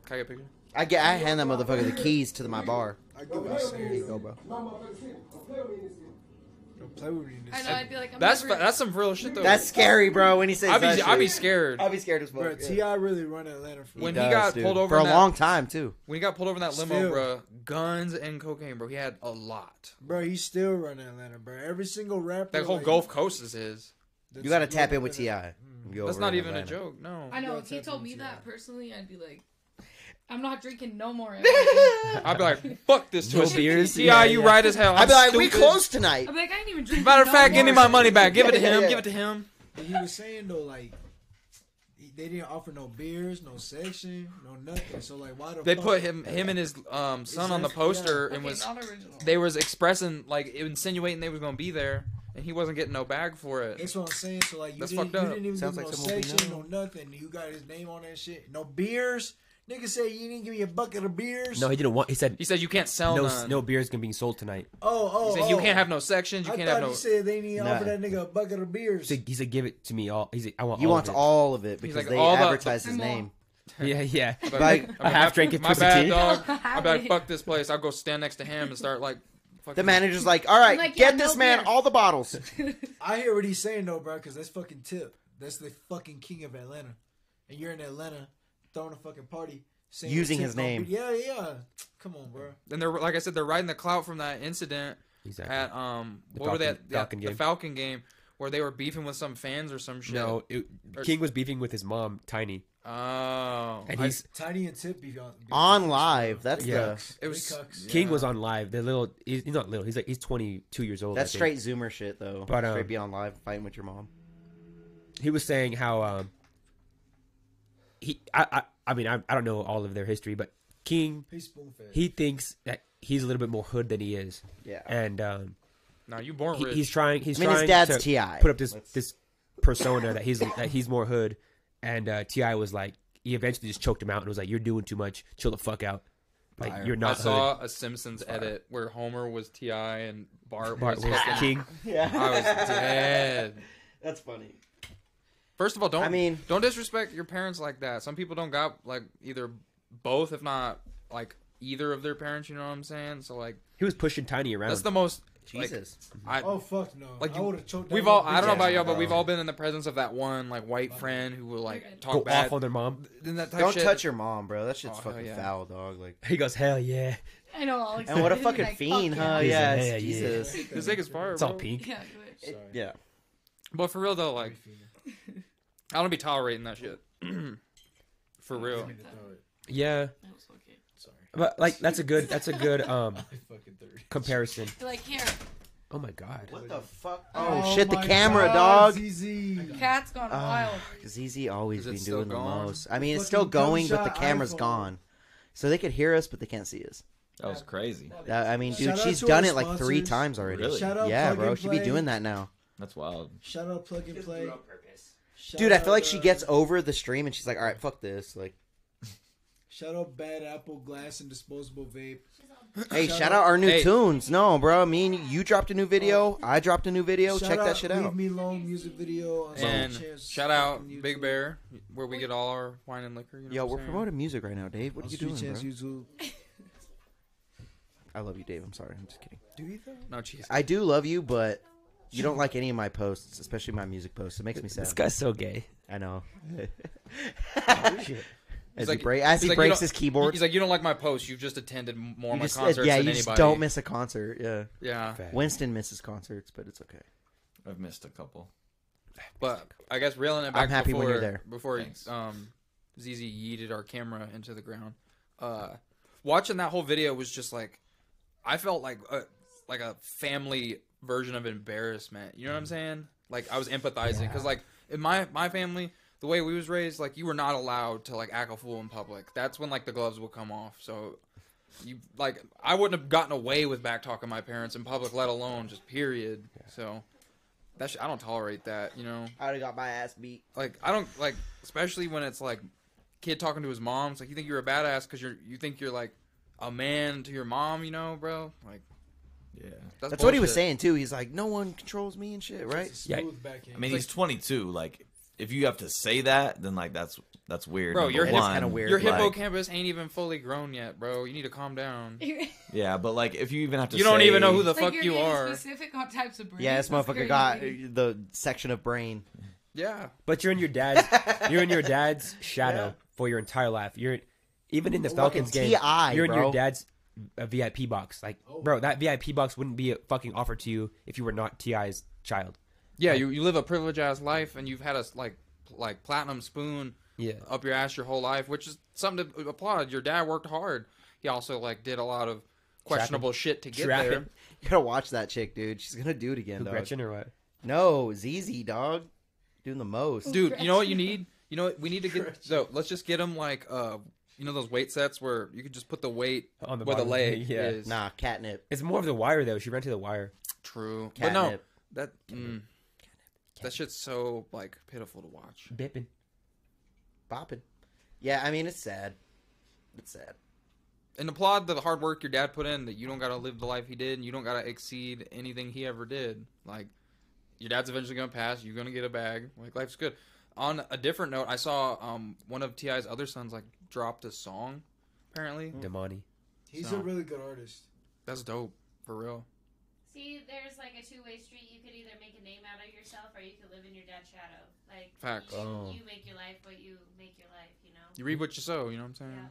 can I get a picture? I get. I hand that motherfucker the keys to the, my bar. I go upstairs. Go, bro. My motherfucker's here. Don't play with me in this here. Don't play with me in I this. know. I'd be like, I'm That's never, that's some real shit though. That's scary, bro. When he says I'd be that I'd shit. be scared I'd be scared as Bro, fuck. Ti really run Atlanta for when real. he got dude. pulled over for a in that- long time too. when he got pulled over in that limo, Still. bro. Guns and cocaine, bro. He had a lot. Bro, he still run Atlanta, bro. Every single rapper. That whole like, Gulf Coast is his. that's You got to good tap in with Ti. Atlanta. Go Hmm. That's over not in even a Atlanta. joke. No, I know. If he That's told me happening, that yeah. personally, I'd be like, I'm not drinking no more. I'd be like, fuck this. No twisted- beers? Ti, Yeah, you yeah. right as hell. I'd be like, we stupid. close tonight. I'm like, I didn't even drink. Matter of no fact, give me more. my money back. Give it to Yeah, him. yeah. Give it to him. But he was saying though, like he- they didn't offer no beers, no section, no nothing. So like, why the They fuck- put him him and his um, son on the Exactly, yeah. poster Okay, and was not original. they was expressing like insinuating they was gonna be there and he wasn't getting no bag for it. That's what I'm saying. So like, you, That's didn't, fucked you up. didn't even Sounds give like no someone we section, know. no nothing. You got his name on that shit. No beers. Nigga said you didn't give me a bucket of beers. No, he didn't want. He said, He said you can't sell "No, none. no beer is gonna be sold tonight." oh, oh, He said oh. you can't have no sections. You I can't thought have no. he said they need to offer Nah. that nigga a bucket of beers. He said, he said, "Give it to me all." He said, "I want." He all wants of it. all of it because like, they all the- advertise his I'm all- name. Yeah, yeah. But- Like, I mean, half my- drink of My twisted bad, tea? dog. I'd be like, Half- fuck this place. I'll go stand next to him and start like. fucking- The manager's like, all right, I'm like, get yeah, this no man beer. all the bottles. I hear what he's saying though, bro, because that's fucking Tip. That's the fucking king of Atlanta, and you're in Atlanta throwing a fucking party, saying Using Tip his gonna name. be- Yeah, yeah. Come on, bro. And they're like I said, they're riding the clout from that incident Exactly. at um The what were they Falcon- at? The- Falcon the game. Falcon game where they were beefing with some fans or some shit. no, it, Or- King was beefing with his mom, Tiny, Oh, and I- he's Tiny and Tip be on, be On live. That's Yeah. the it They was cucks. King yeah. was on live. The little, he's, he's not little. He's like he's twenty two years old. that's I think. straight Zoomer shit though. But, um, straight be on live fighting with your mom. He was saying how um, he I I, I mean I, I don't know all of their history, but King He's spoon fed. he thinks that he's a little bit more hood than he is. Yeah. And um, No, you born he- rich. he's trying. He's I mean, his trying dad's to T.I.. put up this Let's- this persona that he's that he's more hood. And uh, Ti was like, he eventually just choked him out and was like, "You're doing too much. Chill the fuck out. Like you're I not hood." saw a Simpsons edit where Homer was Ti and Bart, Bart was was fucking- king. I was dead. That's funny. First of all, don't I mean- don't disrespect your parents like that. Some people don't got like either both, if not like either of their parents. You know what I'm saying? So like He was pushing Tiny around. that's the most like, Jesus. I, Oh fuck no! Like I you- would have choked. that We've all little I don't know bitch about ass. y'all, but we've all been in the presence of that one like white friend who will like talk Go bad. off on their mom. Then that type Don't shit. touch your mom, bro. That shit's Oh, hell fucking yeah. foul, dog. Like, He goes, hell yeah. I know. All and what a excited, fucking like, fiend, fuck huh? He's a Yeah, man, yeah. it's Jesus. This nigga's fire, It's all bro. pink. Yeah, good. It- Sorry. yeah. But for real though, like I don't be tolerating that shit. for real. Alright, Yeah, That was okay. Sorry, but like that's a good that's a good um I fucking thirty. comparison. But like here, Oh my god. What the fuck? Oh, shit! The camera, dog. ZZ. cat's gone Ah, wild. ZZ always Is it been still doing the gone? most. I mean, it's Fucking still going, but the gunshot camera's iPhone. gone, so they could hear us, but they can't see us. That was crazy. That- I mean, dude, Shout out she's to done our it like three sponsors. times already. Really? Shout out yeah, Plug bro. and She'd be Play. doing that now. That's wild. Shout out plug and play. Shout Dude, I feel like out, she uh, gets over the stream and she's like, "All right, fuck this." Like, Shout out Bad Apple Glass and Disposable Vape. hey, Shout shout out- out our new Hey. tunes. No, bro. I mean, you dropped a new video. I dropped a new video. Shout Check out that shit out. Leave Me Alone music video. On And Chance shout out fucking Big YouTube. Bear, where we get all our wine and liquor. You know Yo, what I'm we're saying? promoting music right now, Dave. What On are you Street doing, bro? Chance YouTube. I love you, Dave. I'm sorry. I'm just kidding. Do you though? No, cheese. I do love you, but you don't like any of my posts, especially my music posts. It makes me sad. guy's so gay. I know. Oh, as like- he, break, as he's he like, you breaks don't- his keyboard, He's like, you don't like my posts. You've just attended m- more of you my just, concerts yeah, than you anybody. just don't miss a concert. Yeah, Yeah, Winston misses concerts, but it's okay. I've missed a couple. but I guess reeling it back. I'm happy before, when you're there. Before Thanks. um, ZZ yeeted our camera into the ground. Uh, watching that whole video was just like, I felt like a, like a family version of embarrassment. You know what I'm saying? Like I was empathizing because like in my my family. The way we was raised, like you were not allowed to like act a fool in public. That's when like the gloves would come off. So you like I wouldn't have gotten away with back talking my parents in public, let alone just period. So that's I don't tolerate that, you know. I would have got my ass beat. Like I don't like especially when it's like kid talking to his mom. It's like you think you're a badass because you're you think you're like a man to your mom, you know, bro. Like Yeah. that's, That's what he was bullshit. saying too. He's like, no one controls me and shit, right? Yeah. Smooth back in. I mean, he's 22. Like, if you have to say that, then like that's that's weird. Bro, number your hip- one. Kinda weird. Your Like- hippocampus ain't even fully grown yet, bro. You need to calm down. Yeah, but like if you even have to, You don't say- even know who the Like fuck you're you getting are. Specific on types of breeds. Yeah, this That's motherfucker crazy. got uh, the section of brain. Yeah. But you're in your dad's you're in your dad's shadow Yeah. for your entire life. You're even in the Fucking Falcons game. TI, you're in bro. your dad's uh VIP box. Like, bro, that VIP box wouldn't be fucking offered to you if you were not Ti's child. Yeah, you, you live a privileged ass life and you've had a s- like pl- like platinum spoon Yeah. up your ass your whole life, which is something to applaud. Your dad worked hard. He also like did a lot of questionable shit to get Trapping. there. You gotta watch that chick, dude. She's gonna do it again, Who, dog. Gretchen or what? No, ZZ, dog, doing the most. Dude, you know what you need? You know what we need to get so let's just get him like uh you know those weight sets where you could just put the weight On the where bottom the of the leg thing, yeah. is. Nah, catnip. It's more of the wire though. She ran to the wire. True. Catnip. But no. That mm, that shit's so like pitiful to watch. Bipping. bopping. Yeah, I mean it's sad. It's sad. And applaud the hard work your dad put in that you don't gotta live the life he did and you don't gotta exceed anything he ever did. Like your dad's eventually gonna pass. You're gonna get a bag. Like life's good. On a different note, I saw um, one of Ti's other sons like dropped a song. Apparently, Damani. he's So- a really good artist. that's dope for real. See, there's like a two-way street. You could either make a name out of yourself, or you could live in your dad's shadow. Like Facts. You, Oh. you make your life, but you make your life. You know. You read what you sow. You know what I'm saying? Yeah.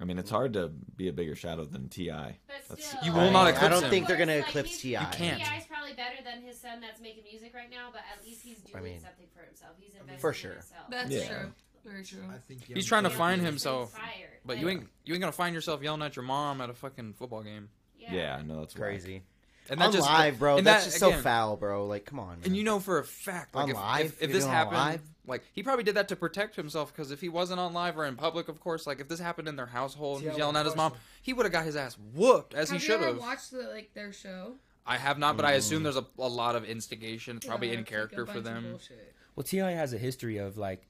I mean, it's hard to be a bigger shadow than Ti. But That's- still, You will not like, eclipse I don't him. think they're gonna Like, eclipse he's- Ti. You can't. T.I. is probably better than his son that's making music right now, but at least he's doing I mean, something for himself. He's investing for in sure. himself. That's Yeah. true. Very true. I think He's trying to Yeah, find he's himself, inspired. But Like, you ain't you ain't gonna find yourself yelling at your mom at a fucking football game. Yeah, I know that's whack. Crazy. And on live, bro. and That's that, just so again, foul, bro. Like, come on. Man. And you know for a fact, like On if, live? if, You're if this doing it on happened, live? Like he probably did that to protect himself because if he wasn't on live or in public, of course, like if this happened in their household, See, and I he's yelling at his mom, would've punched he would have got his ass whooped as have he you should ever have. watched the, like their show? I have not, but I Mm. assume there's a, a lot of instigation. It's probably Yeah, in it's, like, a character for bunch of them. bullshit. Well, Ti has a history of like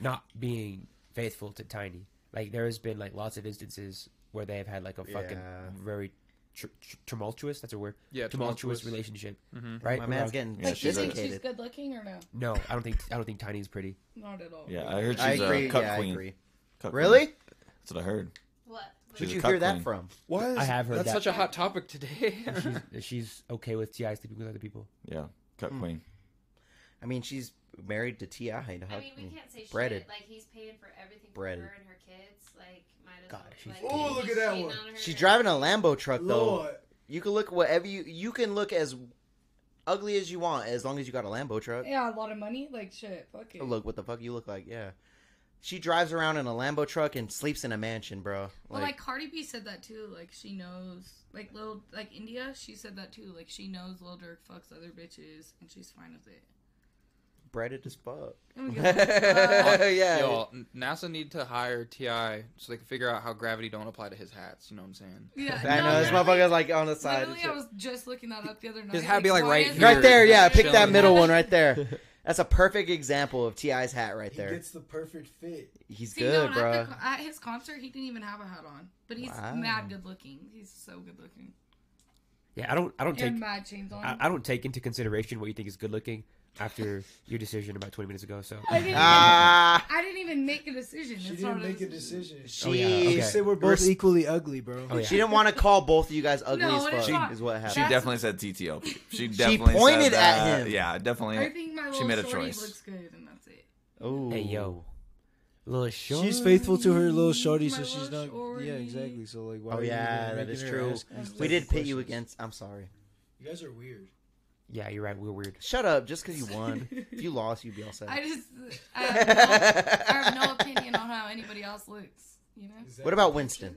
not being faithful to Tiny. Like there has been like lots of instances where they've had like a fucking Yeah. very tr- tr- tumultuous. That's a word. Yeah, tumultuous, tumultuous. relationship. Right. My Where man's I- getting Yeah, like, do you she's think sophisticated. she's good looking or no? No, I don't think I don't think Tiny's pretty. Not at all. Yeah, I heard she's I a agree. cut Yeah, I queen. agree. Cut queen. Really? That's what I heard. What? She's Where'd a you cut hear that queen. from? Why is I have heard That's that. such a hot topic today. she's, she's okay with Ti sleeping with other people. Yeah, Hmm. cut queen. I mean, she's married to Ti. dog. I mean, we can't say breaded. shit. Like he's paying for everything Breaded. for her and her kids. Like, might as God, well. she's like, Oh, he's look at that cheating one. on her. She's driving a Lambo truck though. Lord. You can look whatever you you can look as ugly as you want as long as you got a Lambo truck. Yeah, a lot of money. Like shit. Fuck it. Look what the fuck you look like. Yeah. She drives around in a Lambo truck and sleeps in a mansion, bro. Well, Like, like Cardi B said that too. Like she knows, like little, like India. She said that too. Like she knows Lil Durk fucks other bitches, and she's fine with it. breaded as fuck. Oh my God. yeah. Y'all, N- NASA need to hire Ti so they can figure out how gravity don't apply to his hats. You know what I'm saying? yeah, I know this literally- motherfucker's like on the side. and Literally, shit. I was just looking that up the other night. His hat be, like, why right is here. that- Right there, yeah. Pick that Chilling. middle one right there. That's a perfect example of Ti's hat right He there. gets the perfect fit. He's See, good, no, bro. At, the, at his concert, he didn't even have a hat on, but he's Wow. mad good looking. He's so good looking. Yeah, I don't I don't take and mad chains on. I, I don't take into consideration what you think is good looking after your decision about 20 minutes ago. So I didn't, Ah, I didn't even make a decision. She That's didn't not make a decision. she. yeah, okay. She said we're both Res- equally ugly, bro. Oh, yeah. She didn't want to call both of you guys ugly No, as it is fuck. not. is what She happened. That's- definitely said TTO. She definitely pointed at said that. him. Yeah, definitely. I think my little she made a shorty choice. looks good, and that's it. Oh, hey yo, little short. She's faithful to her little shorty, so My she's little not. shorty. Yeah, exactly. So like, why? Oh are you yeah, even that making is her true. ask these We type did of pit you questions? against. I'm sorry. You guys are weird. Yeah, you're right. We're weird. Shut up. Just because you won, if you lost, you'd be all I set. just I have, no, I have no opinion on how anybody else looks. You know, Is that- What about Winston?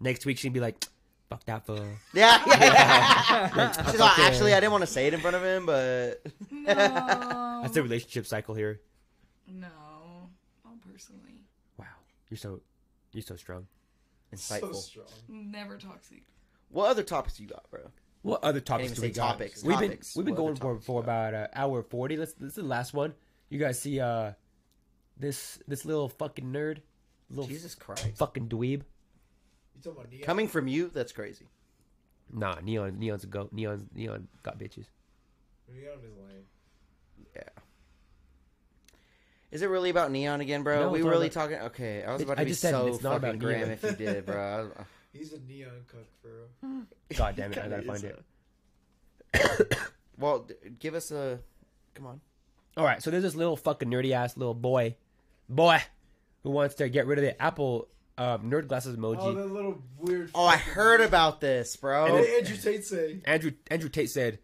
Next week she'd be like, "Fuck that fool." Yeah, Like, yeah. She's like, fucking- actually, I didn't want to say it in front of him, but no, Oh. That's the relationship cycle here. no, not personally. Wow, you're so you're so strong. So insightful. strong. Never toxic. What other topics you got, bro? What other topics even do say we got? topics, We've been topics. we've been What other going for topics for about an hour forty. Let's this is the last one. You guys see uh this this little fucking nerd, little Jesus Christ. fucking dweeb. You talking about Neo? Coming from you, that's crazy. Nah, neon neon's a goat. Neon neon got bitches. Neon is lame. Yeah. Is it really about neon again, bro? No, we it's not really about- talking? Okay, I was It- about to I be just said so it's not fucking about grim neon. if you did, bro. I- He's a neon cuck, bro. God damn it! I Kinda gotta is, find it. uh, well, d- give us a. Come on. All right, so there's this little fucking nerdy ass little boy, boy, who wants to get rid of the Apple um, nerd glasses emoji. Oh, that little weird. Oh, I fucking- heard about this, What bro. did Oh, Andrew Tate say? Andrew Andrew Tate said,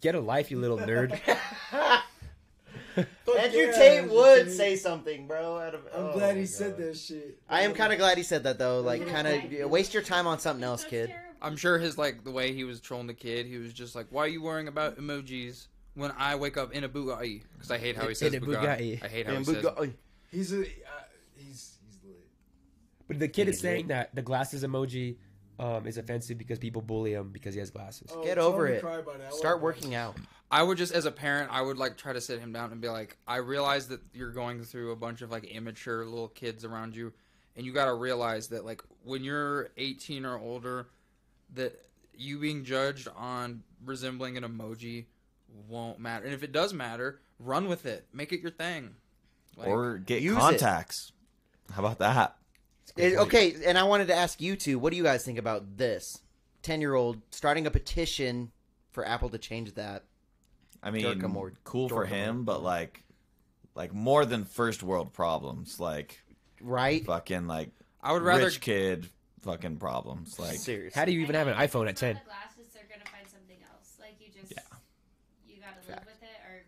"Get a life, you little nerd." Fuck Andrew yeah, Tate Andrew would Tate. say something, bro. Out of, I'm oh glad my he said God. that shit. I am kind of glad he said that though. Like, kind of waste your time on something else, kid. I'm sure his like the way he was trolling the kid, he was just like, "Why are you worrying about emojis when I wake up in a Bugatti?" Because I hate how he In says a Bugatti. Bugatti. I hate how he And says. Bugatti- He's a. Uh, he's he's lit. But the kid is saying that the glasses emoji um, is offensive because people bully him because he has glasses. Oh, Get don't over even it. cry about it. I Start wanna- working out. I would just, as a parent, I would like try to sit him down and be like, "I realize that you're going through a bunch of like immature little kids around you, and you got to realize that like when you're 18 or older, that you being judged on resembling an emoji won't matter. And if it does matter, run with it, make it your thing." Like, or get Use it. contacts. How about that? It- okay, and I wanted to ask you two, what do you guys think about this? 10 year old starting a petition for Apple to change that. I mean, Durkham or cool for Dorkham. him, but like, like more than first world problems, like Right? fucking like I would rather rich kid fucking problems. Like, Seriously. How do you even have an iPhone at ten? The glasses, they're gonna find something else. Like you just, you gotta Fact. live with it or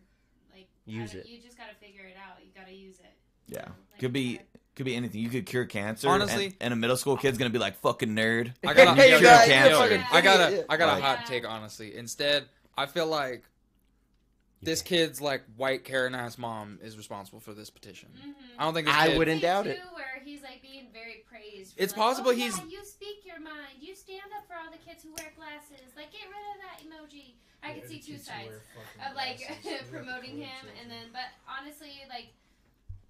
like Use gotta- it. You just gotta figure it out. You gotta use it. yeah, Like, could be yeah. could be anything. You could cure cancer. Honestly- and, and a middle school kid's gonna be like fucking nerd. I got a, Hey, yo, Cure you guys, yo, you're fucking- cancer. I got a I got a Like- hot take honestly. Instead, I feel like this kid's like white Karen ass mom is responsible for this petition. Mhm. I don't think this I kid- wouldn't thing, doubt too, it. Where he's like being very praised. for, It's like, possible "Oh, yeah, he's- You speak your mind. You stand up for all the kids who wear glasses. Like get rid of that emoji. I could see two sides of like promoting him, and then but honestly, like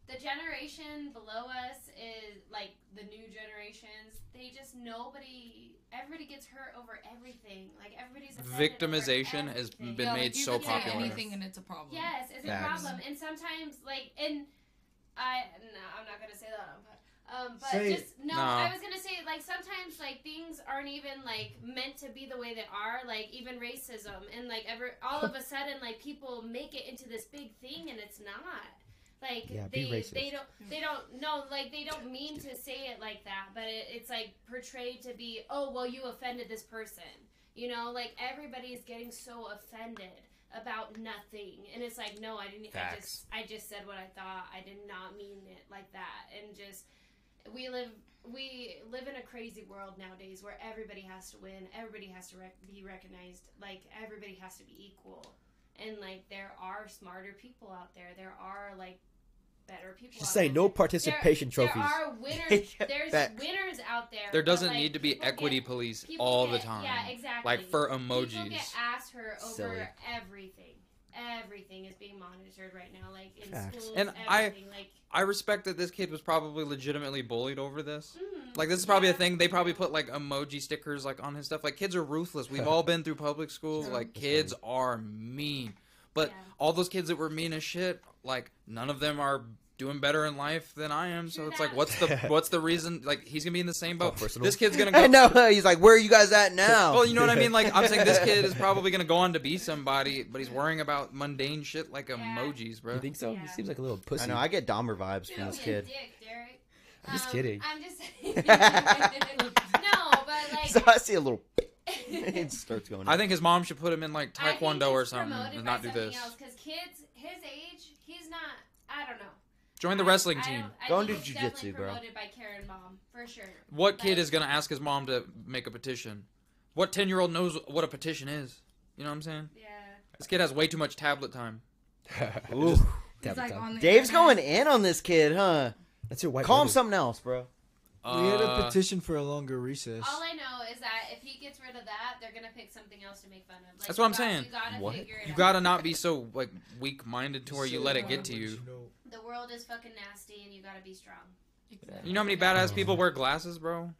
the generation below us is like the new generations. They just nobody. Everybody gets hurt over everything. Like everybody's offended over Victimization has everything. been Yeah, made you so could say popular. Anything and it's a problem. Yes, it's Facts. a problem, and sometimes like and I no, I'm not gonna say that on pod. Um, but Say it. just no, No. I was gonna say like sometimes like things aren't even like meant to be the way they are, like even racism, and like ever all of a sudden like people make it into this big thing, and it's not. Like Yeah, they be racist. they don't they don't no like they don't mean to say it like that, but it, it's like portrayed to be oh well you offended this person, you know like everybody's getting so offended about nothing and it's like no i didn't i Facts. just i just said what i thought i did not mean it like that and just we live we live in a crazy world nowadays where everybody has to win everybody has to rec- be recognized like everybody has to be equal and like there are smarter people out there there are like better people Just out say there. no participation there, trophies. there are winners Yeah, there's facts. winners out there There but, doesn't like, need to be people equity get, police people all get- the time. yeah exactly Like for People emojis. get asked her over Silly. everything. Everything is being monitored right now, like in Facts. schools. And I- everything. like I respect that this kid was probably legitimately bullied over this. mm, Like this is probably a yeah. thing. They probably put like emoji stickers like on his stuff. Like kids are ruthless. We've all been through public school. True. Like kids are mean. But Yeah. all those kids that were mean as shit, like none of them are doing better in life than I am. So True it's like that. what's the what's the reason like he's gonna be in the same all boat. personal. This kid's gonna go I know. He's like, where are you guys at now? Well, you know what I mean? Like I'm saying this kid is probably gonna go on to be somebody, but he's worrying about mundane shit like Yeah. emojis, bro. you think so? He Yeah. seems like a little pussy. I know. I get Dahmer vibes from this Being kid. dick, Derek. Just Um, kidding. I'm just saying. no, but like So I see a little. I it starts going. I think his mom should put him in like think Taekwondo or he's something promoted and by not do something this. else because kids his age, he's not. I don't know. Join the I- wrestling I team. don't- I Go think into he's definitely jujitsu, bro. Promoted by Karen mom for sure. What kid Like- is going to ask his mom to make a petition? What 10 year old knows what a petition is? You know what I'm saying? Yeah. This kid has way too much tablet time. Ooh. It's like on the Dave's going internet. in on this kid, huh? That's your white. Call him woman. something else, bro. we had a Uh, petition for a longer recess. All I know is that if he gets rid of that, they're gonna pick something else to make fun of. Like, That's what you I'm got- saying. You gotta What? figure it You out. got to not be so like weak minded to where you let it get to you. The world is fucking nasty, and you gotta be strong. You know how many badass people wear glasses, bro?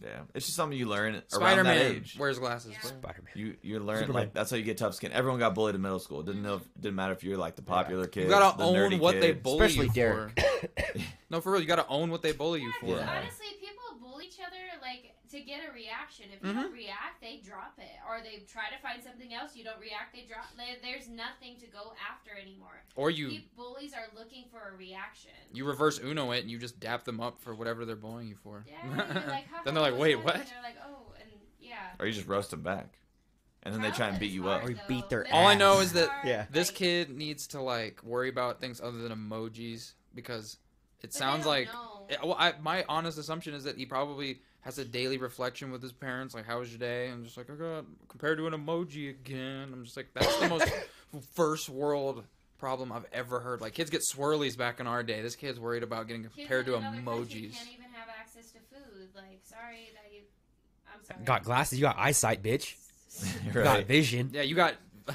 Yeah, it's just something you learn Spider around that Man age. wears glasses. Yeah. bro. Spider-Man. You you learn Superman. like that's how you get tough skin. Everyone got bullied in middle school. Didn't know if, didn't matter if you were like the popular kid. You got to the nerdy own what kid. they bully Especially you Derek. for. no, for real, you got to own what they bully you for. Yeah, 'cause Yeah. Honestly, people bully each other like to get a reaction. If Mm-hmm. you don't react, they drop it, or they try to find something else. You don't react, they drop. they- There's nothing to go after anymore. Or you Pe- bullies are looking for a reaction. you reverse Uno it and you just dap them up for whatever they're bullying you for. Yeah, you're like, "Ha, then ha, they're like, ha," wait, and what? They're like, oh, and yeah. Or you just roast them back, and then they try and Childhood beat is you hard, up. Or you though. beat their Middle All I school know is is that- hard, Yeah. This like- kid needs to like worry about things other than emojis because it But they sounds don't like. know. Yeah, well, I, my honest assumption is that he probably has a daily reflection with his parents, like "How was your day?" And just like, "Oh God," compared to an emoji again. I'm just like, that's the most first world problem I've ever heard. Like kids get swirlies back in our day. This kid's worried about getting Kids compared to in another country emojis. Can't even have access to food. Like, sorry that you. I'm sorry. Got glasses. You got eyesight, bitch. You got Right. vision. Yeah, you got.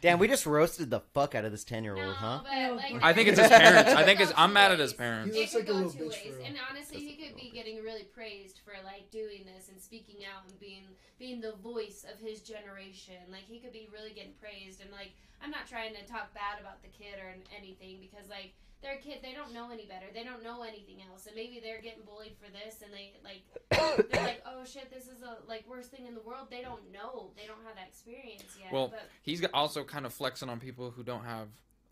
Damn, we just roasted the fuck out of this ten year No, old, huh? but, like, I think it's his parents. I it think could it's- go I'm two mad at his ways. parents. He Oh, It looks could like a go little two bitch for ways, real. and honestly, he could be getting really praised for like doing this and speaking out and being being the voice of his generation. Like he could be really getting praised, and like I'm not trying to talk bad about the kid or anything because like they're a kid, they don't know any better, they don't know anything else, and maybe they're getting bullied for this, and they like they're like, oh shit, this is a like worst thing in the world. They don't know, they don't have that experience yet. Well, but He's also kind of flexing on people who don't have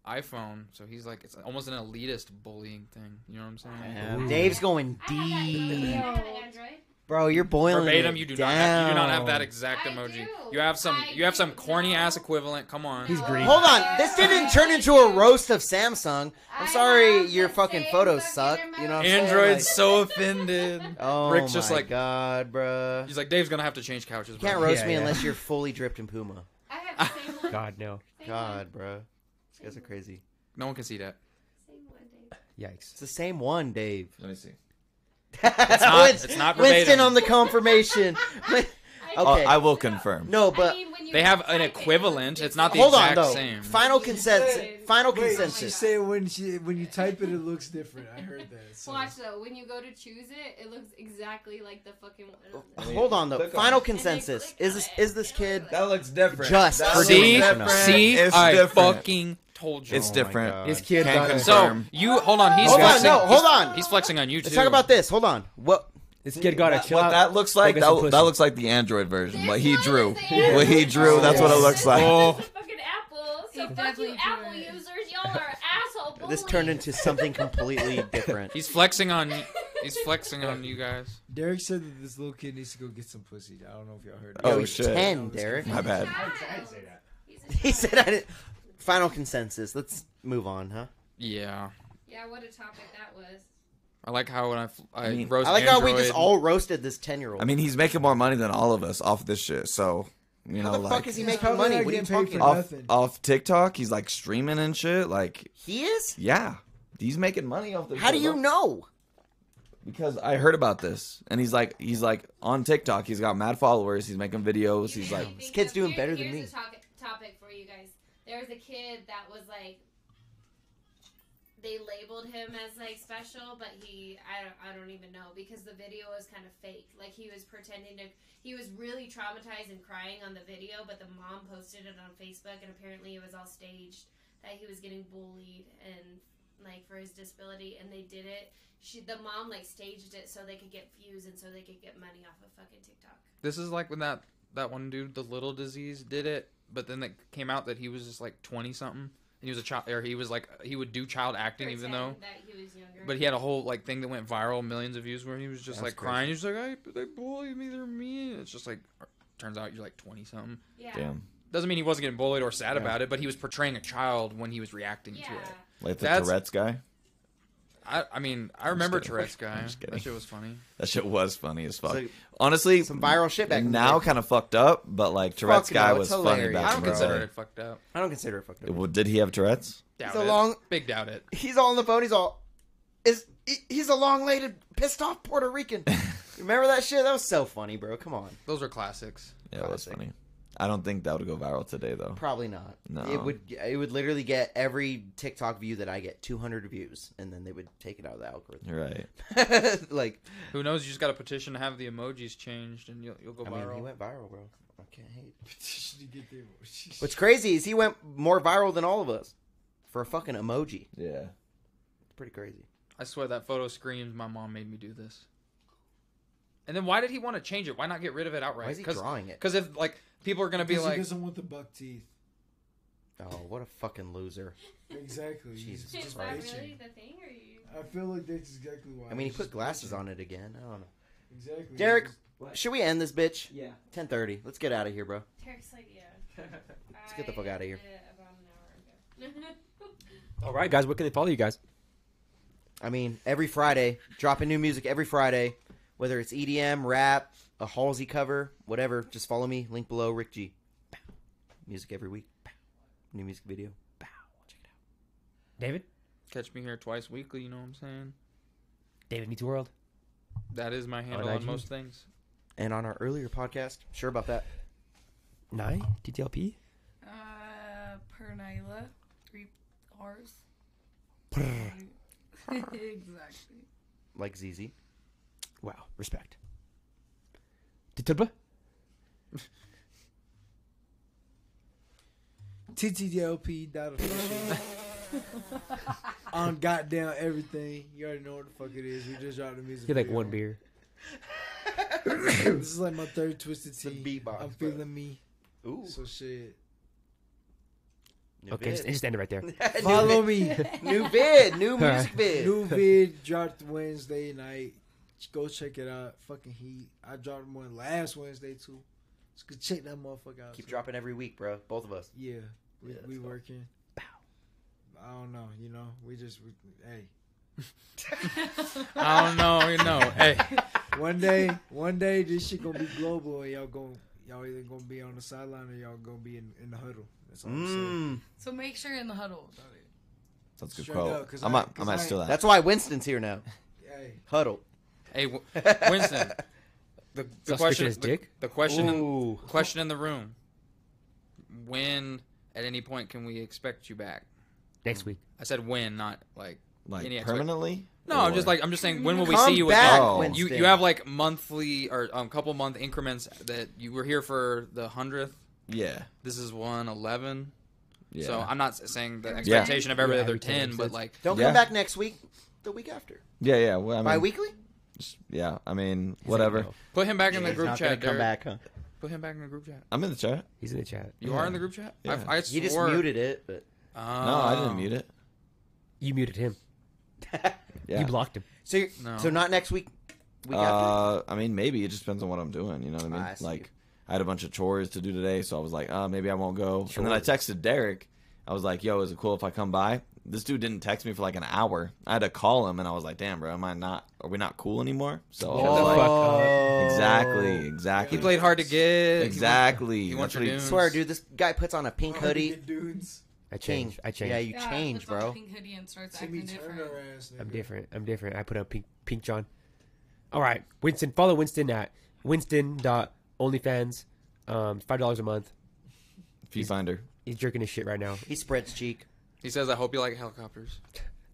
iPhone, so he's like, it's almost an elitist bullying thing. You know what I'm saying? Damn. Dave's going I have that. I deep, have an Android. bro. You're boiling verbatim it you do down. not have, you do not have that exact I emoji do. you have some I you have some do. corny No. ass equivalent come on He's No. green. Hold on, this didn't turn into a roast of Samsung. I I'm sorry, have your the fucking same photos fucking suck. emoji. You know what I'm saying? android's so offended Oh Rick's just my like- god, bro. he's like dave's gonna have to change couches You can't bro." roast Yeah, me yeah. unless you're fully dripped in Puma. I have Same one. God no. Same God, bro, these guys are crazy. No one can see that. One. Same one, Dave. It's Yikes. the same one, Dave. Let me see. It's not- it's not verbatim. Winston on the confirmation. Win- I- Okay. Oh, I will confirm. no, Oh, but I mean, when you They have type an it, equivalent. It's not the hold on exact though. same. Final consensus. Wait, Final Wait, she consensus. said when she when you type it, it looks different. I heard that. So. Watch though, when you go to choose it, it looks exactly like the fucking one. on the- Hold on though. Click on Final it. consensus. Is this is this kid? That looks different. Just That for looks See, different. see, It's I different. fucking told you. It's different. This kid Can got confirm. a, So you hold on. He's Oh Hold on, flexing. no, hold he's- on. He's flexing on you too. Let's talk about this. Hold on. What? this kid got a That- chill what out. that looks like, Go that, get some that pussy. looks like the Android version. This What he one drew. is there. What he drew, that's what it looks like. This Oh. is fucking Apple. So It fuck you, definitely Apple did. users. Y'all are asshole bullies. This turned into something completely different. He's flexing on. He's flexing on you guys. Derek said that this little kid needs to go get some pussy. I don't know if y'all heard. Oh, Yo, he's shit. ten, Derek. My bad. Child. He's a He child. said, I didn't. "Final consensus. Let's move on, huh?" Yeah, Yeah, what a topic that was. I like how when I f- I, I mean, roast I like how we just Android. all roasted this ten-year-old. I mean, he's making more money than all of us off this shit. So, you how know, the like fuck is he He's making probably money? not What are you getting paid talking for about? nothing. off off TikTok, he's like streaming and shit. Like, He is. yeah, he's making money off this. How do shit, you bro. know? Because I heard about this, and he's like, he's like on TikTok. He's got mad followers. He's making videos. You He's made like, me think This kid's of- doing better than here's me. Here's a topic, topic for you guys. There was a kid that was like, they labeled him as like special, but he, I don't, I don't even know because the video was kind of fake. Like he was pretending to, he was really traumatized and crying on the video, but the mom posted it on Facebook, and apparently it was all staged that he was getting bullied and like for his disability, and they did it. She, the mom, like staged it so they could get views and so they could get money off of fucking TikTok. This is like when that that one dude, the little disease, did it, but then it came out that he was just like twenty something, and he was a child, or he was like he would do child acting even though. pretend that he was younger. But he had a whole like thing that went viral, millions of views, where he was just That's like crying. He's like, I, "They bullied me, they're mean." It's just like, er, turns out you're like twenty something. yeah. damn, Doesn't mean he wasn't getting bullied or sad about it, but he was portraying a child when he was reacting Yeah. to it. like the That's- Tourette's guy. I, I mean, I remember kidding. Tourette's guy. I'm just kidding. That shit was funny. That shit was funny as fuck. like Honestly, Some viral shit back in the now day. kind of fucked up, but like Tourette's Fuck no, guy it's was funny hilarious. back I don't bro. consider it fucked up. I don't consider it fucked up. Well, did he have Tourette's? Doubt a it. long- Big doubt it. He's all on the phone. He's all, is he- he's a long-legged, pissed-off Puerto Rican. Remember that shit? That was so funny, bro. Come on. Those were classics. Yeah, it was Classic. funny. I don't think that would go viral today though. Probably not. No. It would it would literally get every TikTok view that I get 200 views, and then they would take it out of the algorithm. You're right. like, Who knows? You just got a petition to have the emojis changed, and you'll, you'll go I mean, viral. he went viral, bro. I can't hate. Petition to get there. What's crazy is he went more viral than all of us for a fucking emoji. Yeah. It's pretty crazy. I swear that photo screams, "My mom made me do this." And then why did he want to change it? Why not get rid of it outright? Why is he drawing it? Because if like people are gonna be Because he like, doesn't want the buck teeth. Oh, what a fucking loser. Exactly. He's Jesus Is just that Christ. really bitching. the thing, or you? I feel like that's exactly why. I mean, he he's put just glasses bitching. on it again. I don't know. Exactly. Derek, He's- should we end this bitch? Yeah. 10:30. Let's get out of here, bro. Derek's like, yeah. Let's get the fuck outta here. About an hour ago. All right, guys. Where can they follow you guys? I mean, every Friday, dropping new music every Friday, whether it's EDM, rap, a Halsey cover, whatever. Just follow me. Link below. Rick G. Bow. Music every week. Bow. New music video. Bow. Check it David. "Catch me here twice weekly." You know what I'm saying? David meets world. That is Oh, my handle On on IG? most things. out. And on our earlier podcast, sure about that. Nine. DTLP. Uh, Pernila, three R's. exactly. Like ZZ. Wow. Respect. DTLP. TTDLP dot official. on goddamn everything. You already know what the fuck it is. We just dropped the music. Get like video. one beer. this is like my third twisted a tea. beatbox, I'm bro. feeling me. Ooh. So shit. New Okay, just, vid. just end it right there. Follow me. new vid. New Alright. music vid. New vid dropped Wednesday night. Go check it out. Fucking heat. I dropped one last Wednesday too. So go check that motherfucker out. Keep too. dropping every week, bro. Both of us. Yeah, we, Yeah, we so- working. I don't know. You know, we just we, hey. I don't know. You know. Hey, One day, one day, this shit gonna be global, and y'all gonna Y'all either gonna be on the sideline or y'all gonna be in, in the huddle. That's all I'm saying. Mm. So make sure you're in the huddle. That's a good Straight quote. up, 'cause I I- might, I cause might I- steal that. That's why Winston's here now. Hey, Huddle. Hey, Wi- Winston. The, the Stop sticking question. his The, dick? the question. In, Ooh. question in the room. When at any point can we expect you back? Next week. I said when, not like like any expect- permanently? No, I'm just Or- like I'm just saying. When will we Come see you back, again? Oh. You Winston. you have like monthly or um couple month increments that you were here for the hundredth. yeah, This is one eleven. yeah. So I'm not s- saying the Yeah. expectation of every Yeah, other every 10 ten, but episodes. like Don't Yeah. come back next week. The week after. yeah, yeah. Well, I mean, Bi-weekly? Yeah, I mean, whatever. No. put him back in the He's group not gonna chat. Come Derek. back, huh? Put him back in the group chat. I'm in the chat. He's in the chat. You Yeah. are in the group chat. Yeah. I, I He just swore- muted it, but Oh. No, I didn't mute it. You muted him. Yeah. You blocked him. so you're, No. so not next week. Week after. Uh, I mean, maybe it just depends on what I'm doing. You know what I mean? I see. like, I had a bunch of chores to do today, so I was like, uh, maybe I won't go. And then I Chores. texted Derek. I was like, yo, is it cool if I come by? This dude didn't text me for like an hour. I had to call him, and I was like, damn, bro, am I not? Are we not cool anymore? So I Shut the was like, fuck Uh, up. exactly, He exactly, played hard to get. exactly. He wants That's your what he- dude. Swear, Oh. dude, this guy puts on a pink All hoodie. the dudes. I King. changed. I changed. Yeah, you Yeah, change, puts on a bro. Pink hoodie and starts Timmy acting Turner different. ass. I'm nigga. different. I'm different. I put up pink, pink John. All right, Winston. Follow Winston at Winston dot OnlyFans. Um, five dollars a month. Feet finder. He's jerking his shit right now. He spreads cheek. He says, "I hope you like helicopters."